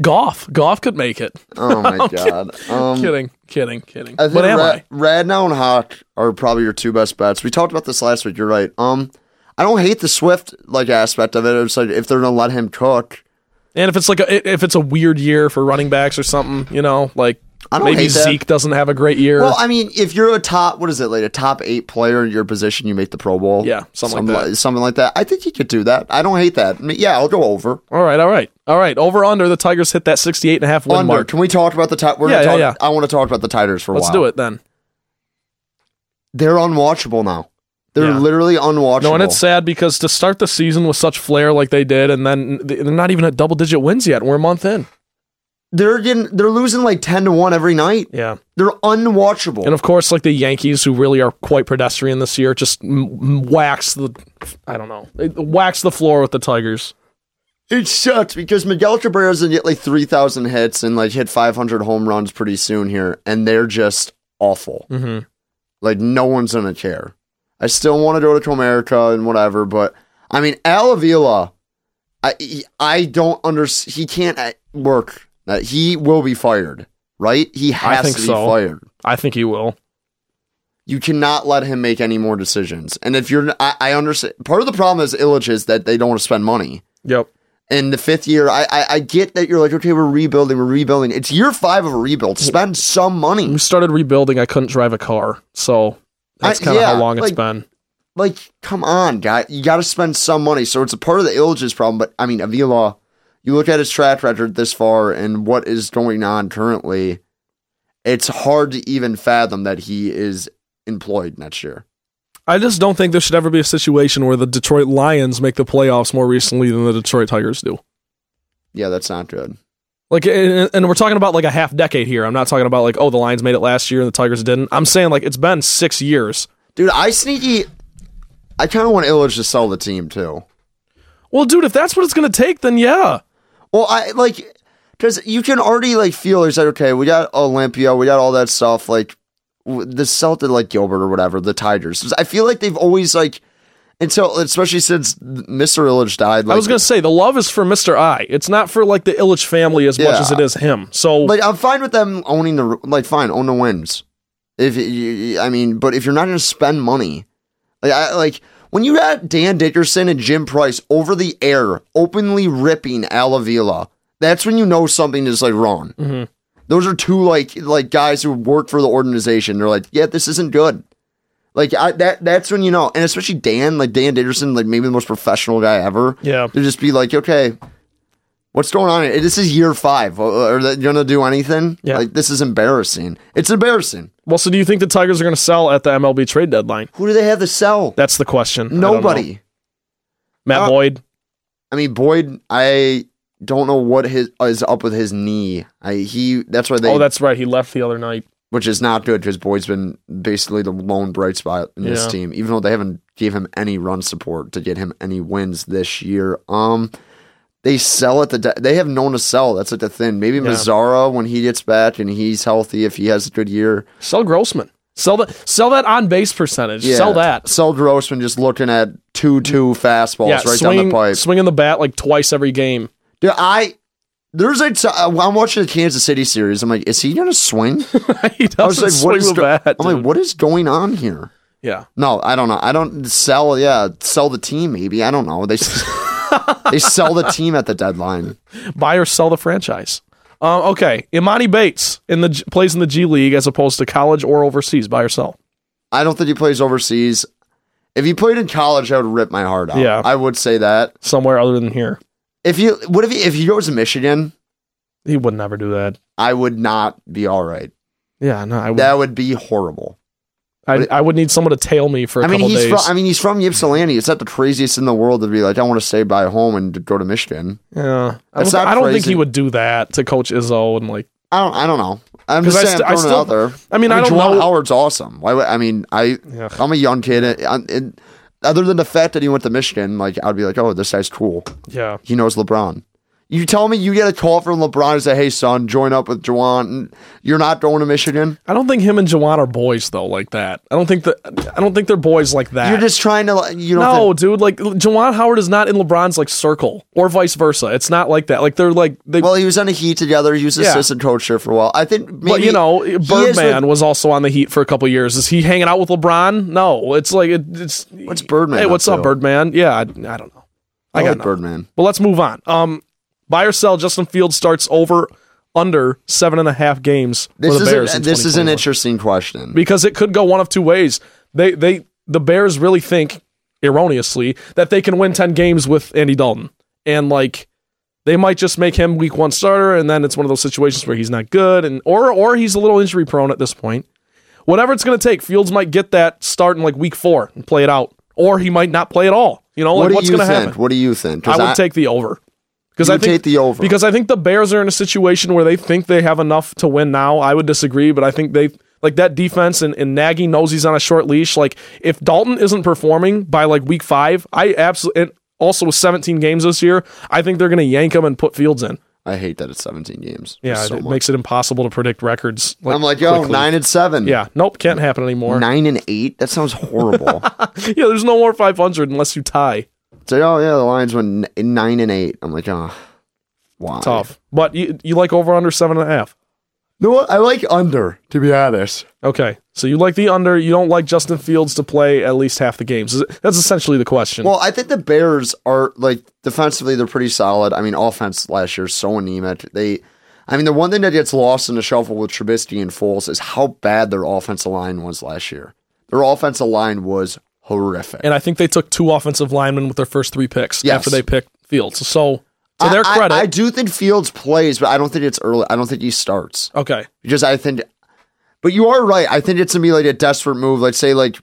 Goff, Goff could make it.
Oh my God. Um.
kidding, kidding, kidding.
I think
But am
Ra-
I?
Radnow and Hawk are probably your two best bets. We talked about this last week. You're right. Um. I don't hate the Swift like aspect of it. It's like if they're gonna let him cook,
And if it's like a, if it's a weird year for running backs or something, you know, like
I don't
maybe
hate that.
Zeke doesn't have a great year.
Well, I mean, if you're a top, what is it, like a top eight player in your position, you make the Pro Bowl.
Yeah, something like
Some-
that.
something like that. I think you could do that. I don't hate that. I mean, yeah, I'll go over.
all right, all right, all right. Over under the Tigers hit that 68 and a half win
Under.
mark.
Can we talk about the top? We're
Yeah,
gonna
yeah,
talk, I want to talk about the Tigers for a
Let's
while.
do it then.
they're unwatchable now. They're
Yeah.
literally unwatchable.
No, and it's sad because to start the season with such flair like they did, and then they're not even at double digit wins yet. We're a month in.
they're getting they're losing like ten to one every night.
Yeah.
They're unwatchable.
And of course, like the Yankees, who really are quite pedestrian this year, just m- m- wax the, I don't know, They wax the floor with the Tigers.
it sucks because Miguel Cabrera's gonna get like three thousand hits and like hit five hundred home runs pretty soon here, and they're just awful.
Mhm.
Like no one's gonna care. I still want to go to Comerica and whatever, but I mean Al Avila, I he- I don't understand. He can't uh, work. Uh, He will be fired, right? He has
think
to be
so.
fired.
I think he will.
you cannot let him make any more decisions. And if you're, I, I understand. Part of the problem is Illich is that they don't want to spend money.
Yep.
In the fifth year, I, I I get that you're like, okay, we're rebuilding, we're rebuilding. It's year five of a rebuild. Spend some money.
We started rebuilding. I couldn't drive a car, so that's
I-
kind of
yeah,
how long it's
like-
been.
Like, come on, guy, you got to spend some money. So it's a part of the Illich's problem. But I mean, Avila, you look at his track record this far and what is going on currently. It's hard to even fathom that he is employed next year.
I just don't think there should ever be a situation where the Detroit Lions make the playoffs more recently than the Detroit Tigers do.
Yeah, that's not good.
Like, and, and we're talking about like a half decade here. I'm not talking about like, oh, the Lions made it last year and the Tigers didn't. I'm saying like it's been six years.
Dude, I sneaky. I kind of want Illich to sell the team too.
Well, dude, if that's what it's gonna take, then yeah.
Well, I like because you can already like feel it's like okay, we got Olympia, we got all that stuff. Like w- the Celtic, like Gilbert or whatever, the Tigers. I feel like they've always like until especially since Mr. Illich died. Like,
I was gonna say the love is for Mister I. It's not for like the Illich family as much
Yeah.
as it is him. So
like I'm fine with them owning the like fine own the wins. If you- you, I mean, but if you're not gonna spend money, like I like. When you had Dan Dickerson and Jim Price over the air, openly ripping Alavila, that's when you know something is like wrong. those are two like like guys who work for the organization. They're like, yeah, this isn't good. Like I, that that's when you know, and especially Dan, like Dan Dickerson, like maybe the most professional guy ever.
Yeah.
to just be like, okay, what's going on? here? This is year five. Uh, Are they gonna do anything?
Yeah.
like this is embarrassing. It's embarrassing.
Well, so do you think the Tigers are going to sell at the MLB trade deadline?
Who do they have to sell?
That's the question. I don't know.
Nobody.
Matt
Uh,
Boyd.
I mean, Boyd, I don't know what his is up with his knee. I he that's why they
oh, that's right. He left the other night.
which is not good because Boyd's been basically the lone bright spot in this
Yeah.
team, even though they haven't gave him any run support to get him any wins this year. Um, they sell at the de- they have known to sell. That's like the thing. Maybe Mazzara when he gets back and he's healthy, if he has a good year,
Sell Grossman. Sell that. Sell that on base percentage.
Yeah.
Sell that.
Sell Grossman just looking at two two fastballs
yeah,
right down
swinging,
the pipe.
swinging the bat like twice every game.
Dude, I. There's a. T- uh, I'm watching the Kansas City series. I'm like, is he gonna swing?
he doesn't
I was like,
swing
what is?
the
Go-
bat.
I'm like,
dude.
what is going on here?
Yeah.
No, I don't know. I don't sell. Yeah, sell the team. Maybe I don't know. They s- they sell the team at the deadline.
Buy or sell the franchise. Um, okay. Imani Bates in the G- plays in the G League as opposed to college or overseas. Buy or sell.
I don't think he plays overseas. If he played in college, I would rip my heart out.
Yeah.
I would say that.
Somewhere other than here.
If you what if he, if he goes to Michigan,
He would never do that.
I would not be all right.
Yeah, no, I would.
That would be horrible.
I, I would need someone to tail me for a
I mean,
couple
he's
days.
from, I mean, he's from Ypsilanti. It's not the craziest in the world to be like, I want to stay by home and to go to Michigan.
Yeah, I don't,
That's
thi-
not
I don't think
crazy.
he would do that to Coach Izzo and like.
I don't. I don't know. I'm just
'Cause I
saying.
st-
I
I
am throwing it
still-
out there.
I mean, I don't
Juwan
know-
Howard's awesome. Why? would- I mean, I.
Ugh.
I'm a young kid. And, and- and other than the fact that he went to Michigan, like I'd be like, oh, this guy's cool.
Yeah,
He knows LeBron. You tell me you get a call from LeBron and say, hey, son, join up with Juwan. and You're not going to Michigan.
I don't think him and Jawan are boys though like that. I don't think that I don't think they're boys like that.
You're just trying to. like, You know.
no, dude. Like Jawan Howard is not in LeBron's like circle or vice versa. It's not like that. Like they're like they.
well, he was on the Heat together. He was
Yeah.
assistant coach there for a while. I think. Maybe
but you know,
he is
Birdman
with-
was also on the Heat for a couple years. Is he hanging out with LeBron? No, it's like it, it's.
What's Birdman
Hey,
up
what's up,
to?
Birdman? Yeah, I, I don't know.
I, got
got nothing.
Birdman.
But let's move on. Um, buy or sell. Justin Fields starts over under seven and a half games
This
for the
is
Bears. in
an, this is an
2021.
interesting question.
because it could go one of two ways. They they the Bears really think erroneously that they can win 10 games with Andy Dalton. And like they might just make him week 1 starter and then it's one of those situations where he's not good and or or he's a little injury prone at this point. Whatever it's going to take, Fields might get that start in like week 4 and play it out or he might not play at all. You know,
what
like
do
what's
you
going to
think?
happen?
What do you think? 'Cause
I would take the over. Because
You
I
would
think
take the over.
Because I think the Bears are in a situation where they think they have enough to win now. I would disagree, but I think they like that defense and, and Nagy knows he's on a short leash. Like if Dalton isn't performing by like week five, I absolutely also with 17 games this year, I think they're gonna yank him and put Fields in.
I hate that it's 17 games.
Yeah,
So
it
much.
makes it impossible to predict records.
I'm like, yo,
quickly.
nine and seven.
Yeah, nope, can't happen anymore.
Nine and eight? That sounds horrible.
Yeah, there's no more 500 unless you tie.
it's like, oh, yeah, the Lions went n- nine and eight. I'm like, oh, why?
Tough, but you you like over under seven and a half.
No, I like under, to be honest.
Okay, so you like the under. You don't like Justin Fields to play at least half the games. Is it- That's essentially the question.
Well, I think the Bears are, like, defensively, they're pretty solid. I mean, offense last year, is so anemic. They. I mean, the one thing that gets lost in the shuffle with Trubisky and Foles is how bad their offensive line was last year. Their offensive line was horrific.
and I think they took two offensive linemen with their first three picks
Yes.
after they picked Fields. So to their
I- I-
credit,
I, do think Fields plays, but I don't think it's early. I don't think he starts
okay,
because I think. But you are right. I think it's gonna be like a desperate move. Let's say like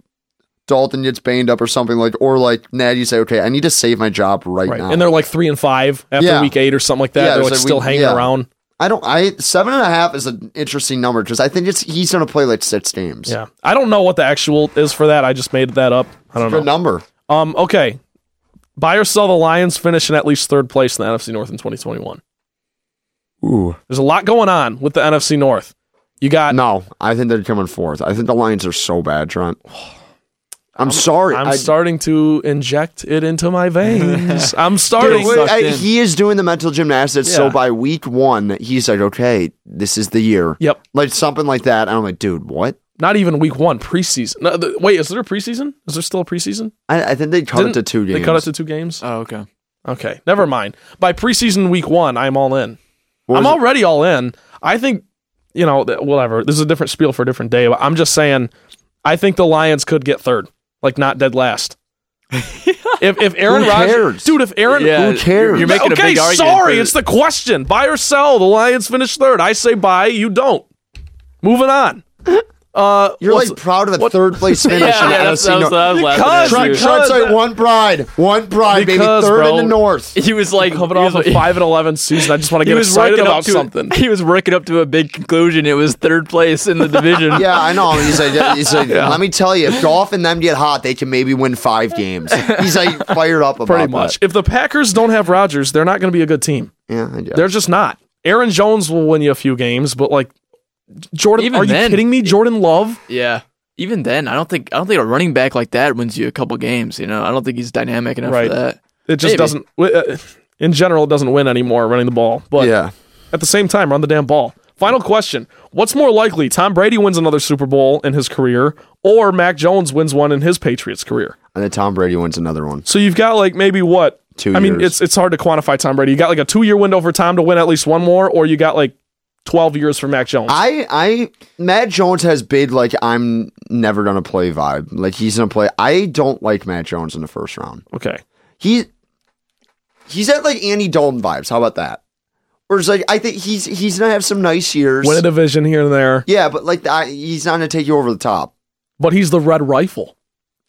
Dalton gets banged up or something like, or like Nat, you say, okay, I need to save my job right,
Right.
now.
And they're like three and five after
Yeah.
week eight or something like that.
Yeah,
they're
it's
like
like we-
still hanging
yeah.
around.
I don't. I seven and a half is an interesting number because I think it's he's going to play like six games.
Yeah. I don't know what the actual is for that. I just made that up. I don't know.
good number.
Um, okay. Buy or sell the Lions finish in at least third place in the NFC North in 2021.
Ooh,
There's a lot going on with the NFC North. You got
no, I think they're coming fourth. I think the Lions are so bad, Trent. I'm, sorry.
I'm
I-
starting to inject it into my veins. I'm starting.
Dude, wait.
I-
in.
he is doing the mental gymnastics. So
Yeah.
by week one, he's like, okay, this is the year.
Yep.
Like something like that. And I'm like, dude, what?
Not even week one, preseason. No, the, wait, is there a preseason? Is there still a preseason?
I, I think they cut
Didn't-
it to two games.
They cut it to two games?
Oh, okay.
Okay, never mind. By preseason week one, I'm all in.
What
I'm
was it?
already all in. I think, you know, th- whatever. This is a different spiel for a different day, but I'm just saying, I think the Lions could get third, like not dead last. if if Aaron
Who
Rodgers,
cares?
dude, if Aaron,
Yeah,
Who cares?
You're, you're making
okay,
a big argument.
sorry,
for-
it's the question: buy or sell? The Lions finish third. I say buy. You don't. Moving on. Uh,
You're
what's-
like proud of a third place finish.
yeah,
in
yeah,
the NFC
that's, that was,
North.
I was
Because-
Trent,
laughing
Because- uh,
at you.
Trent's like one pride, one pride,
Because,
baby, third
bro,
in the north.
He was like
coming
he
off
was-
a five and eleven season, I just want to
He
get
was
excited
working
about
up to
something.
He was working up to a big conclusion. It was third place in the division.
Yeah, I know. He's like, he's like let me tell you, if golf and them get hot, they can maybe win five games. He's like fired up about
Pretty much. If the Packers don't have Rodgers, they're not going to be a good team.
that. Yeah, I guess.
They're just not. Aaron Jones will win you a few games, but like Jordan,
Even
are you
then-
kidding me? Jordan Love,
Yeah. Even then, I don't think I don't think a running back like that wins you a couple games. You know, I don't think he's dynamic enough
Right.
for that.
it just
Maybe.
doesn't. uh, In general, it doesn't win anymore running the ball. But
yeah.
at the same time, run the damn ball. Final question: What's more likely? Tom Brady wins another Super Bowl in his career, or Mac Jones wins one in his Patriots career?
And then Tom Brady wins another one.
So you've got like maybe what?
Two
I mean,
years.
it's it's hard to quantify Tom Brady. You got like a two year window for Tom to win at least one more, or you got like twelve years for Mac Jones.
I I Matt Jones has big like I'm never gonna play vibe. Like he's gonna play. I don't like Matt Jones in the first round.
okay.
He he's at like Andy Dalton vibes. How about that? Or it's like I think he's he's gonna have some nice years.
Win a division here and there,
yeah, but like I, he's not gonna take you over the top.
but he's the red rifle.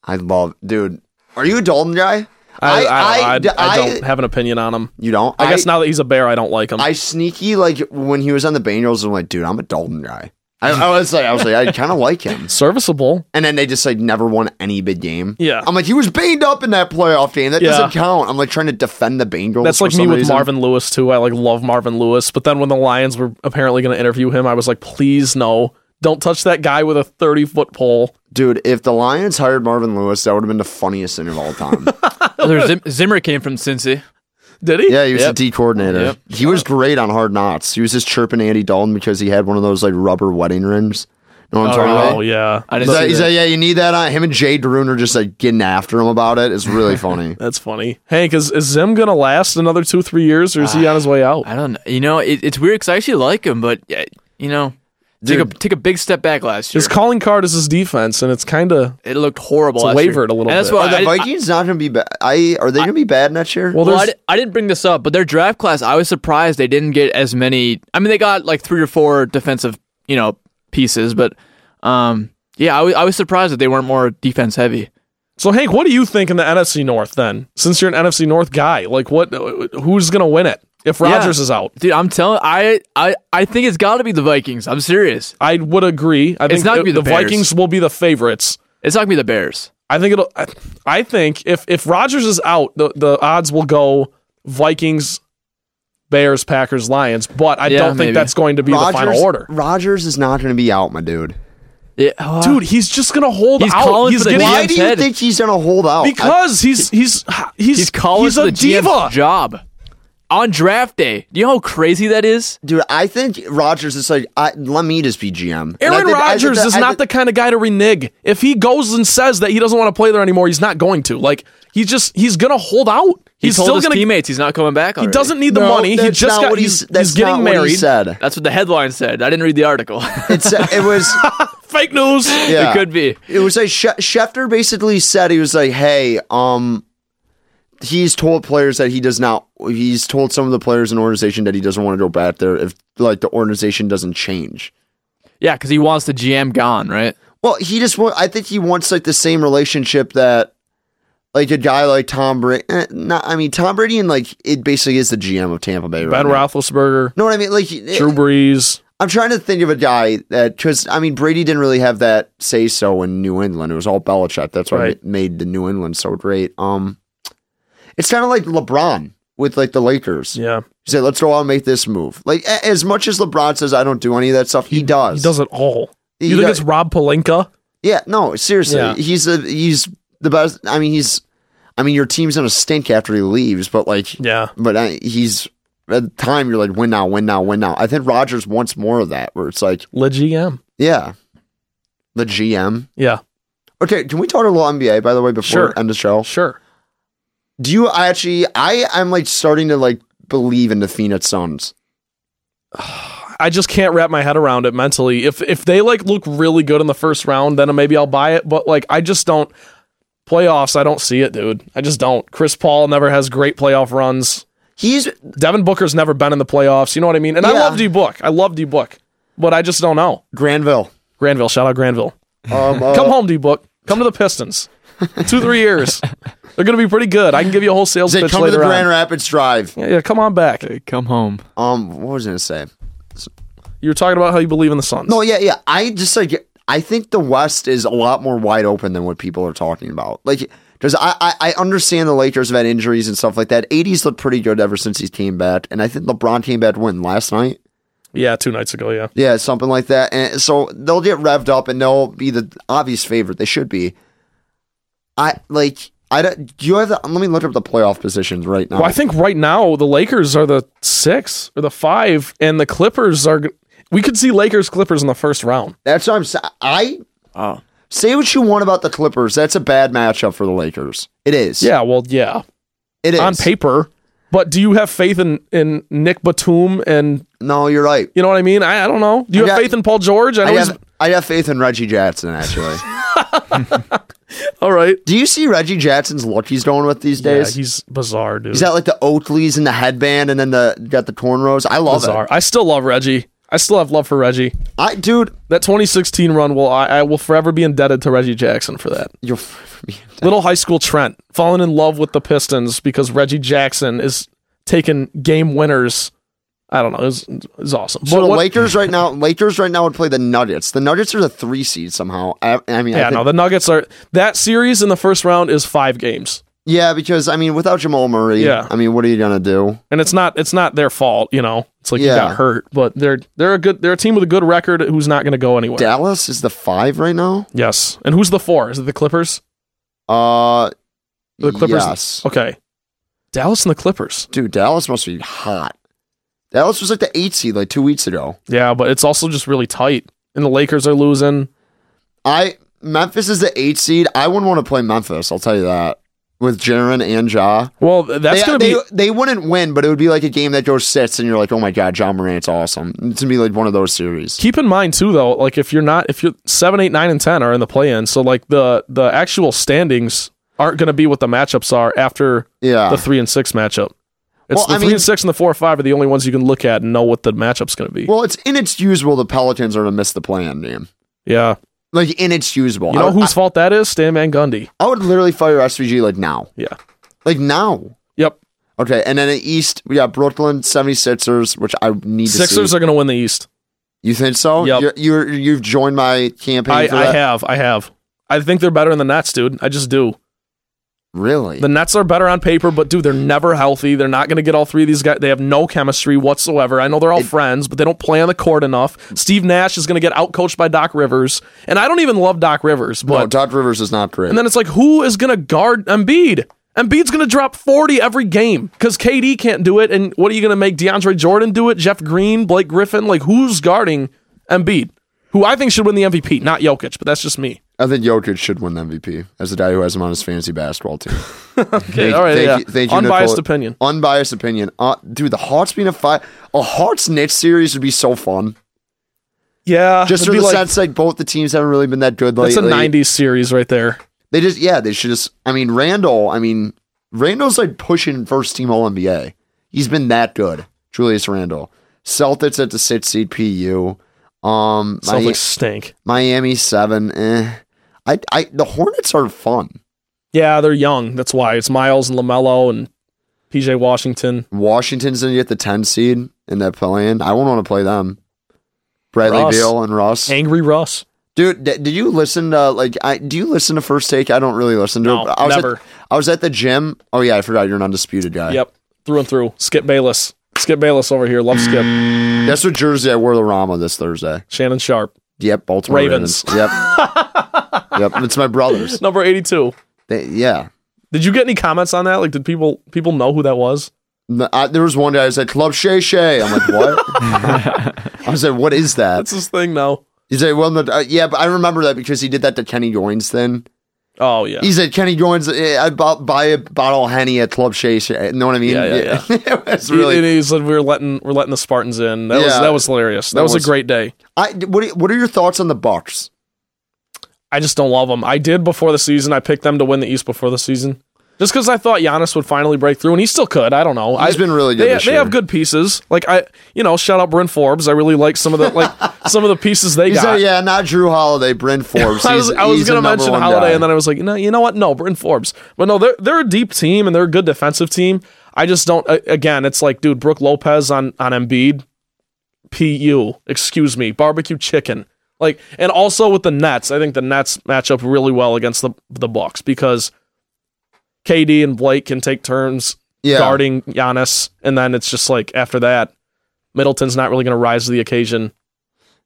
I love, dude. Are you a Dalton guy?
I, I, don't- I, I,
I-
don't have an opinion on him.
You don't.
I, guess now that he's a bear, I don't like him.
I sneaky like when he was on the Bengals. I'm like, dude, I'm a Dalton guy. I, I was like, I was like, I kind of like him.
Serviceable.
And then they just like never won any big game.
Yeah.
I'm like, he was banged up in that playoff game. That
Yeah.
doesn't count. I'm like trying to defend the Bengals.
That's
for
like me
some
with
reason.
Marvin Lewis too. I like love Marvin Lewis, but then when the Lions were apparently going to interview him, I was like, please no, don't touch that guy with a thirty foot pole.
Dude, if the Lions hired Marvin Lewis, that would have been the funniest thing of all time.
There's Zim- Zimmer came from Cincy.
Did he?
yeah, he was
Yep.
a D coordinator.
Yep.
He was great on Hard Knocks. He was just chirping Andy Dalton because he had one of those like rubber wedding rings. You know what I'm talking about?
Oh yeah,
I
He's
didn't see
like, he's
that.
like, yeah, you need that on him and Jay Darun are just like getting after him about it. It's really funny.
that's funny. Hank, is is Zim going to last another two three years, or is he on his way out?
Ah,
I don't. know. You know, it, it's weird because I actually like him, but yeah, you know, take a
Dude.
take a big step back last year.
His calling card is his defense, and it's kind of
it looked horrible.
It's
last
wavered
year.
a little
And that's
bit.
why
Are the
I- I-
Vikings not going to be bad? I are they going to be bad next year?
well.
Well,
There's
I, di- I didn't bring this up, but their draft class, I was surprised they didn't get as many. I mean, they got like three or four defensive, you know, pieces, but um, yeah, I wa- I was surprised that they weren't more defense heavy.
so Hank, what do you think in the NFC North then? Since you're an NFC North guy, like what? Who's going to win it if
Yeah.
Rodgers is out?
dude. I'm telling, I, I, I think it's got to be the Vikings. I'm serious.
I would agree. I think
not gonna be
the,
the Bears.
Vikings will be the favorites.
It's not gonna be the Bears.
I think it'll. I- I think if if Rodgers is out, the the odds will go Vikings, Bears, Packers, Lions. But I
Yeah,
don't think
maybe.
that's going to be the final order.
Rodgers is not going to be out, my dude.
Yeah,
Dude, he's just gonna hold
He's
out.
calling
He's
for the
getting
Why
GM's
do you
head.
think he's going to hold out? I-
because he's he's he's
he's calling
he's
for
a
the
diva.
GM's job on draft day. Do you know how crazy that is?
dude, I think Rodgers is like, I, let me just be GM. And I
Aaron
think- I think
Rodgers
that-
is
I
not the
think-
kind of guy to renege. If he goes and says that he doesn't want to play there anymore, he's not going to. Like he's just he's gonna hold out.
He
He's
told
still
his
gonna.
teammates he's not coming back.
he
already.
doesn't need the
No,
money. He
that's
just
not
got.
what
He's,
that's
he's getting
not what he
married.
said.
That's what the headline said. I didn't read the article.
It, said, it was
Fake news.
yeah.
it could be.
It was like she- Schefter basically said he was like, "Hey, um, he's told players that he does not. He's told some of the players in the organization that he doesn't want to go back there if like the organization doesn't change."
Yeah, because he wants the GM gone, right?
Well, he just want. I think he wants like the same relationship that like a guy like Tom Brady. Not, I mean Tom Brady and like it basically is the GM of Tampa Bay. Right
Ben
now.
Roethlisberger,
Know what I mean? Like
Drew Brees.
I'm trying to think of a guy that because I mean Brady didn't really have that say so in New England. It was all Belichick. That's what
Right.
made the New England so great. Um, it's kind of like LeBron with like the Lakers.
Yeah,
He said, "Let's go out and make this move." Like a- as much as LeBron says, I don't do any of that stuff. He, does.
he does it all.
He
You think
does-
it's Rob Palenka?
Yeah, no, seriously,
Yeah.
he's a, he's the best. I mean, he's, I mean, your team's gonna stink after he leaves, but like,
Yeah,
but I, he's at the time you're like, win now, win now, win now. I think Rogers wants more of that, where it's like,
Le GM.
yeah, the GM.
Yeah,
Okay, can we talk a little NBA by the way before
Sure.
we end the show?
sure.
Do you I actually? I I'm like starting to like believe in the Phoenix Suns.
I just can't wrap my head around it mentally. If if they like look really good in the first round, then maybe I'll buy it. But like I just don't playoffs. I don't see it, dude. I just don't. Chris Paul never has great playoff runs.
He's
Devin Booker's never been in the playoffs. You know what I mean? And I
Yeah.
love D Book. I love D Book, but I just don't know.
Granville.
Granville, shout out Granville.
Um, uh,
Come home, D Book. Come to the Pistons. Two three years, they're gonna be pretty good. I can give you a whole sales
Zay,
pitch
come to the
later on.
Grand Rapids Drive.
yeah, yeah, come on back.
Come home.
Um, what was I gonna say?
You were talking about how you believe in the Suns.
No, yeah, yeah. I just like I think the West is a lot more wide open than what people are talking about. Like because I, I I understand the Lakers have had injuries and stuff like that. 80s looked pretty good ever since he came back, and I think LeBron came back when last night.
Yeah, two nights ago. Yeah.
Yeah, something like that. And so they'll get revved up and they'll be the obvious favorite. They should be. I like. I don't, do you have the? Let me look up the playoff positions right now.
Well, I think right now the Lakers are the six or the five, and the Clippers are. We could see Lakers Clippers in the first round.
That's what I'm saying. I say what you want about the Clippers. That's a bad matchup for the Lakers. It is.
Yeah, well, yeah,
it is
on paper. But do you have faith in in Nick Batum and
No, you're right.
you know what I mean? I, I don't know. Do you
I
have
got-
faith in Paul George? I know
I
he's
have, I have faith in Reggie Jackson, actually.
all right.
Do you see Reggie Jackson's look he's going with these
Yeah,
days? he's,
he's bizarre, dude.
got like the Oakleys and the headband and then the got the cornrows. I love
bizarre.
it.
I still love Reggie. I still have love for Reggie.
I dude,
That 2016 run will I, I will forever be indebted to Reggie Jackson for that.
you're
Little high school Trent falling in love with the Pistons because Reggie Jackson is taking game winners. I don't know. It's it's awesome.
so the
what-
Lakers right now. Lakers right now would play the Nuggets. The Nuggets are the three seed somehow. I, I mean, I
yeah,
think-
no, the Nuggets are that series in the first round is five games,
yeah, because I mean, without Jamal Murray,
Yeah.
I mean, what are you gonna do?
and it's not it's not their fault. You know, it's like you
Yeah.
got hurt, but they're they're a good they're a team with a good record who's not going to go anywhere.
Dallas is the five right now.
Yes, and who's the four? Is it the Clippers?
Uh,
The Clippers.
Yes.
Okay. Dallas and the Clippers.
dude, Dallas must be hot. Dallas was like the eight seed like two weeks ago.
Yeah, but it's also just really tight, and the Lakers are losing.
I Memphis is the eight seed. I wouldn't want to play Memphis. I'll tell you that with Jaron and Ja.
Well, th- that's
They,
going to
they,
be
they wouldn't win, but it would be like a game that goes six, and you're like, oh my god, John Morant's awesome. It's gonna be like one of those series.
keep in mind too though like if you're not if you're 7 8 9 and 10 are in the play in so like the the actual standings aren't going to be what the matchups are after
Yeah,
the 3 and 6 matchup it's
Well,
the
I
3
mean-
and 6 and the 4 and 5 are the only ones you can look at and know what the matchup's going to be
well, it's inexcusable. The Pelicans are gonna miss the plan game.
yeah
Like inexcusable.
you
I
know
would-
whose fault that is stan van gundy
I, I would literally fire SVG like now,
yeah
like now.
yep
Okay, and then in the East we got Brooklyn 76ers, which I need to
sixers
see.
are going to win the east
you think so?
Yep.
You're, you're you've joined my campaign.
I,
for
I
that?
have i have i think they're better than the nets dude i just do
really.
The Nets are better on paper, but dude, they're never healthy. They're not going to get all three of these guys. They have no chemistry whatsoever. I know they're all friends, but they don't play on the court enough. Steve Nash is going to get outcoached by Doc Rivers, and I don't even love Doc Rivers. But
no, Oh, Doc Rivers is not great.
and then it's like, who is going to guard Embiid? Embiid's going to drop forty every game because KD can't do it. And what are you going to make DeAndre Jordan do it? Jeff Green, Blake Griffin, like who's guarding Embiid? Who I think should win the MVP, not Jokic, but that's just me.
I think Jokic should win the MVP as the guy who has him on his fantasy basketball team.
Okay, all right, yeah. Unbiased
Nicole.
opinion.
Unbiased opinion. Uh, dude, the Hawks being a five, a Hawks Knicks series would be so fun.
Yeah,
Just
it'd
for
be
the
like-
sense like both the teams haven't really been that good lately.
that's a '90s series right there.
They just yeah, they should just. I mean, Randall. I mean, Randall's like pushing first team All NBA. He's been that good, Julius Randall. Celtics at the six seed PU. Um,
Sounds
Mi-
like stink.
Miami seven. Eh. I, I the Hornets are fun.
Yeah, they're young. That's why it's Miles and Lamelo and PJ Washington.
Mm. Washington's gonna get the ten seed in that play-in. I won't want to play them. Bradley
Russ.
Beal and Russ.
Angry Russ.
Dude, d- did you listen to like I do you listen to First Take? I don't really listen to
No,
it. but I was
never.
At, I was at the gym. Oh yeah, I forgot you're an undisputed guy.
Yep, through and through. Skip Bayless. Skip Bayless over here. Love Skip.
That's what jersey I wore the Rama this Thursday.
Shannon Sharp.
Yep, Baltimore
Ravens.
Ravens. Yep. yep, it's my brother's.
Number 82.
They- yeah.
Did you get any comments on that? Like did people people know who that was?
No, I, there was one day I said Club Shay Shay. I'm like, what? I was like, what is that?
That's his thing now.
He's like, well, no, uh, yeah, but I remember that because he did that to Kenny Goins. Then
Oh yeah.
he said, Kenny Goins, eh, I bought buy a bottle of henny at Club Shay Shay. You know what I mean?
Yeah, yeah,
it was
He-
really.
and he said we were letting we're letting the Spartans in. That was
Yeah.
that was hilarious. That,
That
was,
was-
a great day.
I what are- What are your thoughts on the Bucks?
I just don't love them. I did before the season. I picked them to win the East before the season, just because I thought Giannis would finally break through, and he still could. I don't know.
He's
I,
been really good
They,
this
they
year.
have good pieces. Like I, you know, shout out Bryn Forbes. I really like some of the like some of the pieces they
He
got.
said, yeah, not Drew Holiday, Bryn Forbes.
I was,
He's-
I was
he's
gonna
the number
mention
one
Holiday,
guy.
and then I was like, no, you know what? No, Bryn Forbes. But no, they're they're a deep team and they're a good defensive team. I just don't. a- Again, it's like, dude, Brooke Lopez on on Embiid, pu. Excuse me, barbecue chicken. Like, and also with the Nets, I think the Nets match up really well against the the Bucks because KD and Blake can take turns
Yeah.
guarding Giannis, and then it's just like after that, Middleton's not really gonna rise to the occasion.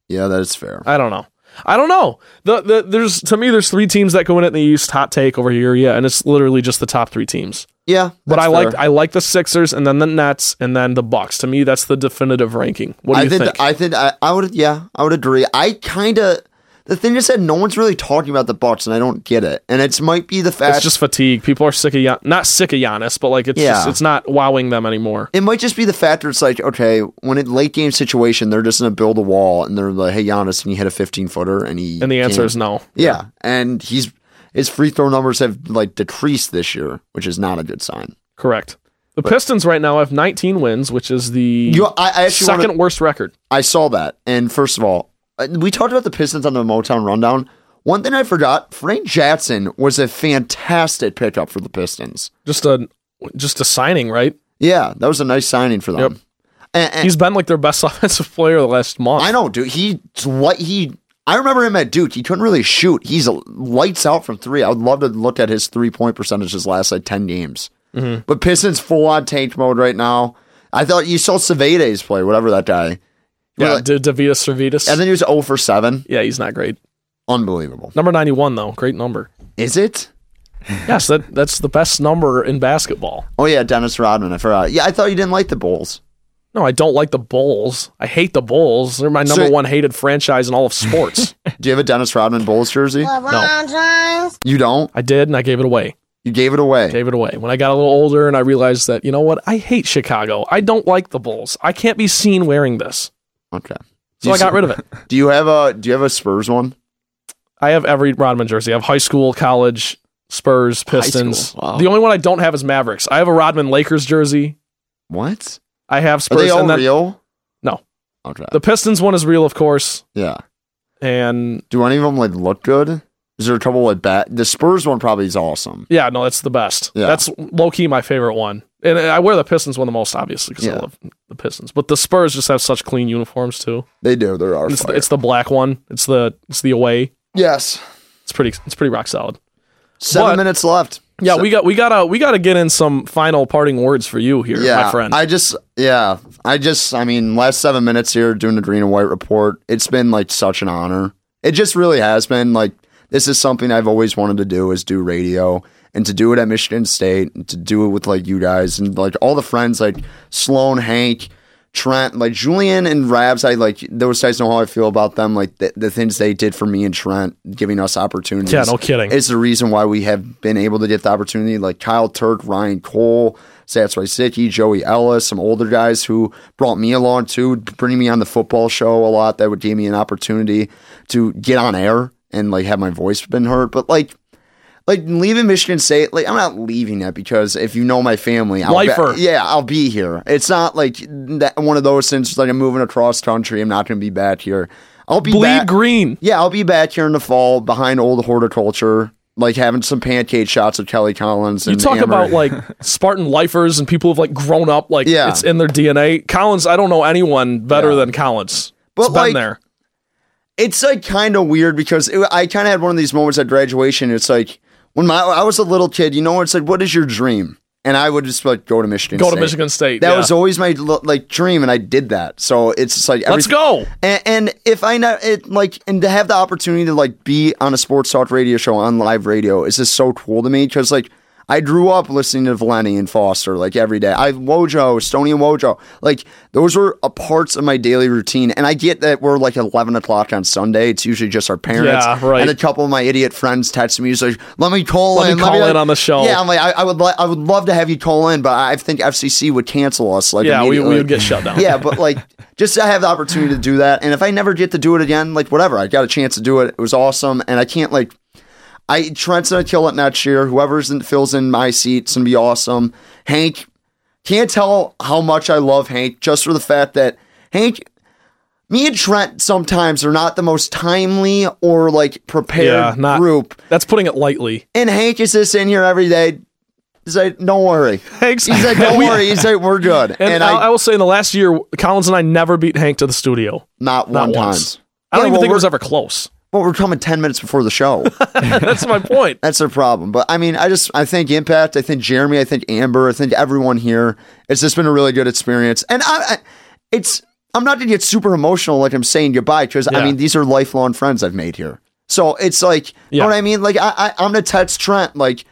yeah, that is fair.
I don't know. I don't know. The, the there's to me there's three teams that go in at the East. Hot take over here, yeah, and it's literally just the top three teams.
Yeah,
But
that's
I like
fair.
I like the Sixers and then the Nets and then the Bucks. To me, that's the definitive ranking. What do
I
you
think,
think?
I think I, I would yeah I would agree. I kind of the thing is that no one's really talking about the Bucks, and I don't get it. And it might be the fact
it's just fatigue. People are sick of Gian- not sick of Giannis, but like it's
Yeah.
just it's not wowing them anymore.
it might just be the fact that it's like okay, when in late game situation, they're just gonna build a wall, and they're like, hey Giannis, and he hit a 15 footer, and he
And the answer
can't-
is no.
yeah. and he's his free throw numbers have like decreased this year, which is not a good sign.
Correct. The Pistons right now have 19 wins, which is the
You, I, I actually
second
wanna-
worst record.
I saw that. And first of all, uh, we talked about the Pistons on the Motown rundown. One thing I forgot, Frank Jackson was a fantastic pickup for the Pistons.
Just a just a signing, right?
Yeah, that was a nice signing for them. And, and
He's been like their best offensive player the last month.
I know, dude. He what he I remember him at Duke. He couldn't really shoot. He's a, lights out from three. I would love to look at his three point percentage his last like ten games.
Mm-hmm.
But Pistons full on tank mode right now. I thought you saw Cervedes play, whatever that guy.
Yeah,
Really?
D- Davidas Servitas.
And then he was 0 for 7.
yeah, he's not great.
Unbelievable.
Number 91, though. Great number.
Is it?
Yes, that, that's the best number in basketball.
Oh yeah, Dennis Rodman. I forgot. Yeah, I thought you didn't like the Bulls.
No, I don't like the Bulls. I hate the Bulls. They're my number
So-
one hated franchise in all of sports.
Do you have a Dennis Rodman Bulls jersey? You don't.
I did, and I gave it away.
You gave it away.
Gave it away. When I got a little older and I realized that, you know what? I hate Chicago. I don't like the Bulls. I can't be seen wearing this.
Okay.
So I got rid of it.
Do you have a Do you have a Spurs one?
I have every Rodman jersey. I have high school, college, Spurs, Pistons.
school, wow.
The only one I don't have is Mavericks. I have a Rodman Lakers jersey.
What?
I have
Are
Spurs.
they all
and then-
real?
No.
Okay.
The Pistons one is real, of course,
yeah.
and
Do any of them like look good? Is there trouble with bat? The Spurs one probably is awesome.
yeah, no, that's the best.
Yeah.
That's low key my favorite one, and I wear the Pistons one the most, obviously, because I
Yeah.
love the Pistons. But the Spurs just have such clean uniforms too.
They do. There are.
And It's the,
fire.
it's the black one. It's the it's the away.
yes.
It's pretty it's pretty rock solid.
Seven
But-
minutes left.
Yeah, we got we gotta we gotta get in some final parting words for you here,
Yeah,
my friend.
I just, yeah, I just, I mean, last seven minutes here doing the Green and White report, it's been like such an honor. It just really has been. Like, this is something I've always wanted to do is do radio and to do it at Michigan State and to do it with like you guys and like all the friends like Sloan, Hank, Trent, like Julian and Rabs. I like those guys know how I feel about them. Like the, the things they did for me and Trent, giving us opportunities.
Yeah, no kidding.
It's the reason why we have been able to get the opportunity, like Kyle Turk, Ryan Cole, Sats Rysicki, Joey Ellis, some older guys who brought me along too, bringing me on the football show a lot. That would give me an opportunity to get on air and like have my voice been heard. But like, like leaving Michigan State, like I'm not leaving that because if you know my family, I'll
Lifer.
Be, yeah, I'll be here. It's not like that one of those things. Like I'm moving across country, I'm not going to be back here. I'll be
Bleed
back.
green.
Yeah, I'll be back here in the fall behind old horticulture, like having some pancake shots of Kelly Collins.
You
And
talk
Anne
about
Marie.
like Spartan lifers and people who've like grown up, like
Yeah.
it's in their DNA. Collins, I don't know anyone better
Yeah.
than Collins.
But,
it's been
like,
there.
it's like kind of weird because it, I kind of had one of these moments at graduation. It's like when my I was a little kid, you know, it's like what is your dream? And I would just like go to Michigan.
Go to
State.
Michigan State,
That
yeah.
was always my lo- like dream, and I did that. So it's just like
Let's
everyth-
go.
And, and if I not it like and to have the opportunity to like be on a sports talk radio show on live radio is just so cool to me because like I grew up listening to Valenti and Foster like every day. I Wojo, Stony and Wojo, like those were a parts of my daily routine. And I get that we're like eleven o'clock on Sunday. It's usually just our parents
Yeah, right.
and a couple of my idiot friends text me. He's like, "Let me call
Let me
in.
call in on the show.
Yeah, I'm like, I, I would, li- I would love to have you call in, but I think FCC would cancel us. Like,
Yeah, we, we
immediately.
would get shut down.
yeah, but like just to have the opportunity to do that. And if I never get to do it again, like whatever, I got a chance to do it. It was awesome. And I can't like I Trent's gonna kill it next year. Whoever's in fills in my seat's gonna be awesome. Hank can't tell how much I love Hank just for the fact that Hank me and Trent sometimes are not the most timely or like prepared
yeah, not
group.
That's putting it lightly.
And Hank is just in here every day. He's like, don't worry.
Hank's
He's like, don't worry. He's like, we're good.
And, I, I will say, in the last year, Collins and I never beat Hank to the studio.
Not
Not
one time.
once. I don't
Yeah,
even
well,
think it was
we're-
ever close.
Well, we're coming ten minutes before the show.
That's my point.
That's their problem. But I mean, I just I think Impact, I think Jeremy, I think Amber, I think everyone here. It's just been a really good experience, and I, I it's I'm not gonna get super emotional like I'm saying goodbye because I
Yeah.
mean these are lifelong friends I've made here. So it's like, you know
Yeah.
what I mean? Like I, I I'm gonna text Trent like.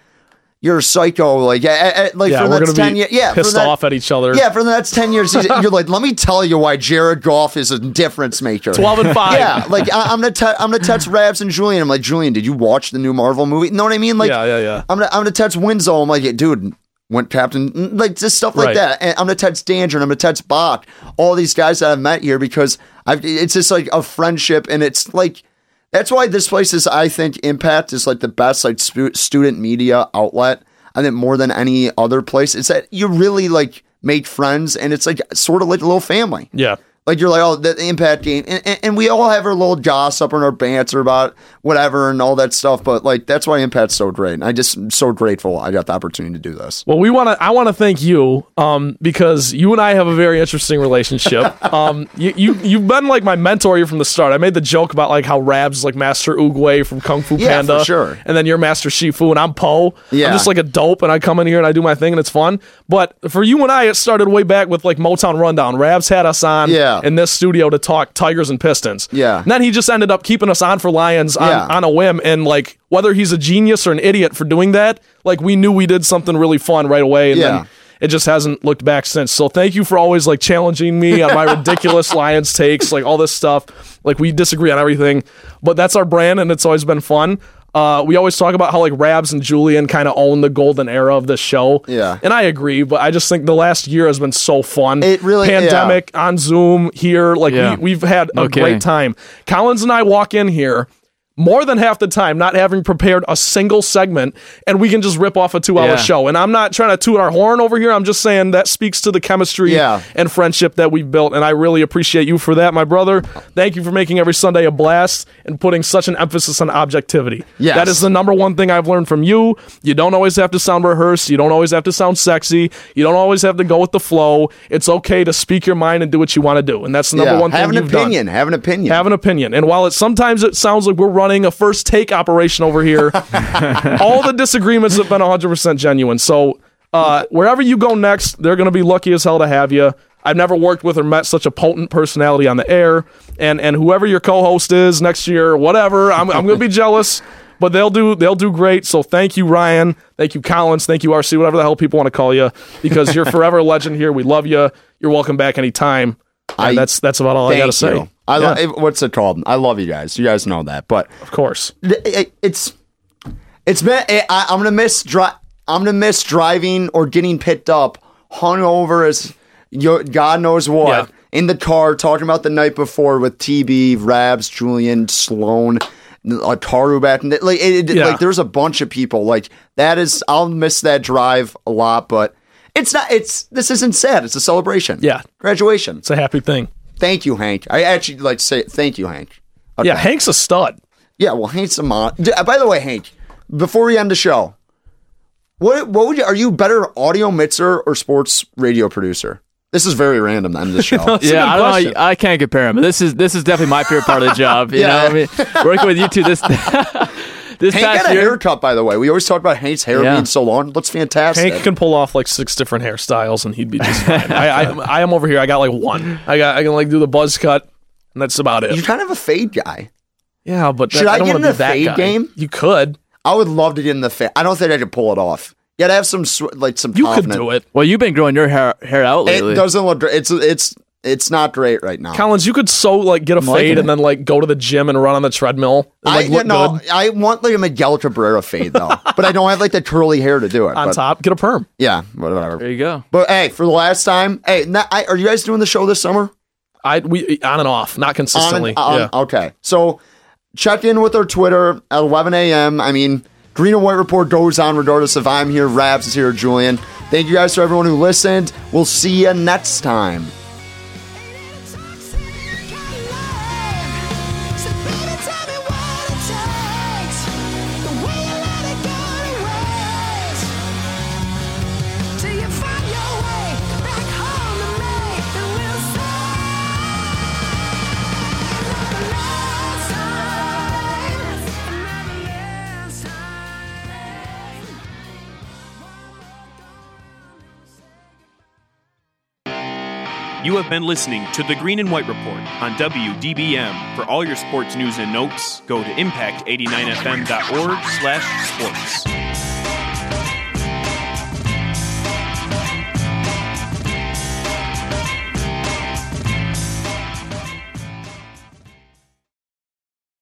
You're a psycho, like, eh, eh, eh, like
Yeah,
for the
we're
next
going to
ten
be
years. Yeah, for
pissed
that-
off at each other.
Yeah, for the next ten years, he's- you're like, let me tell you why Jared Goff is a difference maker.
12 and 5.
Yeah, like I, I'm gonna te- I'm gonna text Rabs and Julian. I'm like, Julian, did you watch the new Marvel movie? You know what I mean? Like, uh,
Yeah, yeah, yeah.
I'm gonna I'm gonna text Winslow. I'm like, yeah, dude, went Captain, mm, like just stuff like
Right.
that. And I'm gonna text Danger. And I'm gonna text Bach. All these guys that I've met here because I've it's just like a friendship, and it's like. That's why this place is, I think, Impact is like the best like stu- student media outlet. I think more than any other place is that you really like make friends, and it's like sort of like a little family.
Yeah.
Like you're like, oh, the impact game, and, and, and we all have our little gossip and our banter about whatever and all that stuff. But like that's why impact's so great. And I just am so grateful I got the opportunity to do this.
Well, we want to. I want to thank you um, because you and I have a very interesting relationship. um, you, you you've been like my mentor here from the start. I made the joke about like how Rab's like Master Oogway from Kung Fu
Yeah,
Panda,
for sure.
and then you're Master Shifu, and I'm Poe.
Yeah.
I'm just like a dope, and I come in here and I do my thing, and it's fun. But for you and I, it started way back with like Motown Rundown. Rab's had us on
Yeah.
in this studio to talk Tigers and Pistons.
Yeah.
And then he just ended up keeping us on for Lions on,
Yeah.
on a whim. And like, whether he's a genius or an idiot for doing that, like, we knew we did something really fun right away. And
Yeah.
then it just hasn't looked back since. So thank you for always like challenging me on my ridiculous Lions takes, like all this stuff. Like, we disagree on everything, but that's our brand and it's always been fun. Uh, we always talk about how like Rabs and Julian kind of own the golden era of this show.
Yeah.
And I agree, but I just think the last year has been so fun.
It really- yeah.
pandemic on Zoom here. Like
Yeah.
we, we've had a
Okay.
great time. Collins and I walk in here more than half the time not having prepared a single segment and we can just rip off a two hour
Yeah.
show and i'm not trying to toot our horn over here i'm just saying that speaks to the chemistry
Yeah.
and friendship that we've built and i really appreciate you for that my brother thank you for making every sunday a blast and putting such an emphasis on objectivity
Yes.
that is the number one thing i've learned from you you don't always have to sound rehearsed you don't always have to sound sexy you don't always have to go with the flow it's okay to speak your mind and do what you want to do and that's the number
yeah,
one thing
have an
you've done
opinion. Have an opinion.
have an opinion. And while it sometimes it sounds like we're running a first take operation over here, all the disagreements have been 100% genuine. So uh, wherever you go next, they're going to be lucky as hell to have you. I've never worked with or met such a potent personality on the air. And and whoever your co-host is next year, whatever, I'm, I'm going to be jealous. But they'll do they'll do great. So thank you, Ryan. Thank you, Collins. Thank you, RC. Whatever the hell people want to call you, because you're forever a legend here. We love you. You're welcome back anytime. And
I-
that's that's about all I
Thank
got
you.
to say.
I
Yeah.
lo- what's it called? I love you guys. You guys know that, but
Of course.
th- it- it's it's been. I, I- I'm gonna miss dri- I'm gonna miss driving or getting picked up, hungover as yo- God knows what
Yeah.
in the car, talking about the night before with TB, Rabs, Julian, Sloan, uh, Taru back. in the- Like, it, it-
Yeah.
like there's a bunch of people. Like that is, I'll miss that drive a lot, but. It's not. It's this isn't sad. It's a celebration.
Yeah.
graduation.
It's a happy thing.
Thank you, Hank. I actually like to say thank you, Hank.
Yeah, Hank's a stud.
Yeah, well, Hank's a mon. D- uh, By the way, Hank, before we end the show, what what would you? Are you a better audio mixer or sports radio producer? This is very random. to End the show.
a
yeah,
good
I don't know.
question.
I can't compare them. This is this is definitely my favorite part of the job. You
Yeah.
know, what I mean, working with you two this this
Hank
past
got a
year.
haircut, by the way. We always talk about Hank's hair
Yeah.
being so long. Looks fantastic.
Hank can pull off like six different hairstyles, and he'd be just fine. I, I, I am over here. I got like one. I got I can like do the buzz cut, and that's about
You're
it.
kind of a fade guy.
Yeah, but that-
Should I
don't
get
wanna
in
be
the
that
fade
guy.
game?
You could.
I would love to get in the fade. I don't think I could pull it off. You gotta have some sw- like some.
You
confidence.
could do it,
Well, you've been growing your hair hair out lately.
It doesn't look. Great. It's it's it's not great right now.
Collins. You could so like get a
liking
fade and then like go to the gym and run on the treadmill. And, like
I,
look
no,
good
I want like a Miguel Cabrera fade though, but I don't have like the curly hair to do it.
on
but,
top. Get a perm.
yeah, whatever.
there you go.
But hey, for the last time, hey, na I, are you guys doing the show this summer?
I we on and off, not
On- uh,
consistently.
on-
yeah.
Okay, so check in with our Twitter at 11 a.m. I mean, Green and White Report goes on regardless if I'm here, Rabs is here, Julian. Thank you guys for everyone who listened. We'll see you next time.
You have been listening to the Green and White Report on WDBM. For all your sports news and notes, go to impact89fm.org/sports.